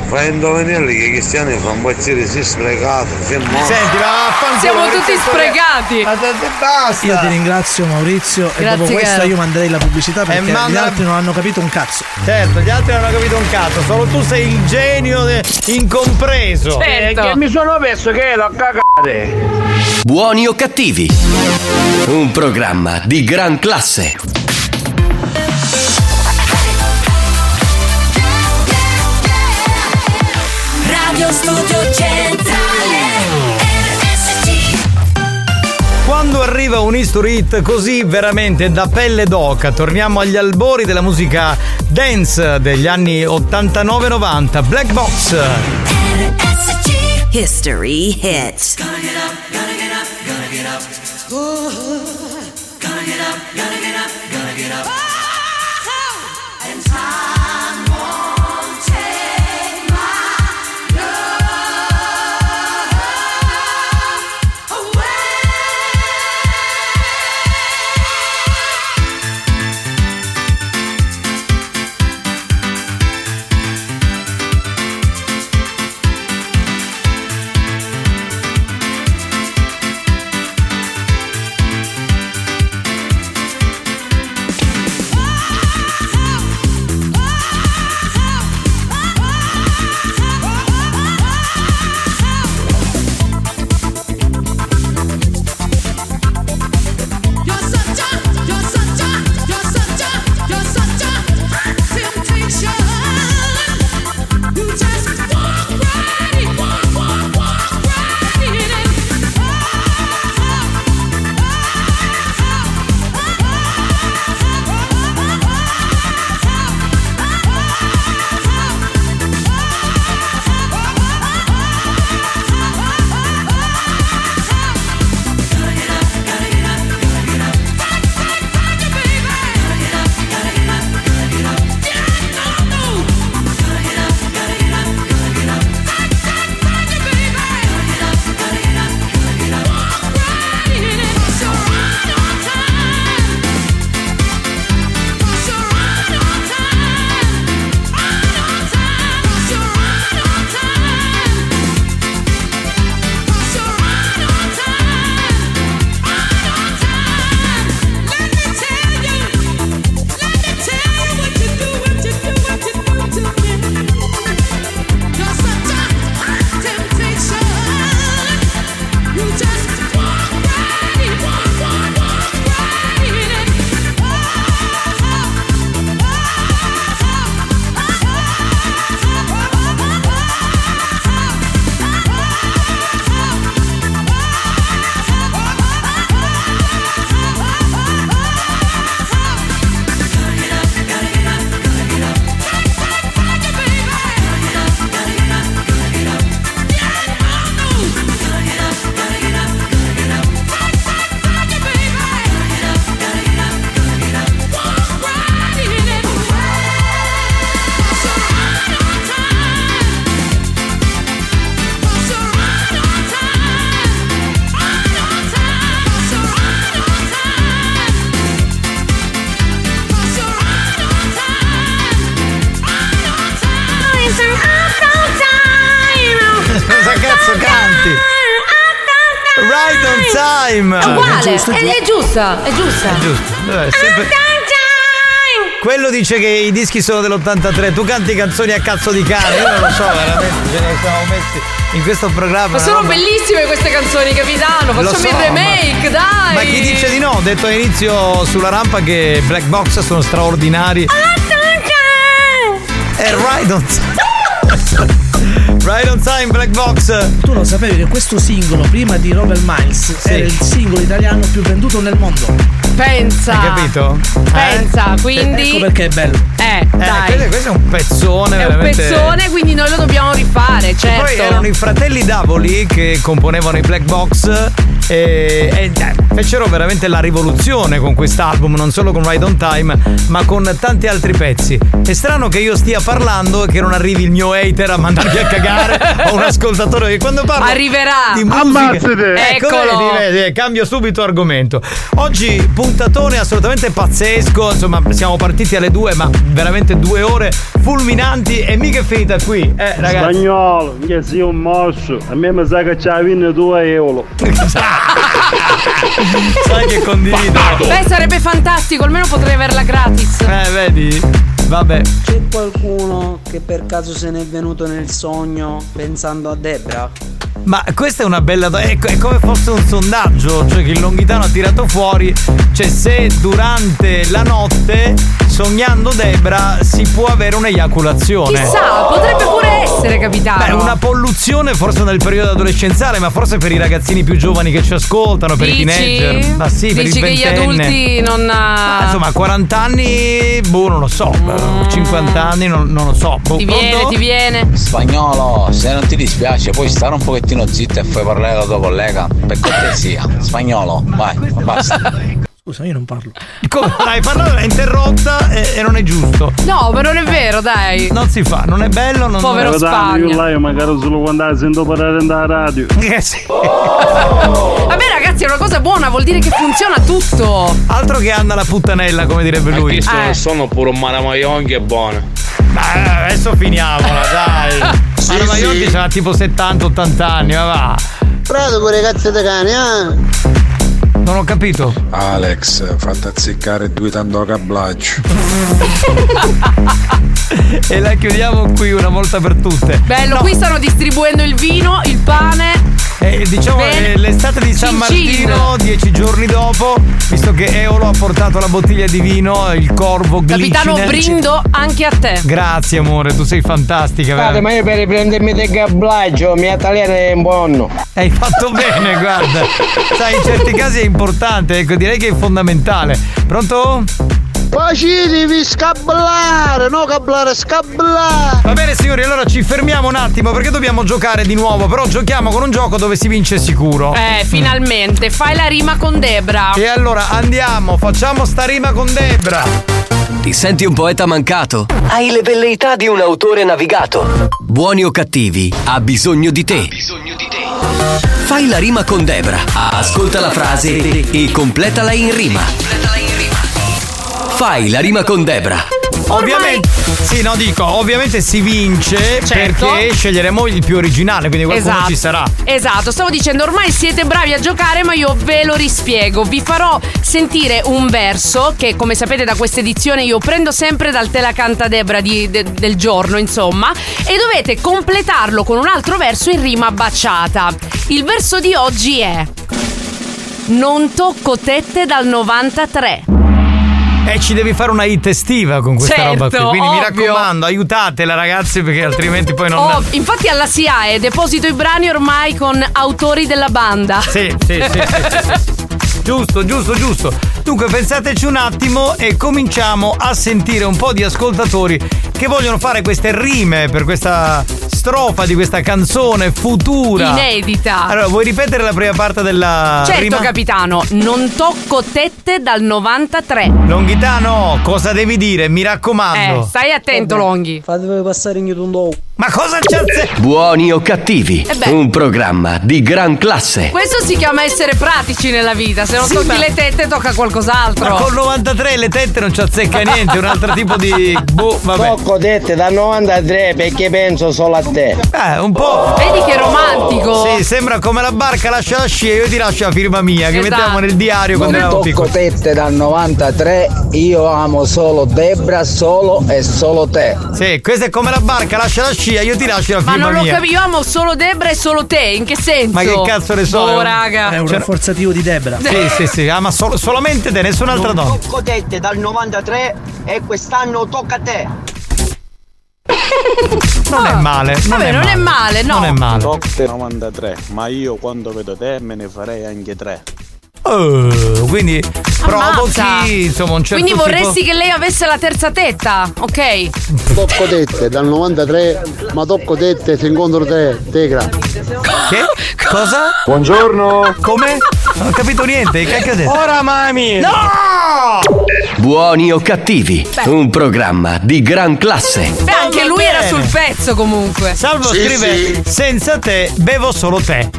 Speaker 22: fai indovinelli che i cristiani fa impazzire, si è sprecato, si è morto.
Speaker 3: Senti, ma vaffanculo,
Speaker 59: Siamo tutti
Speaker 3: Maurizio,
Speaker 59: sprecati.
Speaker 3: Ma te- te basta.
Speaker 59: Io ti ringrazio Maurizio
Speaker 3: Grazie,
Speaker 59: e dopo questa
Speaker 3: caro.
Speaker 59: io manderei la pubblicità perché gli
Speaker 3: mandala-
Speaker 59: altri non hanno capito un cazzo.
Speaker 3: Certo, gli altri non hanno capito un cazzo, solo tu sei il genio de- incompreso. Eh,
Speaker 59: Certo.
Speaker 3: che mi sono perso che l'ho cagate.
Speaker 1: Buoni o cattivi? Un programma di gran classe.
Speaker 4: Radio Studio Centrale RSC
Speaker 3: Quando arriva un history hit così veramente da pelle d'oca, torniamo agli albori della musica dance degli anni 89-90, Black Box.
Speaker 24: History hits.
Speaker 4: You're such a, you're such a, you're such a, you're such a temptation. You just walk right in, walk, walk, walk right in it.
Speaker 3: Cosa cazzo canti? Right on time!
Speaker 10: È uguale, ed è giusta, è giusta.
Speaker 3: È giusto. Eh, sempre- Quello dice che i dischi sono dell'83, tu canti canzoni a cazzo di cane, io non lo so veramente, ce ne siamo messi in questo programma.
Speaker 10: Ma
Speaker 3: una
Speaker 10: sono
Speaker 3: roba-
Speaker 10: bellissime queste canzoni, capitano.
Speaker 3: Lo
Speaker 10: Facciamo
Speaker 3: so,
Speaker 10: il remake, dai.
Speaker 3: Ma chi dice di no? Ho detto all'inizio sulla rampa che Black Box sono straordinari. E Ride on Time. Ride on Time, Black Box.
Speaker 7: Tu lo sapevi che questo singolo, prima di Robert Miles, era il singolo italiano più venduto nel mondo.
Speaker 10: Pensa.
Speaker 3: Hai capito?
Speaker 10: Eh. Pensa, quindi.
Speaker 7: Ecco perché è bello.
Speaker 10: Eh,
Speaker 3: Eh,
Speaker 10: dai.
Speaker 3: questo, questo è un pezzone
Speaker 10: È un
Speaker 3: veramente.
Speaker 10: pezzone, quindi noi lo dobbiamo rifare,
Speaker 3: E
Speaker 10: certo.
Speaker 3: Poi erano i fratelli Davoli che componevano i Black Box e, e, eh, fecero veramente la rivoluzione con quest'album, non solo con Ride on Time, ma con tanti altri pezzi. È strano che io stia parlando e che non arrivi il mio hater a mandarmi a cagare o un ascoltatore che quando parlo
Speaker 10: Arriverà.
Speaker 3: di musica,
Speaker 10: Ammazzate.
Speaker 3: ecco,
Speaker 10: Eccolo.
Speaker 3: vedi, vedi, eh, cambio subito argomento. Oggi puntatone assolutamente pazzesco, insomma siamo partiti alle due, ma veramente due ore fulminanti e mica è finita qui, eh ragazzi.
Speaker 15: Spagnolo, che sei un mosso, a me mi sa che c'ha vinto 2 euro.
Speaker 3: Sai che condivido.
Speaker 10: Beh, sarebbe fantastico, almeno potrei averla gratis.
Speaker 3: Eh, vedi? Vabbè.
Speaker 33: C'è qualcuno che per caso se n'è venuto nel sogno pensando a Debra?
Speaker 3: Ma questa è una bella. do- Ecco, è come fosse un sondaggio. Cioè, che il Longhitano ha tirato fuori. Cioè, se durante la notte, sognando Debra, si può avere un'eiaculazione. Oh.
Speaker 10: Chissà, potrebbe pure essere capitato.
Speaker 3: Beh, una polluzione forse nel periodo adolescenziale, ma forse per i ragazzini più giovani che ci ascoltano, per i
Speaker 10: Dici?
Speaker 3: teenager. Ma sì, per
Speaker 10: Dici
Speaker 3: i
Speaker 10: che gli
Speaker 3: ventenne.
Speaker 10: adulti non.
Speaker 3: Ma,
Speaker 10: ah,
Speaker 3: insomma, a 40 anni, boh, non lo so. 50 anni, non, non lo so. Boh,
Speaker 10: Mm. Ti viene,
Speaker 3: pronto?
Speaker 10: ti viene.
Speaker 24: Spagnolo, se non ti dispiace puoi stare un pochettino zitto e fai parlare alla tua collega. Per cortesia. Spagnolo, vai, basta.
Speaker 7: Scusa, io non parlo.
Speaker 3: Come? Dai, parlare è interrotta e, e non è giusto.
Speaker 10: No, ma non è vero, dai.
Speaker 3: Non si fa, non è bello, non
Speaker 10: Povero
Speaker 15: Guardando, Io
Speaker 10: Spagna.
Speaker 15: là, io magari solo quando la sento parlare andare alla radio.
Speaker 3: Eh,
Speaker 10: Vabbè, ragazzi, è una cosa buona, vuol dire che funziona tutto.
Speaker 3: Altro che Anna la puttanella, come direbbe lui.
Speaker 44: Questo
Speaker 3: Eh.
Speaker 44: non sono pure un maramaionghi è buono.
Speaker 3: Ma adesso finiamola, dai.
Speaker 44: Sì,
Speaker 3: Allora,
Speaker 44: sì.
Speaker 3: Maiotti c'ha Ah, tipo 70-80 anni, ma va.
Speaker 22: Prato con le cazzo di cane, eh?
Speaker 3: Non ho capito.
Speaker 43: Alex, fatta azzeccare due tanto a cablaggio.
Speaker 3: E la chiudiamo qui una volta per tutte.
Speaker 10: Bello, qui stanno distribuendo il vino, il pane.
Speaker 3: E diciamo
Speaker 10: Bene.
Speaker 3: eh, l'estate di San
Speaker 10: Cincin.
Speaker 3: Martino, dieci giorni dopo, visto che Eolo ha portato la bottiglia di vino, il corvo glicine.
Speaker 10: Capitano Brindo, anche a te.
Speaker 3: Grazie amore, tu sei
Speaker 10: Oh.
Speaker 3: fantastica,
Speaker 34: Guarda,
Speaker 3: veramente.
Speaker 34: ma io per riprendermi del gablaggio, mia italiana è un buono.
Speaker 3: Hai fatto bene, guarda. Sai, in certi casi è importante, ecco, direi che è fondamentale. Pronto?
Speaker 22: Poi devi scablare, no cablare, scablare.
Speaker 3: Va bene signori, allora ci fermiamo un attimo perché dobbiamo giocare di nuovo, però giochiamo con un gioco dove si vince sicuro.
Speaker 10: Eh, finalmente, fai la rima con Debra.
Speaker 3: E allora ah, andiamo, facciamo sta rima con Debra.
Speaker 1: Ti senti un poeta mancato? Hai le velleità di un autore navigato. Buoni o cattivi, ha bisogno di te. Fai la rima con Debra. Ascolta la frase e completala in rima. Fai la rima con Debra.
Speaker 3: Ovviamente, sì, no, dico, ovviamente si vince
Speaker 10: Certo.
Speaker 3: perché sceglieremo il più originale, quindi qualcuno
Speaker 10: Esatto.
Speaker 3: ci sarà.
Speaker 10: Esatto, stavo dicendo ormai siete bravi a giocare, ma io ve lo rispiego. Vi farò sentire un verso che, come sapete, da questa edizione io prendo sempre dal Te la canta Debra di- de- del giorno, insomma, e dovete completarlo con un altro verso in rima baciata. Il verso di oggi è Non tocco tette dal 93.
Speaker 3: E ci devi fare una hit estiva con questa
Speaker 10: Certo,
Speaker 3: roba qui. Quindi mi
Speaker 10: ovvio.
Speaker 3: raccomando, aiutatela, ragazzi, perché altrimenti poi non.
Speaker 10: Oh, infatti alla SIAE eh, deposito i brani ormai con autori della banda.
Speaker 3: Sì, sì, sì, sì, sì. Giusto, giusto, giusto. Dunque pensateci un attimo e cominciamo a sentire un po' di ascoltatori che vogliono fare queste rime per questa strofa di questa canzone futura.
Speaker 10: Inedita.
Speaker 3: Allora, vuoi ripetere la prima parte della
Speaker 10: Certo,
Speaker 3: rima?
Speaker 10: capitano, non tocco tette dal 93.
Speaker 3: Longhitano, cosa devi dire? Mi raccomando.
Speaker 10: Eh, stai attento, Longhi.
Speaker 33: Fatevi passare in un do.
Speaker 3: Ma cosa c'è?
Speaker 1: Buoni o cattivi,
Speaker 10: Eh beh.
Speaker 1: un programma di gran classe.
Speaker 10: Questo si chiama essere pratici nella vita. Se non
Speaker 3: Sì,
Speaker 10: tocchi
Speaker 3: ma-
Speaker 10: le tette, tocca
Speaker 3: Ma
Speaker 10: qualcos'altro.
Speaker 3: col 93 le tette non ci azzecca niente, è un altro tipo di. Boh, vabbè.
Speaker 34: Tocco dette da 93 perché penso solo a te.
Speaker 3: Eh, un po'.
Speaker 10: Vedi che romantico.
Speaker 3: Sì, sembra come la barca lascia la scia, io ti lascio la firma mia, che
Speaker 10: Esatto.
Speaker 3: mettiamo nel diario quando
Speaker 34: Non
Speaker 3: eravamo
Speaker 34: tocco
Speaker 3: piccoli.
Speaker 34: tette dal 93, io amo solo Debra, solo e solo te.
Speaker 3: Sì, questa è come la barca lascia la scia, io ti lascio la
Speaker 10: Ma
Speaker 3: firma
Speaker 10: non l'ho
Speaker 3: mia.
Speaker 10: capito, io amo solo Debra e solo te. In che senso?
Speaker 3: Ma che cazzo ne so?
Speaker 10: Oh, raga.
Speaker 7: È un
Speaker 3: Cioè,
Speaker 7: rafforzativo di Debra.
Speaker 3: Sì, sì, sì, ah, ma sol- solamente te, nessun'altra donna.
Speaker 2: Tocco tette dal 93 e quest'anno tocca a te.
Speaker 3: Non è male. Non
Speaker 10: Ah, Vabbè,
Speaker 3: è
Speaker 10: non
Speaker 3: male.
Speaker 10: è male, no.
Speaker 3: Non è male.
Speaker 58: Tocco 93, ma io quando vedo te me ne farei anche tre.
Speaker 3: Eh, quindi
Speaker 10: Ammazza.
Speaker 3: provochi, insomma, un certo
Speaker 10: Quindi vorresti
Speaker 3: tipo...
Speaker 10: che lei avesse la terza tetta, ok?
Speaker 22: Tocco tette dal 93, ma tocco tette se incontro te, tegra.
Speaker 3: Che? Cosa?
Speaker 22: Buongiorno.
Speaker 3: Come? Non ho capito niente, che cacchio ha detto?
Speaker 58: Ora mami!
Speaker 20: Ah!
Speaker 1: Buoni o cattivi,
Speaker 10: Beh.
Speaker 1: un programma di gran classe.
Speaker 10: Beh, anche lui era
Speaker 3: bene.
Speaker 10: sul pezzo comunque.
Speaker 3: Salvo scrive senza te bevo solo te.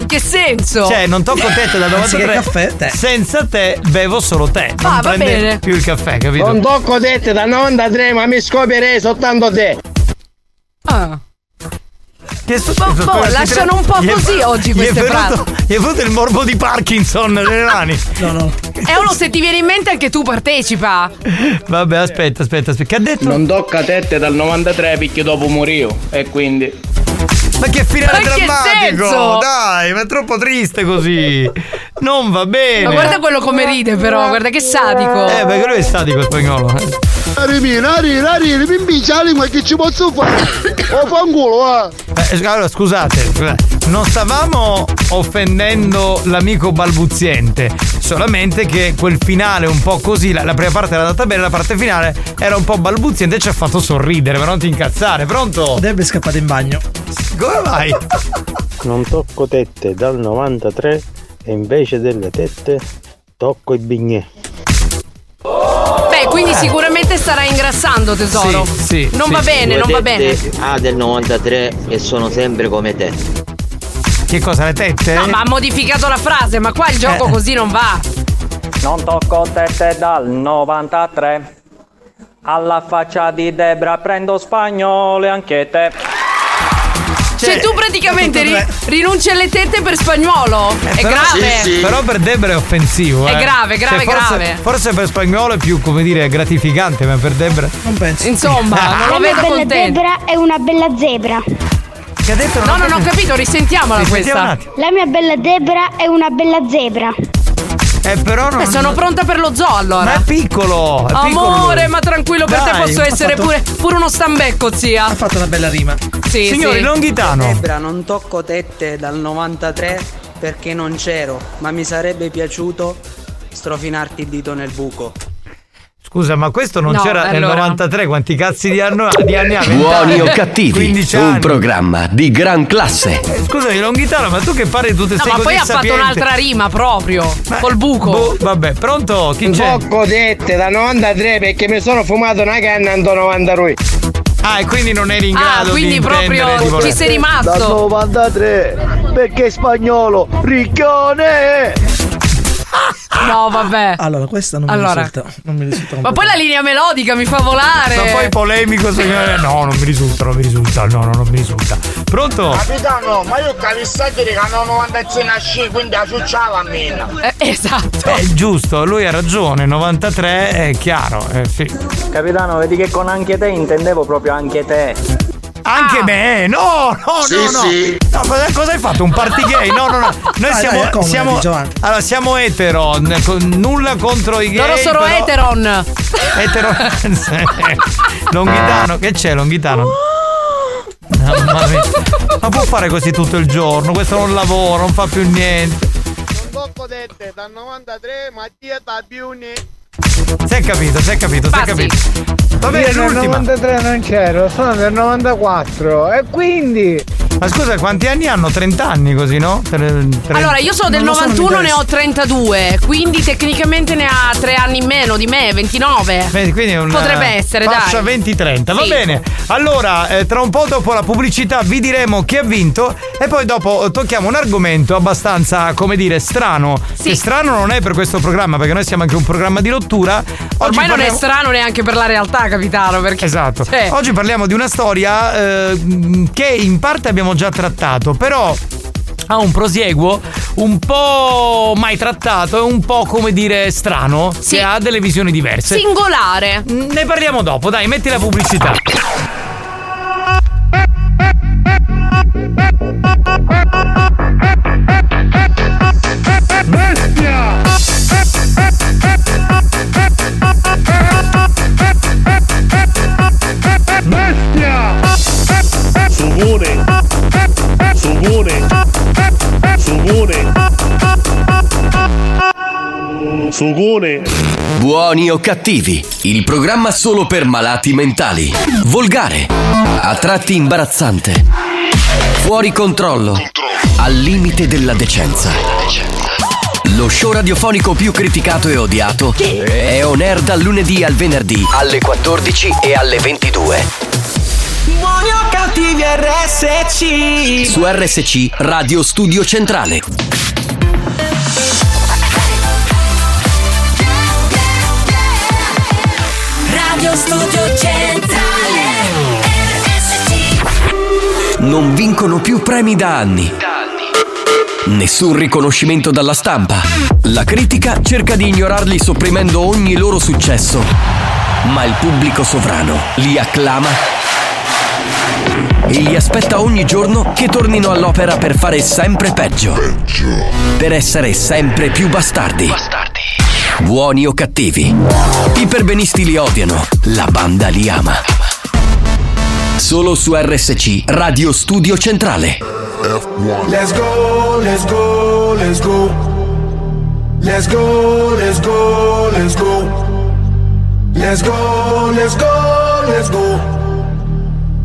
Speaker 10: In che senso?
Speaker 3: Cioè, non tocco tette da 93.
Speaker 7: Anziché caffè, te.
Speaker 3: Senza te bevo solo te. Non
Speaker 10: Ah, va
Speaker 3: prende
Speaker 10: bene.
Speaker 3: più il caffè, capito?
Speaker 34: Non tocco tette dal 93, ma mi scoprirei soltanto te.
Speaker 10: Ah.
Speaker 3: Che è
Speaker 10: Boh, boh,
Speaker 3: Quella
Speaker 10: lasciano un po'
Speaker 3: Gli è-
Speaker 10: così oggi
Speaker 3: gli
Speaker 10: queste
Speaker 3: è venuto,
Speaker 10: frasi.
Speaker 3: Gli è venuto il morbo di Parkinson nelle rani.
Speaker 7: No, no.
Speaker 10: Eolo, se ti viene in mente anche tu partecipa.
Speaker 3: Vabbè, aspetta, aspetta, aspetta. Che ha detto?
Speaker 58: Non tocca tette dal 93 perché dopo morivo. E quindi.
Speaker 3: Ma che finale
Speaker 4: Ma che
Speaker 3: drammatico!
Speaker 4: senso?
Speaker 3: Dai, ma è troppo triste così! Non va bene!
Speaker 10: Ma guarda quello come ride però, guarda che sadico.
Speaker 3: Eh, perché lui è statico spagnolo. eh.
Speaker 22: Arimina, arina, arina, mi impiccia la lingua che ci posso fare.
Speaker 6: Oh,
Speaker 22: O fanculo, va.
Speaker 3: Eh, sc- allora, scusate, scusate, non stavamo offendendo l'amico balbuziente, solamente che quel finale un po' così, la, la prima parte era andata bene, la parte finale era un po' balbuziente e ci ha fatto sorridere, ma non ti incazzare, pronto?
Speaker 7: Debbe scappare in bagno.
Speaker 3: Come vai?
Speaker 27: Non tocco tette dal 93 e invece delle tette tocco i bignè.
Speaker 10: Beh,
Speaker 3: Eh.
Speaker 10: quindi sicuramente starà ingrassando tesoro.
Speaker 27: Sì, sì,
Speaker 10: non
Speaker 27: sì.
Speaker 10: va bene, non va bene.
Speaker 28: Ah, del 93 e sono sempre come te.
Speaker 3: Che cosa, le tette?
Speaker 10: No, Ah, ma ha modificato la frase, ma qua il gioco
Speaker 28: Eh.
Speaker 10: così non va. Cioè,
Speaker 12: Non tocco tette dal 93. Alla faccia di Debra prendo spagnolo e anche te.
Speaker 10: Cioè, tu praticamente ri- rinunci alle tette per spagnolo. è
Speaker 3: Eh, Però-
Speaker 10: grave.
Speaker 3: Però per Debra è offensivo.
Speaker 10: È
Speaker 3: eh.
Speaker 10: grave, grave,
Speaker 3: forse,
Speaker 10: grave.
Speaker 3: Forse per spagnolo è più, come dire, gratificante, ma per Debra.
Speaker 7: Non penso.
Speaker 10: Insomma, non lo vedo
Speaker 20: bella
Speaker 10: contento.
Speaker 20: zebra è una bella zebra.
Speaker 10: No, non ho capito, risentiamola questa.
Speaker 20: La mia bella zebra è una bella zebra.
Speaker 3: Eh, però non.
Speaker 10: Beh, sono pronta per lo zoo allora.
Speaker 3: Ma è piccolo! È piccolo
Speaker 10: Amore,
Speaker 3: lui.
Speaker 10: ma tranquillo, per te
Speaker 3: Dai,
Speaker 10: posso
Speaker 3: ha
Speaker 10: essere
Speaker 3: fatto-
Speaker 10: pure, pure uno stambecco, zia. Ha
Speaker 7: fatto una bella rima.
Speaker 10: Sì, sì.
Speaker 33: Debra, non tocco tette dal 93 perché non c'ero, ma mi sarebbe piaciuto strofinarti il dito nel buco.
Speaker 3: Scusa, ma questo non
Speaker 33: No,
Speaker 3: c'era nel
Speaker 33: allora.
Speaker 3: 93, quanti cazzi di, anno, Ah, di anni ha? 20
Speaker 1: Buoni o
Speaker 3: anni?
Speaker 1: cattivi,
Speaker 3: 15
Speaker 1: un
Speaker 3: anni.
Speaker 1: programma di gran classe.
Speaker 3: eh, Scusami, Longhitano, ma tu che parli di tutte
Speaker 10: No,
Speaker 3: queste
Speaker 10: ma
Speaker 3: cose
Speaker 10: poi ha fatto
Speaker 3: sapienti?
Speaker 10: un'altra rima proprio. Col buco.
Speaker 3: Boh, vabbè, pronto? Chi c'è?
Speaker 13: Tocco tette da 93 perché mi sono fumato una canna in 92.
Speaker 3: Ah, e quindi non eri in
Speaker 13: Ah,
Speaker 3: grado
Speaker 13: quindi
Speaker 3: di
Speaker 13: proprio
Speaker 3: intendere, di
Speaker 13: ci
Speaker 3: voler-
Speaker 13: sei rimasto.
Speaker 17: Dal 93 perché spagnolo ricchione.
Speaker 10: No, vabbè.
Speaker 7: Allora, questa non
Speaker 10: Allora.
Speaker 7: mi risulta. Non mi risulta
Speaker 10: Ma poi la linea melodica mi fa volare.
Speaker 3: Ma poi polemico, signore. No, non mi risulta, non mi risulta. No, no, non mi risulta.
Speaker 10: Oh.
Speaker 3: Pronto?
Speaker 18: Capitano, ma io capisco che hanno 96 nasci, quindi asciucciava a me.
Speaker 10: esatto.
Speaker 3: Eh, giusto, lui ha ragione. 93 è chiaro, eh, sì.
Speaker 12: Capitano, vedi che con anche te intendevo proprio anche te.
Speaker 10: Ah.
Speaker 3: Anche me, eh, no, no,
Speaker 12: Sì,
Speaker 3: no, no.
Speaker 12: sì.
Speaker 3: No, cosa, cosa hai fatto? Un party gay? No, no, no. Noi
Speaker 12: Dai,
Speaker 3: siamo,
Speaker 12: dai, accomodati,
Speaker 3: siamo-
Speaker 12: Giovanni.
Speaker 3: allora, siamo etero, n- con- nulla contro i gay.
Speaker 10: Loro sono
Speaker 3: però-
Speaker 10: eteron.
Speaker 3: Etero. Longhitano, che c'è Longhitano? Mamma mia. Ma può fare così tutto il giorno? Questo non lavora, non fa più niente. Si è capito, si è capito, si è capito. Va bene,
Speaker 19: Io nel
Speaker 3: l'ultima.
Speaker 19: 93 non c'ero, sono del 94 e quindi...
Speaker 3: Ma scusa, quanti anni hanno? 30 anni così, no? Tre- tre-
Speaker 10: Allora, io sono del 91, ne ho 32. Quindi tecnicamente ne ha tre anni in meno di me, 29.
Speaker 3: Vedi, quindi è un-
Speaker 10: Eh,
Speaker 3: eh,
Speaker 10: Potrebbe essere,
Speaker 3: fascia
Speaker 10: dai.
Speaker 3: 20-30, va
Speaker 10: Sì.
Speaker 3: bene. Allora, eh, tra un po' dopo la pubblicità vi diremo chi ha vinto e poi dopo eh, tocchiamo un argomento abbastanza, come dire, strano. Che strano non è per questo programma, perché noi siamo anche un programma di rottura. Oggi
Speaker 10: Ormai non è
Speaker 3: parliamo-
Speaker 10: strano neanche per la realtà, capitano. Perché.
Speaker 3: Esatto.
Speaker 10: Cioè,
Speaker 3: Oggi parliamo di una storia eh, mh, che in parte abbiamo già trattato, però ha un prosieguo un po' mai trattato e un po' come dire strano, che ha delle visioni diverse.
Speaker 10: singolare.
Speaker 3: Ne parliamo dopo, dai, metti la pubblicità.
Speaker 4: Bestia! Bestia! Subone! Subone! Subone! Sugone!
Speaker 1: Buoni o cattivi, il programma solo per malati mentali. Volgare, a tratti imbarazzante, fuori controllo, al limite della decenza. Lo show radiofonico più criticato e odiato è On Air dal lunedì al venerdì alle 14 e alle 22
Speaker 4: Buoni o cattivi RSC!
Speaker 1: su RSC Radio Studio Centrale.
Speaker 4: Radio Studio Centrale!
Speaker 1: Non vincono più premi da anni. Nessun riconoscimento dalla stampa. La critica cerca di ignorarli sopprimendo ogni loro successo. Ma il pubblico sovrano li acclama e li aspetta ogni giorno che tornino all'opera per fare sempre peggio. Per essere sempre più bastardi. Buoni o cattivi. I perbenisti li odiano, la banda li ama. Solo su RSC, Radio Studio Centrale.
Speaker 4: Let's go, let's go, let's go. Let's go, let's go, let's go. Let's go, let's go, let's go.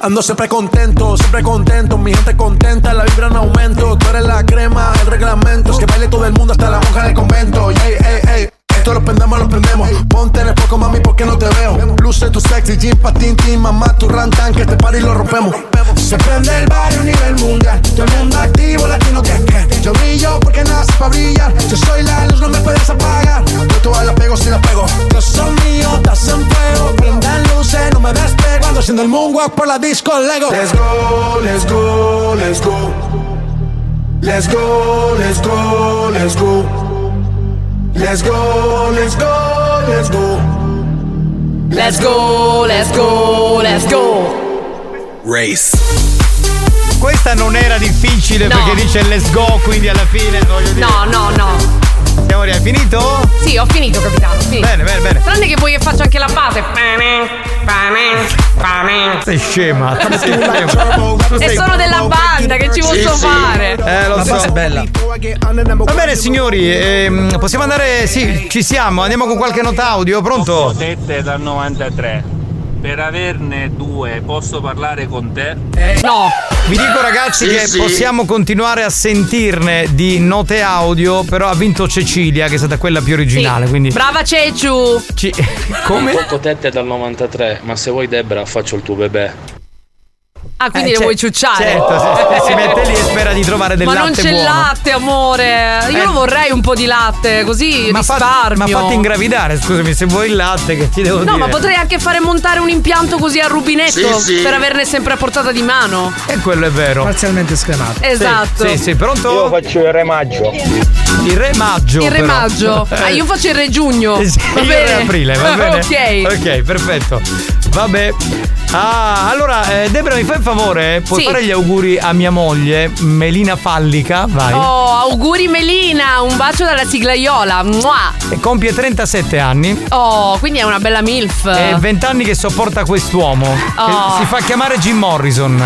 Speaker 24: Ando siempre contento, siempre contento, mi gente contenta, la vibra en aumento, tú eres la crema, el reglamento, es que baile todo el mundo hasta la monja del convento, yeah, ey, ey. Esto lo prendemos, lo prendemos. Ponte en el foco, mami, porque no te veo. Luce tu sexy, jean, patín, tin, mamá, tu rantan, que este party lo rompemos. Se prende el barrio a nivel mundial. Todo el mundo activo, latino que que. Yo brillo porque nace para brillar. Yo soy la luz, no me puedes apagar. Yo todas la pego si la pego. Yo soy mío, estás en fuego. Prendan luces, no me despego. Ando haciendo el moonwalk por la disco Lego.
Speaker 4: Let's go, let's go, let's go. Let's go, let's go, let's go. Let's go, let's go, let's go.
Speaker 10: Let's go, let's go, let's go.
Speaker 1: Race.
Speaker 3: Questa non era difficile
Speaker 10: No.
Speaker 3: perché dice let's go, quindi alla fine voglio dire.
Speaker 10: No, no, no.
Speaker 3: Siamo arrivati. Hai finito?
Speaker 10: Sì, ho finito, capitano. Finito.
Speaker 3: Bene, bene, bene.
Speaker 10: Tranne che vuoi che faccia anche la base.
Speaker 3: Sei scema. Sei scema.
Speaker 10: E sono della banda, che ci posso fare?
Speaker 3: Eh, lo
Speaker 10: La
Speaker 3: so.
Speaker 10: base è
Speaker 3: bella. Va bene, signori, ehm, possiamo andare. Sì, ci siamo. Andiamo con qualche nota audio. Pronto?
Speaker 6: Tette dal 93. Per averne due posso parlare con te?
Speaker 24: Eh,
Speaker 10: no.
Speaker 3: Vi dico ragazzi che possiamo continuare a sentirne di note audio, però ha vinto Cecilia, che è stata quella più originale. Quindi
Speaker 10: Brava Ceciu.
Speaker 3: ci- come?
Speaker 44: Tocco tette dal 93, ma se vuoi Debra faccio il tuo bebè.
Speaker 10: Ah, quindi
Speaker 44: Eh,
Speaker 3: cioè,
Speaker 10: le
Speaker 44: c'è-
Speaker 10: vuoi ciucciare?
Speaker 44: certo, se- se si
Speaker 3: mette lì e spera di trovare del
Speaker 10: Ma non
Speaker 3: latte
Speaker 10: c'è
Speaker 3: buono.
Speaker 10: latte, amore. Io
Speaker 3: Eh.
Speaker 10: lo vorrei un po' di latte, così
Speaker 3: Ma, fa-
Speaker 10: risparmio.
Speaker 3: ma fatti ingravidare, scusami, se vuoi il latte che ti devo
Speaker 10: No,
Speaker 3: dire.
Speaker 10: ma potrei anche fare montare un impianto così a rubinetto
Speaker 3: Sì, sì.
Speaker 10: per averne sempre a portata di mano.
Speaker 3: E quello è vero.
Speaker 7: Parzialmente scremato.
Speaker 10: Esatto.
Speaker 3: Sì, sì, sì, pronto? Io faccio il remaggio. Il remaggio.
Speaker 10: Il re
Speaker 3: però. Eh,
Speaker 10: maggio. Ah, io faccio il re giugno.
Speaker 3: Sì,
Speaker 10: Va
Speaker 3: io
Speaker 10: bene.
Speaker 3: re aprile, va bene.
Speaker 10: ok.
Speaker 3: Ok, perfetto. Vabbè. Ah, allora, eh, Debra, mi fai un favore? Puoi
Speaker 10: Sì.
Speaker 3: fare gli auguri a mia moglie, Melina Fallica, vai.
Speaker 10: Oh, auguri Melina, un bacio dalla siglaiola. Mua.
Speaker 3: E compie 37 anni.
Speaker 10: Oh, quindi è una bella MILF.
Speaker 3: E 20 anni che sopporta quest'uomo.
Speaker 10: Oh.
Speaker 3: Che si fa chiamare Jim Morrison.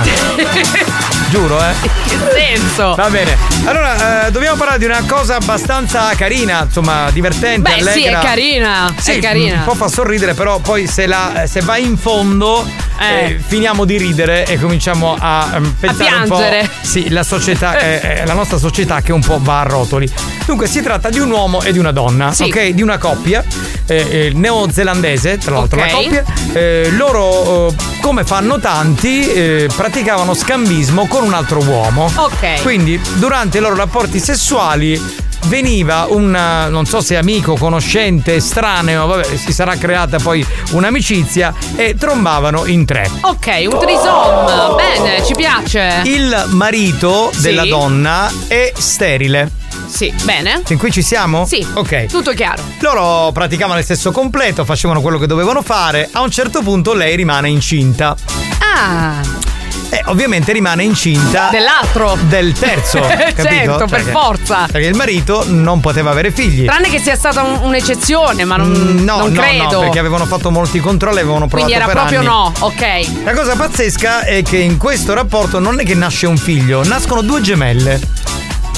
Speaker 3: Giuro, eh.
Speaker 10: che senso?
Speaker 3: Va bene. Allora, eh, dobbiamo parlare di una cosa abbastanza carina, insomma, divertente,
Speaker 10: Beh,
Speaker 3: allegra.
Speaker 10: sì, è carina.
Speaker 3: Sì,
Speaker 10: è carina.
Speaker 3: Un po' fa sorridere, però poi se, la, eh, se va in fondo
Speaker 10: Eh.
Speaker 3: eh, finiamo di ridere e cominciamo a ehm, pensare un
Speaker 10: piangere.
Speaker 3: po'. Sì, la società, eh, eh, la nostra società che un po' va a rotoli. Dunque, si tratta di un uomo e di una donna, ok? Di una coppia eh, eh, neozelandese, tra l'altro
Speaker 10: Ok.
Speaker 3: la coppia. Eh, loro, eh, come fanno tanti, eh, praticavano scambismo con un altro uomo.
Speaker 10: Ok.
Speaker 3: Quindi durante i loro rapporti sessuali veniva un eh, non so se amico, conoscente, estraneo, vabbè, si sarà creata poi un'amicizia e trombavano in tre.
Speaker 10: Ok, un trisom. Bene, ci piace.
Speaker 3: Il marito
Speaker 10: Eh. Sì.
Speaker 3: della donna è sterile.
Speaker 10: Sì, bene.
Speaker 3: Fin qui ci siamo?
Speaker 10: Sì.
Speaker 3: Ok.
Speaker 10: Tutto chiaro.
Speaker 3: Loro praticavano il sesso completo, facevano quello che dovevano fare, a un certo punto lei rimane incinta.
Speaker 10: Ah,
Speaker 3: E ovviamente rimane incinta
Speaker 10: dell'altro.
Speaker 3: del terzo, capito?
Speaker 10: Certo,
Speaker 3: Cioè
Speaker 10: per
Speaker 3: che-
Speaker 10: forza.
Speaker 3: Perché il marito non poteva avere figli.
Speaker 10: Tranne che sia stata un- un'eccezione, ma non,
Speaker 3: Mm, no,
Speaker 10: non
Speaker 3: no,
Speaker 10: credo.
Speaker 3: no, perché avevano fatto molti controlli, avevano provato
Speaker 10: Quindi era
Speaker 3: per
Speaker 10: proprio
Speaker 3: anni.
Speaker 10: no, ok.
Speaker 3: La cosa pazzesca è che in questo rapporto non è che nasce un figlio, nascono due gemelle.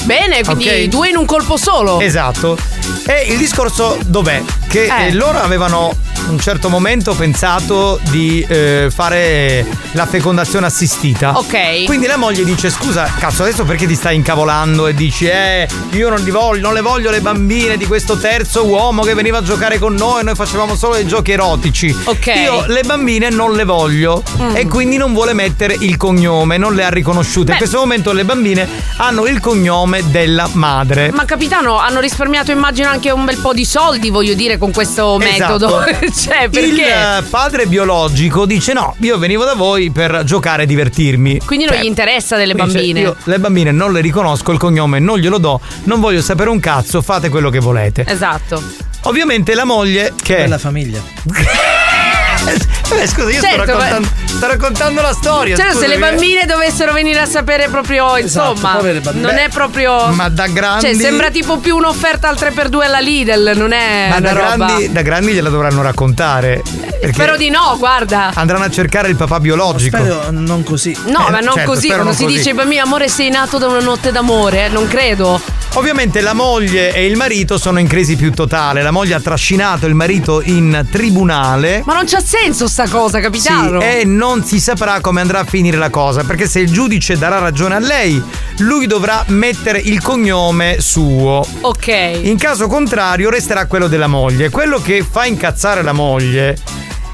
Speaker 10: Bene, quindi
Speaker 3: Ok.
Speaker 10: due in un colpo solo.
Speaker 3: Esatto. E il discorso dov'è? che
Speaker 10: Eh.
Speaker 3: eh, loro avevano un certo momento pensato di eh, fare la fecondazione assistita.
Speaker 10: Ok.
Speaker 3: Ah. Quindi la moglie dice: Scusa, cazzo, adesso perché ti stai incavolando? E dici: Eh, io non, li voglio, non le voglio le bambine di questo terzo uomo che veniva a giocare con noi. Noi facevamo solo dei giochi erotici.
Speaker 10: Ok.
Speaker 3: Io le bambine non le voglio.
Speaker 10: Mm.
Speaker 3: E quindi non vuole mettere il cognome, non le ha riconosciute. In
Speaker 10: Beh.
Speaker 3: questo momento le bambine hanno il cognome della madre.
Speaker 10: Ma capitano, hanno risparmiato immagino anche un bel po' di soldi, voglio dire, con questo metodo.
Speaker 3: Esatto.
Speaker 10: cioè, perché?
Speaker 3: Il eh, padre biologico dice no, io venivo da voi per giocare e divertirmi.
Speaker 10: Quindi non
Speaker 3: Cioè,
Speaker 10: gli interessa delle
Speaker 3: dice,
Speaker 10: bambine.
Speaker 3: "Io le bambine non le riconosco, il cognome non glielo do, non voglio sapere un cazzo, fate quello che volete.
Speaker 10: Esatto.
Speaker 3: Ovviamente la moglie che...
Speaker 7: Bella famiglia.
Speaker 3: Eh, scusa, io sto
Speaker 10: Certo,
Speaker 3: raccontando, sto raccontando la storia.
Speaker 10: Cioè, se
Speaker 3: scusami,
Speaker 10: le
Speaker 3: eh.
Speaker 10: bambine dovessero venire a sapere proprio,
Speaker 3: Esatto,
Speaker 10: insomma,
Speaker 3: povere bambine.
Speaker 10: non
Speaker 3: Beh,
Speaker 10: è proprio.
Speaker 3: ma da grandi-
Speaker 10: Cioè, sembra tipo più un'offerta al 3x2 alla Lidl, non è
Speaker 3: Ma da
Speaker 10: una roba.
Speaker 3: grandi, da grandi gliela dovranno raccontare. Perché
Speaker 10: Spero di no, guarda.
Speaker 3: andranno a cercare il papà biologico.
Speaker 7: Spero non così.
Speaker 10: No,
Speaker 3: Eh,
Speaker 10: ma non
Speaker 3: certo,
Speaker 10: così,
Speaker 3: spero
Speaker 10: quando
Speaker 3: non
Speaker 10: si
Speaker 3: così.
Speaker 10: dice ai bambini, amore, sei nato da una notte d'amore, eh, non credo.
Speaker 3: Ovviamente la moglie e il marito sono in crisi più totale. La moglie ha trascinato il marito in tribunale.
Speaker 10: Ma non c'ha senso sta cosa,
Speaker 3: Sì, eh,
Speaker 10: capitano.
Speaker 3: e non si saprà come andrà a finire la cosa, perché se il giudice darà ragione a lei, lui dovrà mettere il cognome suo.
Speaker 10: Ok.
Speaker 3: In caso contrario resterà quello della moglie. Quello che fa incazzare la moglie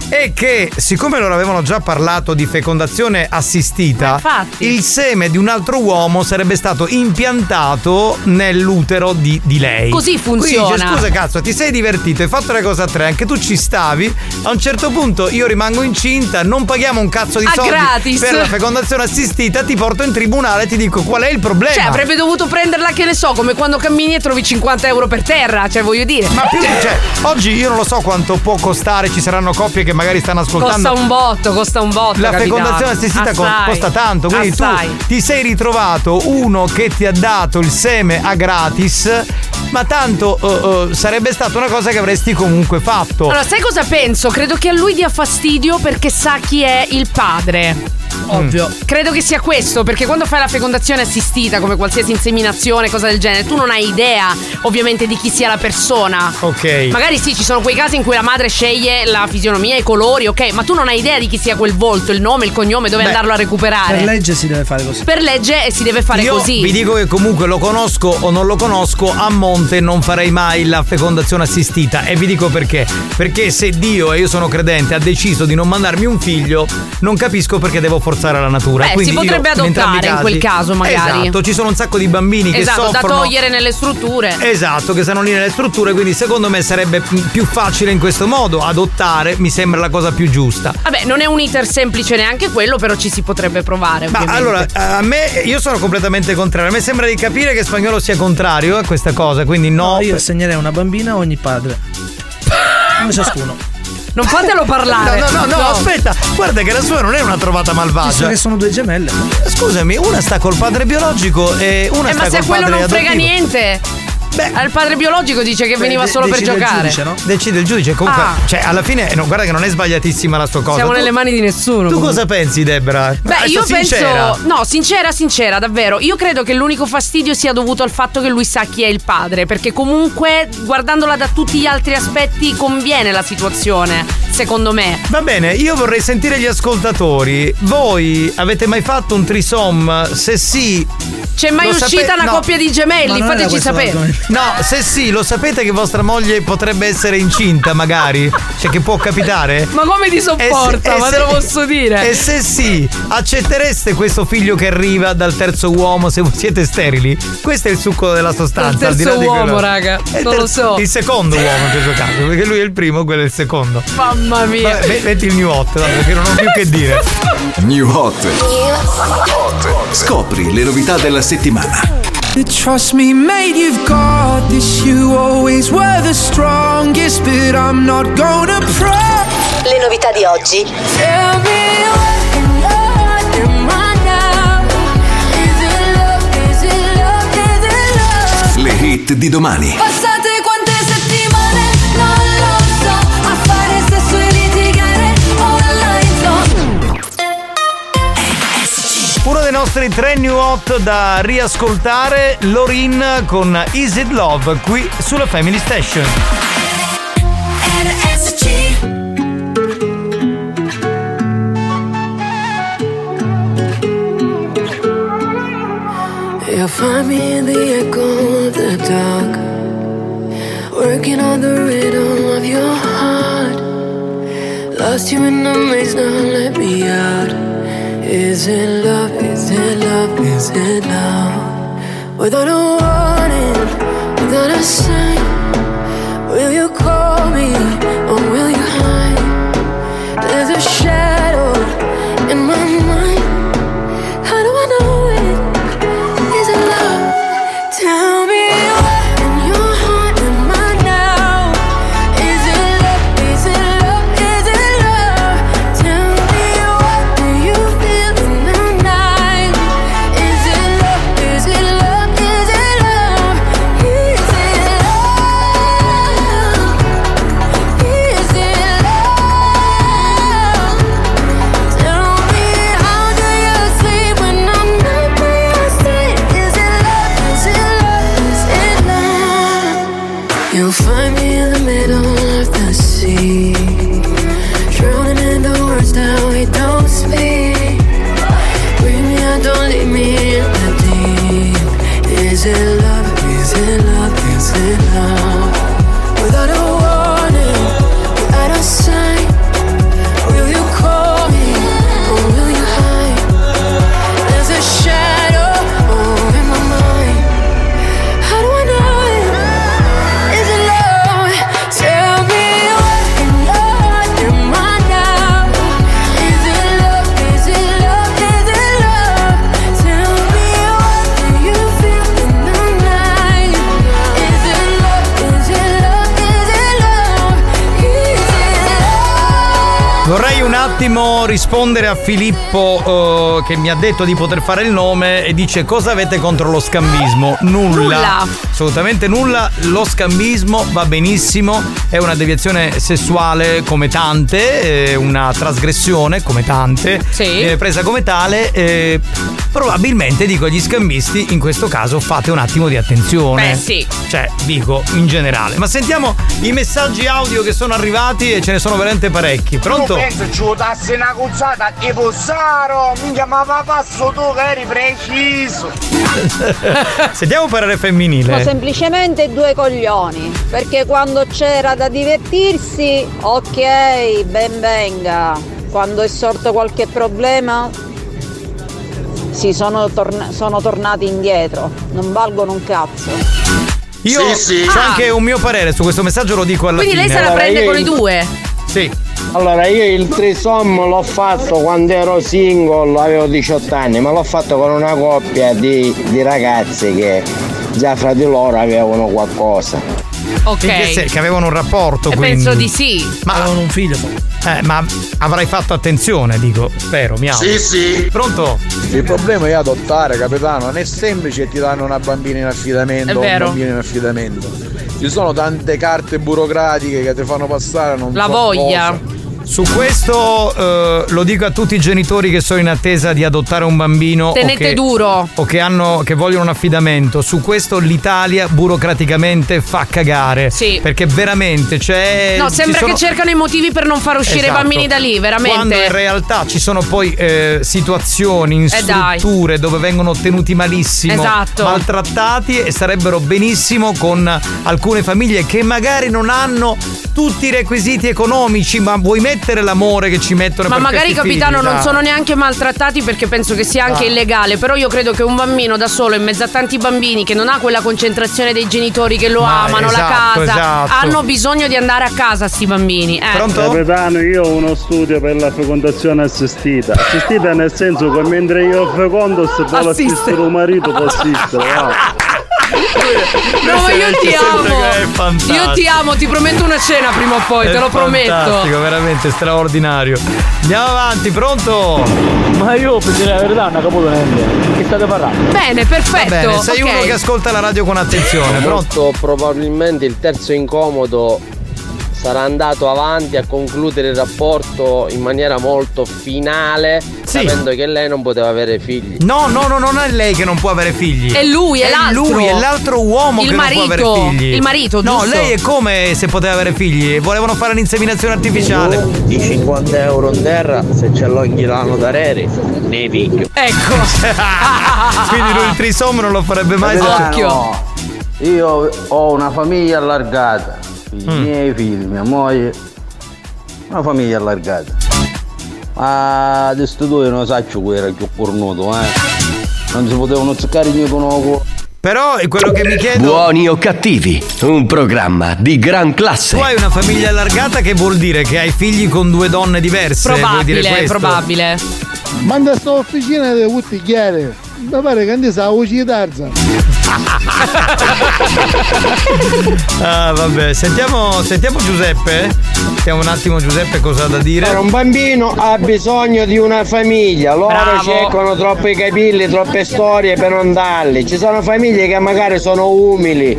Speaker 3: è che, siccome loro avevano già parlato di fecondazione assistita, il seme di un altro uomo sarebbe stato impiantato nell'utero di, di lei.
Speaker 10: Così funziona.
Speaker 3: Quindi dice, scusa cazzo, ti sei divertito, hai fatto la cosa a tre, anche tu ci stavi. A un certo punto io rimango incinta, non paghiamo un cazzo di
Speaker 10: Ah,
Speaker 3: soldi
Speaker 10: gratis.
Speaker 3: per la fecondazione assistita, ti porto in tribunale e ti dico qual è il problema.
Speaker 10: Cioè, avrebbe dovuto prenderla, che ne so, come quando cammini e trovi 50 euro per terra, cioè, voglio dire.
Speaker 3: Ma più, cioè, oggi io non lo so quanto può costare, ci saranno coppie che magari stanno ascoltando.
Speaker 10: Costa un botto, costa un botto.
Speaker 3: La
Speaker 10: capitano. Ah,
Speaker 3: fecondazione assistita co-
Speaker 10: Assai.
Speaker 3: costa tanto, quindi
Speaker 10: Assai.
Speaker 3: tu ti sei ritrovato uno che ti ha dato il seme a gratis, ma tanto eh, eh, sarebbe stata una cosa che avresti comunque fatto.
Speaker 10: Allora, sai cosa penso? Credo che a lui dia fastidio perché sa chi è il padre.
Speaker 7: Ovvio.
Speaker 10: Credo che sia questo, perché quando fai la fecondazione assistita, come qualsiasi inseminazione, cosa del genere, tu non hai idea, ovviamente, di chi sia la persona.
Speaker 3: ok.
Speaker 10: Magari sì, ci sono quei casi in cui la madre sceglie la fisionomia, i colori, ok, ma tu non hai idea di chi sia quel volto, il nome, il cognome, dove
Speaker 7: Beh,
Speaker 10: andarlo a recuperare.
Speaker 7: Per legge si deve fare così.
Speaker 10: Per legge, eh, si deve fare
Speaker 3: Io
Speaker 10: così.
Speaker 3: vi dico che comunque lo conosco o non lo conosco, a monte non farei mai la fecondazione assistita e vi dico perché. Perché se Dio, e io sono credente, ha deciso di non mandarmi un figlio, non capisco perché devo forzare la natura.
Speaker 10: Beh,
Speaker 3: Quindi
Speaker 10: si potrebbe
Speaker 3: io, in entrambi
Speaker 10: adottare
Speaker 3: i
Speaker 10: in
Speaker 3: casi-
Speaker 10: quel caso, magari.
Speaker 3: Esatto, ci sono un sacco di bambini
Speaker 10: esatto,
Speaker 3: che soffrono.
Speaker 10: da togliere nelle strutture.
Speaker 3: Esatto, che stanno lì nelle strutture, quindi secondo me sarebbe mm, più facile in questo modo adottare, mi sembra la cosa più giusta.
Speaker 10: Vabbè, non è un iter semplice neanche quello, però ci si potrebbe provare.
Speaker 3: Ma
Speaker 10: ovviamente.
Speaker 3: Ah, allora, a me io sono completamente contrario. A me sembra di capire che spagnolo sia contrario a questa cosa, quindi no.
Speaker 7: Io assegnerei una bambina a ogni padre. Uno ciascuno.
Speaker 10: Non fatelo parlare.
Speaker 3: No, no, no, Ah, no, aspetta, guarda che la sua non è una trovata
Speaker 7: Visto
Speaker 3: malvagia.
Speaker 7: che sono due gemelle.
Speaker 3: Scusami, una sta col padre biologico e una
Speaker 10: Eh,
Speaker 3: sta
Speaker 10: ma se
Speaker 3: col
Speaker 10: a quello
Speaker 3: padre
Speaker 10: non frega
Speaker 3: adottivo.
Speaker 10: niente. Al padre biologico dice che
Speaker 3: Beh,
Speaker 10: veniva
Speaker 3: de-
Speaker 10: solo per
Speaker 3: decide il
Speaker 10: giocare.
Speaker 3: giudice, no? Decide il giudice, comunque,
Speaker 10: Ah.
Speaker 3: cioè, alla fine, no, guarda che non è sbagliatissima la sua cosa.
Speaker 10: Siamo
Speaker 3: Tu-
Speaker 10: nelle mani di nessuno.
Speaker 3: Tu
Speaker 10: comunque.
Speaker 3: cosa pensi, Ah, Debra?
Speaker 10: Beh, io penso. No, sincera, sincera, davvero. Io credo che l'unico fastidio sia dovuto al fatto che lui sa chi è il padre. Perché comunque, guardandola da tutti gli altri aspetti, conviene la situazione, secondo me.
Speaker 3: Va bene, io vorrei sentire gli ascoltatori. Voi avete mai fatto un trisom? Se sì.
Speaker 10: C'è mai
Speaker 3: lo sape-
Speaker 10: uscita una
Speaker 3: no.
Speaker 10: coppia di gemelli? Fateci sapere.
Speaker 3: No, se sì, lo sapete che vostra moglie potrebbe essere incinta, magari? Cioè, che può capitare?
Speaker 10: Ma come ti sopporta?
Speaker 3: e
Speaker 10: Ma
Speaker 3: se-
Speaker 10: te lo posso dire.
Speaker 3: E se sì, accettereste questo figlio che arriva dal terzo uomo se voi siete sterili? Questo è il succo della sostanza.
Speaker 10: Dal
Speaker 3: al di là
Speaker 10: terzo
Speaker 3: di quello-
Speaker 10: uomo, raga,
Speaker 3: È il
Speaker 10: non lo so.
Speaker 3: Il secondo uomo in questo caso, perché lui è il primo, quello è il secondo.
Speaker 27: Ah,
Speaker 10: Mamma mia.
Speaker 3: Vabbè, me- metti il new hot, dai, perché non ho più che dire.
Speaker 43: New Hot. Scopri le novità della settimana.
Speaker 2: You trust me, mate, you've got this. You always were the strongest, but I'm not gonna pray.
Speaker 35: Le novità di oggi.
Speaker 43: Le hit di domani.
Speaker 4: Passate quante settimane, non lo so, a fare sesso e litigare online
Speaker 3: Uno dei nostri tre new hot da riascoltare, Lorin con Is It Love, qui sulla Family Station.
Speaker 60: RSC
Speaker 27: You'll find me in the echo of the dark, working on the rhythm of your heart. Lost you in the maze, now let me out. Is it love? Is it love? Is it love? Without a warning, without a sign, will you call me or will you hide? There's a shadow in my mind. How do I know it? Is it love? Tell me. what in your heart am I now? Is it love? Is it love? Is it love? Tell me what do you feel in the night? Is it love? Is it love? Is it love? Is it love? Is it love? Tell me how do you sleep when I'm not by your side? Is it love? Is it love? Is it love? You'll find me in the middle of the sea, drowning in the words that we don't speak. Bring me out, don't leave me in the deep. Is it love? Is it love? Is it love? Without a warning, without a sign, will you call me or will you hide? There's a shadow oh, in my mind. How do I know it? Is it love? Tell me what in your heart am I now? Is it love? Is it love? Is it love? Tell me what do you feel in the night? Is it love? Is it love? Is it love? Is it
Speaker 3: Vorrei un attimo rispondere a Filippo eh, che mi ha detto di poter fare il nome e dice cosa avete contro lo scambismo? Nulla.
Speaker 10: Nulla.
Speaker 3: Assolutamente nulla. Lo scambismo va benissimo, è una deviazione sessuale come tante, eh, una trasgressione come tante, eh, presa come tale. eh, probabilmente dico agli scambisti, in questo caso fate un attimo di attenzione.
Speaker 10: Beh, sì.
Speaker 3: Cioè, dico in generale. Ma sentiamo i messaggi audio che sono arrivati e ce ne sono veramente parecchi. Pronto?
Speaker 4: Io penso ci votassi una cuzzata e possaro, minchia ma va passo tu che eri preciso.
Speaker 3: Sentiamo un parere femminile.
Speaker 58: Sono semplicemente due coglioni, perché quando c'era da divertirsi, ok, ben venga. Quando è sorto qualche problema, si sono, torna- sono tornati indietro. Non valgono un cazzo.
Speaker 3: Io c'ho
Speaker 58: Ah.
Speaker 3: anche un mio parere su questo messaggio, lo dico alla
Speaker 58: Quindi
Speaker 3: fine.
Speaker 58: lei se la
Speaker 3: Allora,
Speaker 58: prende
Speaker 3: io-
Speaker 58: con i due?
Speaker 3: Sì.
Speaker 13: Allora io il trisom l'ho fatto quando ero single, avevo 18 anni, ma l'ho fatto con una coppia di, di ragazze che già fra di loro avevano qualcosa.
Speaker 10: Ok.
Speaker 3: In che, se- che avevano un rapporto
Speaker 10: E
Speaker 3: quindi.
Speaker 10: penso di sì.
Speaker 3: Ma avevano un figlio. Eh, ma avrai fatto attenzione, dico, spero, mi auguro.
Speaker 24: Sì, sì.
Speaker 3: Pronto?
Speaker 24: Il problema è adottare, capitano. Non è semplice ti danno una bambina in affidamento È o un
Speaker 3: vero.
Speaker 24: bambino in affidamento. Ci sono tante carte burocratiche che ti fanno passare non so cosa.
Speaker 3: Su questo eh, lo dico a tutti i genitori che sono in attesa di adottare un bambino.
Speaker 10: Tenete
Speaker 3: o che,
Speaker 10: duro.
Speaker 3: O che, hanno, che vogliono un affidamento. Su questo l'Italia burocraticamente fa cagare. Sì. Perché veramente c'è.
Speaker 10: No,
Speaker 3: eh, ci
Speaker 10: sembra
Speaker 3: sono-
Speaker 10: che cercano i motivi per non far uscire
Speaker 3: Esatto.
Speaker 10: i bambini da lì, veramente.
Speaker 3: Quando in realtà ci sono poi eh, situazioni in
Speaker 10: Eh, dai.
Speaker 3: strutture dove vengono tenuti malissimo,
Speaker 10: Esatto.
Speaker 3: maltrattati e sarebbero benissimo con alcune famiglie che magari non hanno tutti i requisiti economici, ma vuoi mettere l'amore che ci mettono
Speaker 10: Ma
Speaker 3: per
Speaker 10: magari
Speaker 3: questi figli,
Speaker 10: capitano non
Speaker 3: dai.
Speaker 10: sono neanche maltrattati perché penso che sia anche
Speaker 3: Ah.
Speaker 10: illegale, però io credo che un bambino da solo in mezzo a tanti bambini che non ha quella concentrazione dei genitori che lo
Speaker 9: Ma
Speaker 10: amano, la
Speaker 9: esatto,
Speaker 10: casa,
Speaker 9: esatto.
Speaker 10: hanno bisogno di andare a casa sti bambini. Eh.
Speaker 9: Capitano, io ho uno studio per la fecondazione assistita. Assistita nel senso che mentre io fecondo, se vuole
Speaker 10: Assiste.
Speaker 9: assistere un marito, può assistere. va.
Speaker 10: No, ma io
Speaker 3: Sento
Speaker 10: ti
Speaker 3: che è
Speaker 10: amo.
Speaker 3: fantastico.
Speaker 10: Io ti amo, ti prometto una cena prima o poi,
Speaker 3: È
Speaker 10: te lo
Speaker 3: fantastico,
Speaker 10: prometto.
Speaker 3: veramente straordinario. Andiamo avanti, pronto? Ma io per dire la verità, una capotonente. Che state parlando?
Speaker 10: Bene, perfetto.
Speaker 3: Bene, sei
Speaker 10: ok.
Speaker 3: uno che ascolta la radio con attenzione, pronto?
Speaker 61: Molto probabilmente il terzo incomodo
Speaker 27: sarà andato avanti a concludere il rapporto in maniera molto finale, sapendo che lei non poteva avere figli.
Speaker 3: No, no, no, non è lei che non può avere figli.
Speaker 10: È lui, è l'altro.
Speaker 3: lui, è l'altro uomo
Speaker 10: Il
Speaker 3: che
Speaker 10: marito,
Speaker 3: non può avere figli.
Speaker 10: il marito,
Speaker 3: No,
Speaker 10: giusto?
Speaker 3: lei è come se poteva avere figli. Volevano fare l'inseminazione artificiale.
Speaker 13: I 50 euro in terra, se ce l'ho in Milano da Reri, ne picchio.
Speaker 10: Ecco.
Speaker 3: Quindi lui il trisom non lo farebbe mai.
Speaker 13: Capitano, Io ho una famiglia allargata, i miei figli, mia moglie, una famiglia allargata. Ma di sti due non saccio che era più cornuto, eh. Non si potevano zuccare niente nuovo.
Speaker 3: Però è quello che mi chiedo.
Speaker 1: Buoni o cattivi, un programma di gran
Speaker 3: Tu
Speaker 1: classe.
Speaker 3: hai una famiglia allargata che vuol dire che hai figli con due donne diverse? vuol dire
Speaker 10: Probabile,
Speaker 3: questo?
Speaker 10: probabile.
Speaker 22: Manda sta officina dei bottigliere. Mi pare che andi sa uccidere Tarzan.
Speaker 3: Ah, vabbè, sentiamo, sentiamo Giuseppe. Sentiamo un attimo Giuseppe cosa ha da dire.
Speaker 13: Per un bambino ha bisogno di una famiglia, loro
Speaker 3: Bravo.
Speaker 13: cercano troppi capelli, troppe storie per non darli. Ci sono famiglie che magari sono umili,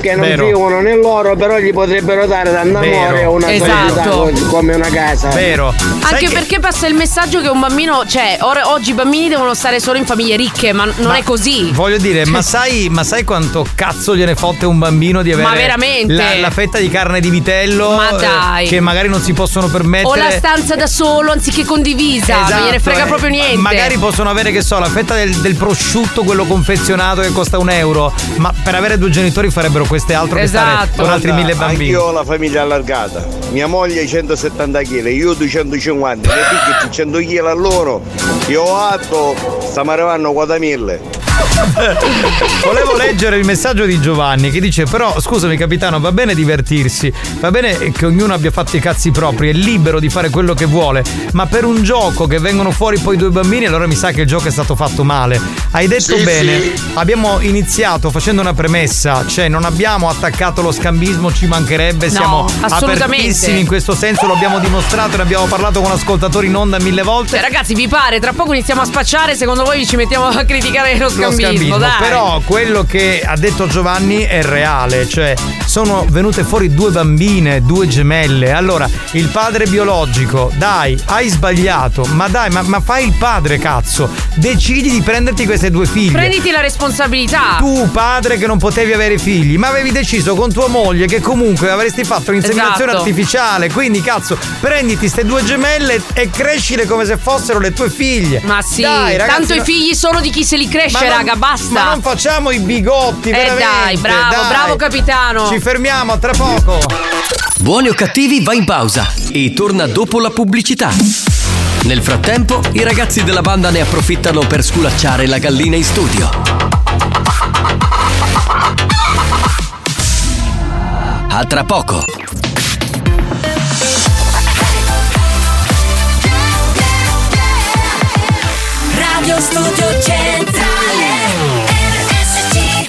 Speaker 13: che non
Speaker 3: Vero.
Speaker 13: vivono né loro, però gli potrebbero dare tanto amore
Speaker 3: Vero.
Speaker 13: una
Speaker 3: Esatto.
Speaker 13: solidità come una casa.
Speaker 3: Vero.
Speaker 10: Anche perché passa il messaggio che un bambino, cioè, or- oggi i bambini devono stare solo in famiglie ricche, ma non è così.
Speaker 3: Voglio dire, ma sai, ma sai quanto cazzo gliene fotte un bambino di avere
Speaker 10: Ma veramente?
Speaker 3: La, la fetta di carne di vitello
Speaker 10: Ma
Speaker 3: eh,
Speaker 10: dai.
Speaker 3: che magari non si possono permettere?
Speaker 10: O la stanza da solo anziché condivisa, non gliene
Speaker 3: Esatto,
Speaker 10: frega
Speaker 3: eh.
Speaker 10: proprio
Speaker 3: Ma-
Speaker 10: niente.
Speaker 3: Magari possono avere, che so, la fetta del, del prosciutto, quello confezionato che costa un euro. Ma per avere due genitori farebbero queste altre che
Speaker 10: Esatto.
Speaker 3: stare con altri mille bambini.
Speaker 28: Io ho la famiglia allargata. Mia moglie 170 kg, io 250, mie figlie 100 kg a loro. Io ho atto, stiamo arrivando quasi a 1000.
Speaker 3: Volevo leggere il messaggio di Giovanni che dice: Però, scusami, capitano, va bene divertirsi, va bene che ognuno abbia fatto i cazzi propri, è libero di fare quello che vuole. Ma per un gioco che vengono fuori poi due bambini, allora mi sa che il gioco è stato fatto male. Hai detto
Speaker 28: Sì,
Speaker 3: bene,
Speaker 28: sì.
Speaker 3: abbiamo iniziato facendo una premessa, cioè non abbiamo attaccato lo scambismo, ci mancherebbe,
Speaker 10: No,
Speaker 3: siamo
Speaker 10: assolutamente.
Speaker 3: apertissimi in questo senso, lo abbiamo dimostrato, ne abbiamo parlato con ascoltatori in onda mille volte.
Speaker 10: Cioè, ragazzi, vi pare? Tra poco iniziamo a spacciare, secondo voi ci mettiamo a criticare lo
Speaker 3: lo
Speaker 10: scambismo,
Speaker 3: scambismo,
Speaker 10: dai.
Speaker 3: però quello che ha detto Giovanni è reale, cioè sono venute fuori due bambine, due gemelle. Allora, il padre biologico, dai, hai sbagliato, ma dai, ma, ma fai il padre, cazzo. Decidi di prenderti queste due figlie.
Speaker 10: Prenditi la responsabilità.
Speaker 3: tu padre che non potevi avere figli, ma avevi deciso con tua moglie che comunque avresti fatto l'inseminazione
Speaker 10: Esatto.
Speaker 3: artificiale, quindi cazzo, prenditi ste due gemelle e crescile come se fossero le tue figlie.
Speaker 10: Ma sì,
Speaker 3: Dai, ragazzi,
Speaker 10: tanto i
Speaker 3: no-
Speaker 10: figli sono di chi se li cresce,
Speaker 3: ma non-
Speaker 10: raga, basta.
Speaker 3: ma non facciamo i bigotti,
Speaker 10: Eh
Speaker 3: veramente.
Speaker 10: dai, bravo,
Speaker 3: dai.
Speaker 10: bravo capitano.
Speaker 3: Ci fermiamo a tra poco.
Speaker 1: Buoni o cattivi va in pausa e torna dopo la pubblicità. Nel frattempo, i ragazzi della banda ne approfittano per sculacciare la gallina in studio. A tra poco.
Speaker 4: Radio Studio Centrale RSC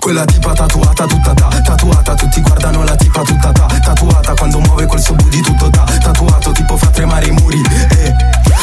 Speaker 20: Quella tipa tatuata tutta da, tatuata, tutti guardano la tipa tutta da, tatuata quando muove col suo booty tutto da, tatuato tipo fa tremare i muri, eh.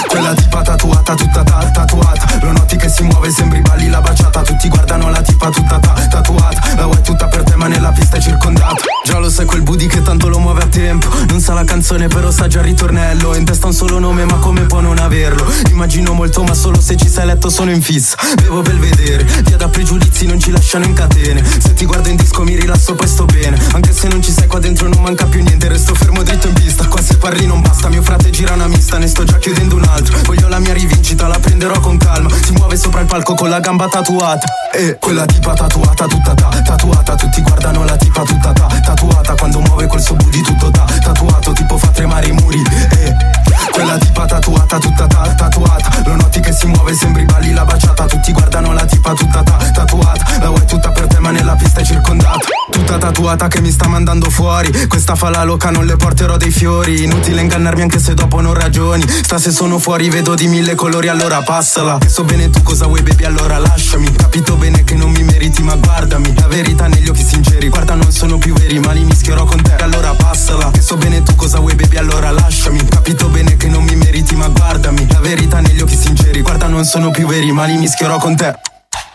Speaker 20: Quella tipa tatuata tutta da, tatuata, lo noti che si muove sembri balli la baciata, tutti guardano la tipa tutta da, tatuata, la vuoi tutta per te ma nella pista è circondata. Già lo sai quel booty che tanto lo muove a tempo, non sa la canzone però sa già il ritornello, in testa un solo nome ma come può non averlo? Immagino molto ma solo se ci sei letto sono in fissa, bevo per vedere, via da pregiudizi non ci lasciano in catene, se ti guardo in disco mi rilasso poi sto bene, anche se non ci sei qua dentro non manca più niente, resto fermo dritto in pista, qua se parli non basta, mio frate gira una mista, ne sto già chiudendo un altro, voglio la mia rivincita, la prenderò con calma, si muove sopra il palco con la gamba tatuata, e quella tipa tatuata tutta da, tatuata, tutti guardano la tipa tutta da, tatuata, quando muove col suo booty tutto da, tatuato tipo fa tremare i muri, eh. Quella tipa tatuata, tutta ta- tatuata Lo noti che si muove, sembri balli la baciata Tutti guardano la tipa tutta ta- tatuata La vuoi tutta per te ma nella pista è circondata Tutta tutta tatuata che mi sta mandando fuori Questa fala loca non le porterò dei fiori Inutile ingannarmi anche se dopo non ragioni Sta se sono fuori vedo di mille colori allora passala Che So bene tu cosa vuoi baby allora lasciami Capito bene che non mi meriti ma guardami La verità negli occhi sinceri Guarda non sono più veri ma li mischierò con te allora passala Che So bene tu cosa vuoi baby allora lasciami Capito bene che non mi meriti ma guardami La verità negli occhi sinceri Guarda non sono più veri ma li mischierò con te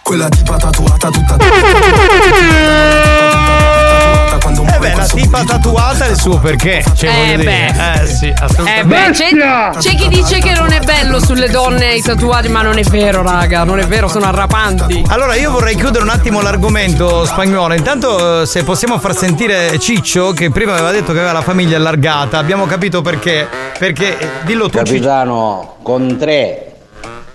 Speaker 20: Quella tipa tatuata tutta
Speaker 3: Eh beh, la tipa tatuata è il suo perché. Cioè,
Speaker 10: Eh,
Speaker 3: voglio dire.
Speaker 10: beh.
Speaker 3: Eh sì,
Speaker 10: Eh
Speaker 3: assolutamente.
Speaker 10: beh, c'è, c'è chi dice che non è bello sulle donne i tatuaggi, ma non è vero, raga, non è vero, sono arrapanti.
Speaker 3: Allora, io vorrei chiudere un attimo l'argomento spagnolo. Intanto, eh, se possiamo far sentire Ciccio, che prima aveva detto che aveva la famiglia allargata, abbiamo capito perché. Perché, eh, dillo tu, Ciccio.
Speaker 13: Capitano, con tre,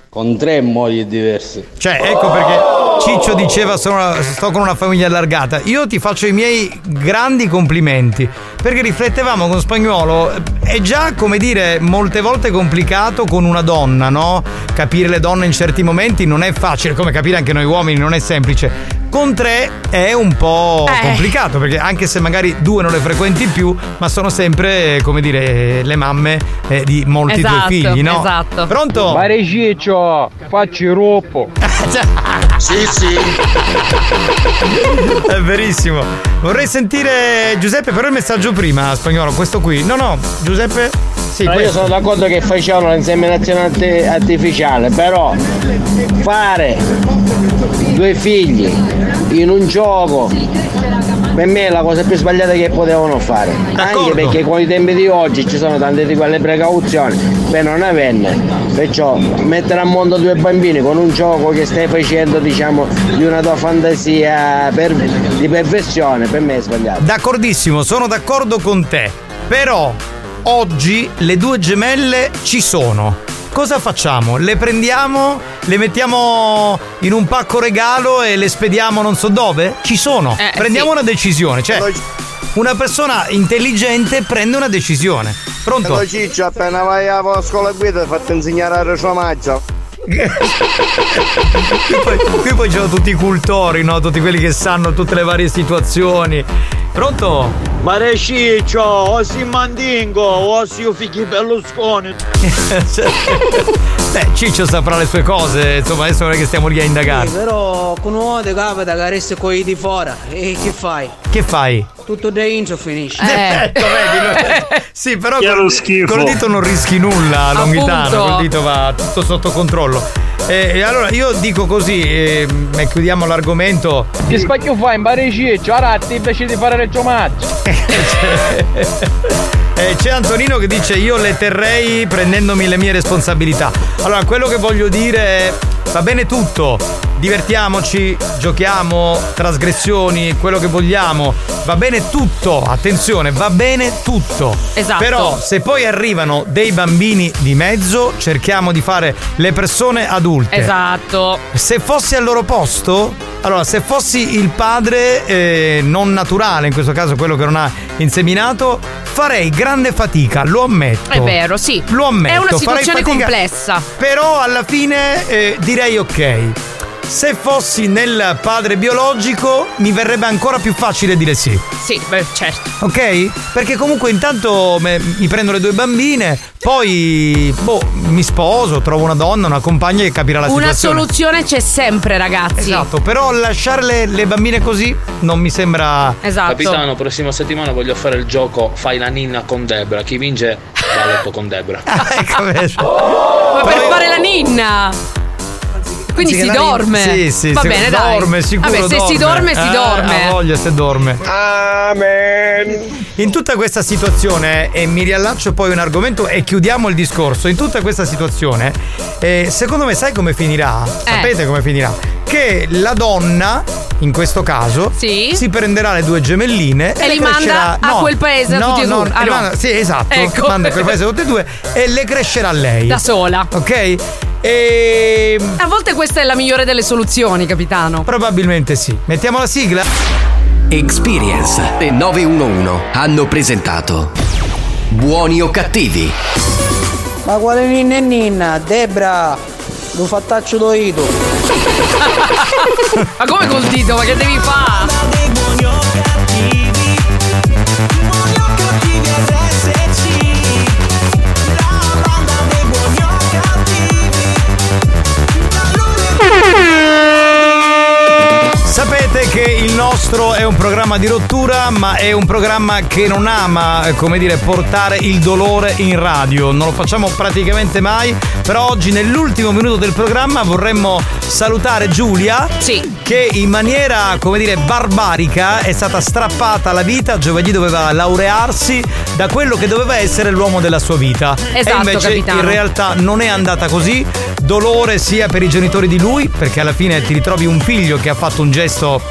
Speaker 13: con tre mogli diverse.
Speaker 3: Cioè, ecco perché Ciccio diceva sono- sto con una famiglia allargata. Io ti faccio i miei grandi complimenti. Perché riflettevamo con spagnolo, è già come dire molte volte complicato con una donna, no? Capire le donne in certi momenti non è facile, come capire anche noi uomini non è semplice. Con tre è un po'
Speaker 10: Eh.
Speaker 3: complicato, perché anche se magari due non le frequenti più, ma sono sempre, come dire, le mamme eh, di molti
Speaker 10: Esatto,
Speaker 3: tuoi figli, no?
Speaker 10: esatto.
Speaker 3: Pronto? Cioè,
Speaker 33: Pare Ciccio, facci roppo.
Speaker 3: Sì, sì. È verissimo. Vorrei sentire Giuseppe, però il messaggio prima, spagnolo, questo qui. No, no, Giuseppe. Sì,
Speaker 27: Ma Ah, io
Speaker 3: questo.
Speaker 27: sono d'accordo che facciano l'inseminazione arti- artificiale, però fare due figli in un gioco per me è la cosa più sbagliata che potevano fare. Anche perché con i tempi di oggi ci sono tante di quelle precauzioni per non averne. Perciò mettere a mondo due bambini con un gioco che stai facendo diciamo di una tua fantasia per- di perversione per me è sbagliato.
Speaker 3: D'accordissimo, sono d'accordo con te. Però oggi le due gemelle ci sono. Cosa facciamo? Le prendiamo, le mettiamo in un pacco regalo e le spediamo non so dove? Ci sono.
Speaker 33: Eh,
Speaker 3: Prendiamo
Speaker 33: sì.
Speaker 3: una decisione, cioè una persona intelligente prende una decisione. Pronto?
Speaker 28: Allora, Ciccio, appena vai alla scuola guida, fatti insegnare la sua mazza.
Speaker 3: qui, poi, qui poi ci sono tutti i cultori, no? Tutti quelli che sanno tutte le varie situazioni. Pronto?
Speaker 33: Pare Ciccio, o si mandingo, o si fighi Berlusconi.
Speaker 3: Beh, Ciccio saprà le sue cose, insomma, adesso non è che stiamo lì a indagare.
Speaker 12: Eh, Però con uno ti capita che resti con i di fuori e che fai?
Speaker 3: Che fai?
Speaker 12: Tutto dentro finisce.
Speaker 3: Eh, sì, però
Speaker 12: Chiaro
Speaker 3: col,
Speaker 12: schifo.
Speaker 3: col dito non rischi nulla, Longhitano,
Speaker 12: Appunto.
Speaker 3: col dito va tutto sotto controllo. Eh, E, e allora io dico così, e, e chiudiamo l'argomento.
Speaker 33: Che spacchio fai in pare Ciccio? Ora ti invece di fare il giomaggio.
Speaker 3: Eh, c'è Antonino che dice io le terrei prendendomi le mie responsabilità. Allora, quello che voglio dire è va bene tutto. Divertiamoci, giochiamo, trasgressioni, quello che vogliamo. Va bene tutto, attenzione, va bene tutto.
Speaker 10: Esatto.
Speaker 3: Però se poi arrivano dei bambini di mezzo, cerchiamo di fare le persone adulte.
Speaker 10: Esatto.
Speaker 3: Se fossi al loro posto, allora se fossi il padre eh, non naturale, in questo caso quello che non ha inseminato, farei grande fatica, lo ammetto.
Speaker 10: È vero, sì.
Speaker 3: Lo ammetto.
Speaker 10: È una
Speaker 3: farei
Speaker 10: situazione
Speaker 3: fatica,
Speaker 10: complessa.
Speaker 3: Però alla fine eh, direi ok. Se fossi nel padre biologico mi verrebbe ancora più facile dire sì.
Speaker 10: Sì, beh, certo.
Speaker 3: Ok? Perché comunque intanto me- mi prendo le due bambine, poi boh, mi sposo, trovo una donna, una compagna che capirà la
Speaker 10: Una
Speaker 3: situazione.
Speaker 10: soluzione c'è sempre, ragazzi.
Speaker 3: Esatto, però lasciarle le bambine così non mi sembra.
Speaker 13: Esatto.
Speaker 17: Capitano, prossima settimana voglio fare il gioco Fai la ninna con Debra. Chi vince va a letto con Debra.
Speaker 3: ecco, vedi.
Speaker 10: Ma per fare la ninna. Quindi
Speaker 3: Sì,
Speaker 10: si
Speaker 3: la-
Speaker 10: dorme.
Speaker 3: Sì, sì,
Speaker 10: Va
Speaker 3: sì,
Speaker 10: bene, dai.
Speaker 3: dorme, sicuro.
Speaker 10: Vabbè, se si dorme, si
Speaker 3: Eh,
Speaker 10: dorme.
Speaker 3: Ha voglia se dorme. Amen. In tutta questa situazione, e mi riallaccio poi a un argomento e chiudiamo il discorso. In tutta questa situazione, eh, secondo me, sai come finirà?
Speaker 10: Eh.
Speaker 3: Sapete come finirà? Che la donna, in questo caso, si prenderà le due gemelline e,
Speaker 10: E
Speaker 3: le
Speaker 10: li manda
Speaker 3: crescerà-
Speaker 10: a
Speaker 3: no,
Speaker 10: quel paese, a
Speaker 3: no,
Speaker 10: tutti e
Speaker 3: no,
Speaker 10: due. Ah,
Speaker 3: le
Speaker 10: no.
Speaker 3: manda- Sì, esatto.
Speaker 10: Ecco.
Speaker 3: Manda a quel paese tutte e due e le crescerà lei.
Speaker 10: Da sola.
Speaker 3: Ok? ehm, E.
Speaker 10: A volte questa è la migliore delle soluzioni, capitano.
Speaker 3: Probabilmente sì. Mettiamo la sigla.
Speaker 1: Experience e 911 hanno presentato Buoni o cattivi?
Speaker 12: Ma quale ninna e ninna? Debra, lo fattaccio doito.
Speaker 10: Ma come col dito? Ma che devi fare?
Speaker 3: nostro è un programma di rottura, ma è un programma che non ama, eh, come dire, portare il dolore in radio. Non lo facciamo praticamente mai, però oggi nell'ultimo minuto del programma vorremmo salutare Giulia che in maniera, come dire, barbarica è stata strappata la vita, giovedì doveva laurearsi da quello che doveva essere l'uomo della sua vita.
Speaker 10: Esatto,
Speaker 3: e invece
Speaker 10: capitano.
Speaker 3: in realtà non è andata così. Dolore sia per i genitori di lui, perché alla fine ti ritrovi un figlio che ha fatto un gesto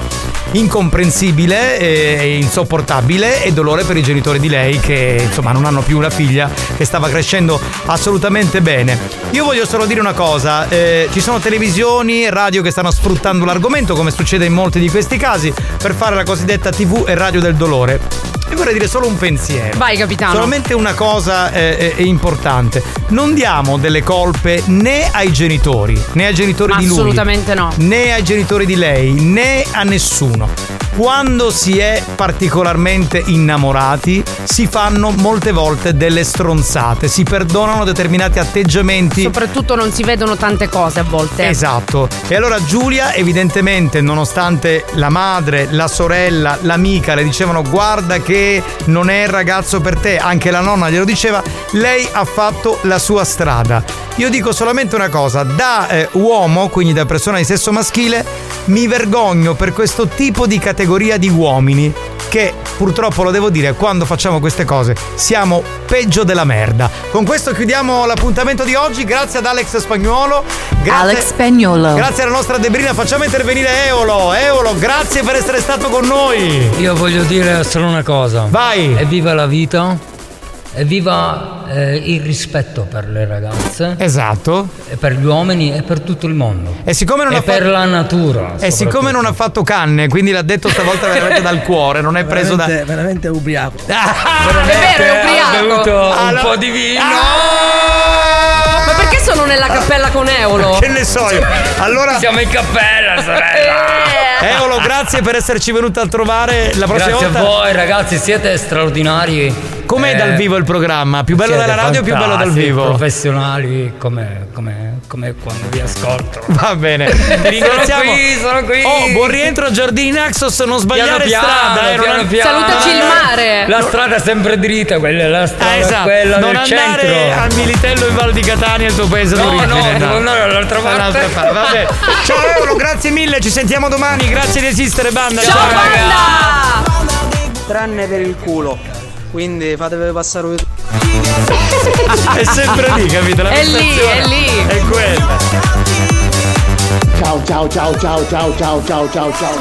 Speaker 3: incomprensibile e e insopportabile e dolore per i genitori di lei che insomma non hanno più una figlia che stava crescendo assolutamente bene. Io voglio solo dire una cosa, eh, ci sono televisioni, radio che stanno sfruttando l'argomento come succede in molti di questi casi per fare la cosiddetta TV e radio del dolore. Io vorrei dire solo un pensiero.
Speaker 10: Vai, capitano.
Speaker 3: Solamente una cosa eh, eh, è, importante. Non diamo delle colpe né ai genitori, né ai genitori di lui.
Speaker 10: Assolutamente no.
Speaker 3: Né ai genitori di lei, né a nessuno. Quando si è particolarmente innamorati, si fanno molte volte delle stronzate, si perdonano determinati atteggiamenti.
Speaker 10: Soprattutto non si vedono tante cose a volte.
Speaker 3: Esatto. E allora Giulia, evidentemente, nonostante la madre, la sorella, l'amica le dicevano guarda che non è il ragazzo per te, anche la nonna glielo diceva, lei ha fatto la sua strada. Io dico solamente una cosa, da eh, uomo, quindi da persona di sesso maschile, mi vergogno per questo tipo di categoria di uomini che purtroppo lo devo dire quando facciamo queste cose siamo peggio della merda. Con questo chiudiamo l'appuntamento di oggi, grazie ad Alex Spagnuolo, grazie
Speaker 24: Alex Spagnolo.
Speaker 3: Grazie alla nostra Debrina, facciamo intervenire Eolo. Eolo, grazie per essere stato con noi.
Speaker 6: Io voglio dire solo una cosa.
Speaker 3: Vai!
Speaker 6: Evviva la vita, evviva eh, il rispetto per le ragazze.
Speaker 3: Esatto.
Speaker 6: E per gli uomini e per tutto il mondo.
Speaker 3: E siccome non
Speaker 6: E
Speaker 3: ha
Speaker 6: per
Speaker 3: fatto-
Speaker 6: la natura.
Speaker 3: E siccome non ha fatto canne, quindi l'ha detto stavolta veramente dal cuore, non è preso da.
Speaker 7: Veramente- Veramente ubriaco.
Speaker 10: è vero, è ubriaco.
Speaker 7: Allora-
Speaker 6: di vino.
Speaker 10: Ah!
Speaker 3: Ah,
Speaker 10: Ma perché sono nella cappella con Eolo?
Speaker 3: Che ne so io. Allora.
Speaker 6: Siamo in cappella, sorella.
Speaker 3: Eolo, grazie per esserci venuta a trovare la prossima
Speaker 6: Grazie
Speaker 3: volta.
Speaker 6: a voi ragazzi, siete straordinari.
Speaker 3: Com'è
Speaker 6: Eh,
Speaker 3: dal vivo il programma? Più bello
Speaker 6: siete
Speaker 3: della radio o più bello dal
Speaker 6: fantastici,
Speaker 3: vivo?
Speaker 6: Professionali come, come- come quando vi ascolto.
Speaker 3: Va bene. Ti ringraziamo.
Speaker 6: Sono qui, sono qui.
Speaker 3: Oh, buon rientro a Giardini Naxos, non sbagliare
Speaker 6: piano,
Speaker 3: strada, eh, non
Speaker 6: piano,
Speaker 3: an-
Speaker 6: piano.
Speaker 10: Salutaci il mare.
Speaker 6: La strada è sempre dritta, quella è la strada,
Speaker 3: Ah, esatto.
Speaker 6: quella
Speaker 3: non
Speaker 6: del
Speaker 3: andare
Speaker 6: centro.
Speaker 3: al Militello in Val di Catania, il tuo paese
Speaker 6: No,
Speaker 3: d'origine.
Speaker 6: no, devo andare all'altra parte.
Speaker 3: All'altra parte, vabbè. Ciao Euro, grazie mille, ci sentiamo domani. Grazie di esistere, banda.
Speaker 12: Ciao,
Speaker 10: banda!
Speaker 12: Tranne per il culo. Quindi fatevi passare un
Speaker 3: Ah, È sempre lì, capito? La
Speaker 12: È lì,
Speaker 3: prestazione
Speaker 12: è lì.
Speaker 3: È quella.
Speaker 14: Ciao, ciao, ciao, ciao, ciao, ciao, ciao, ciao,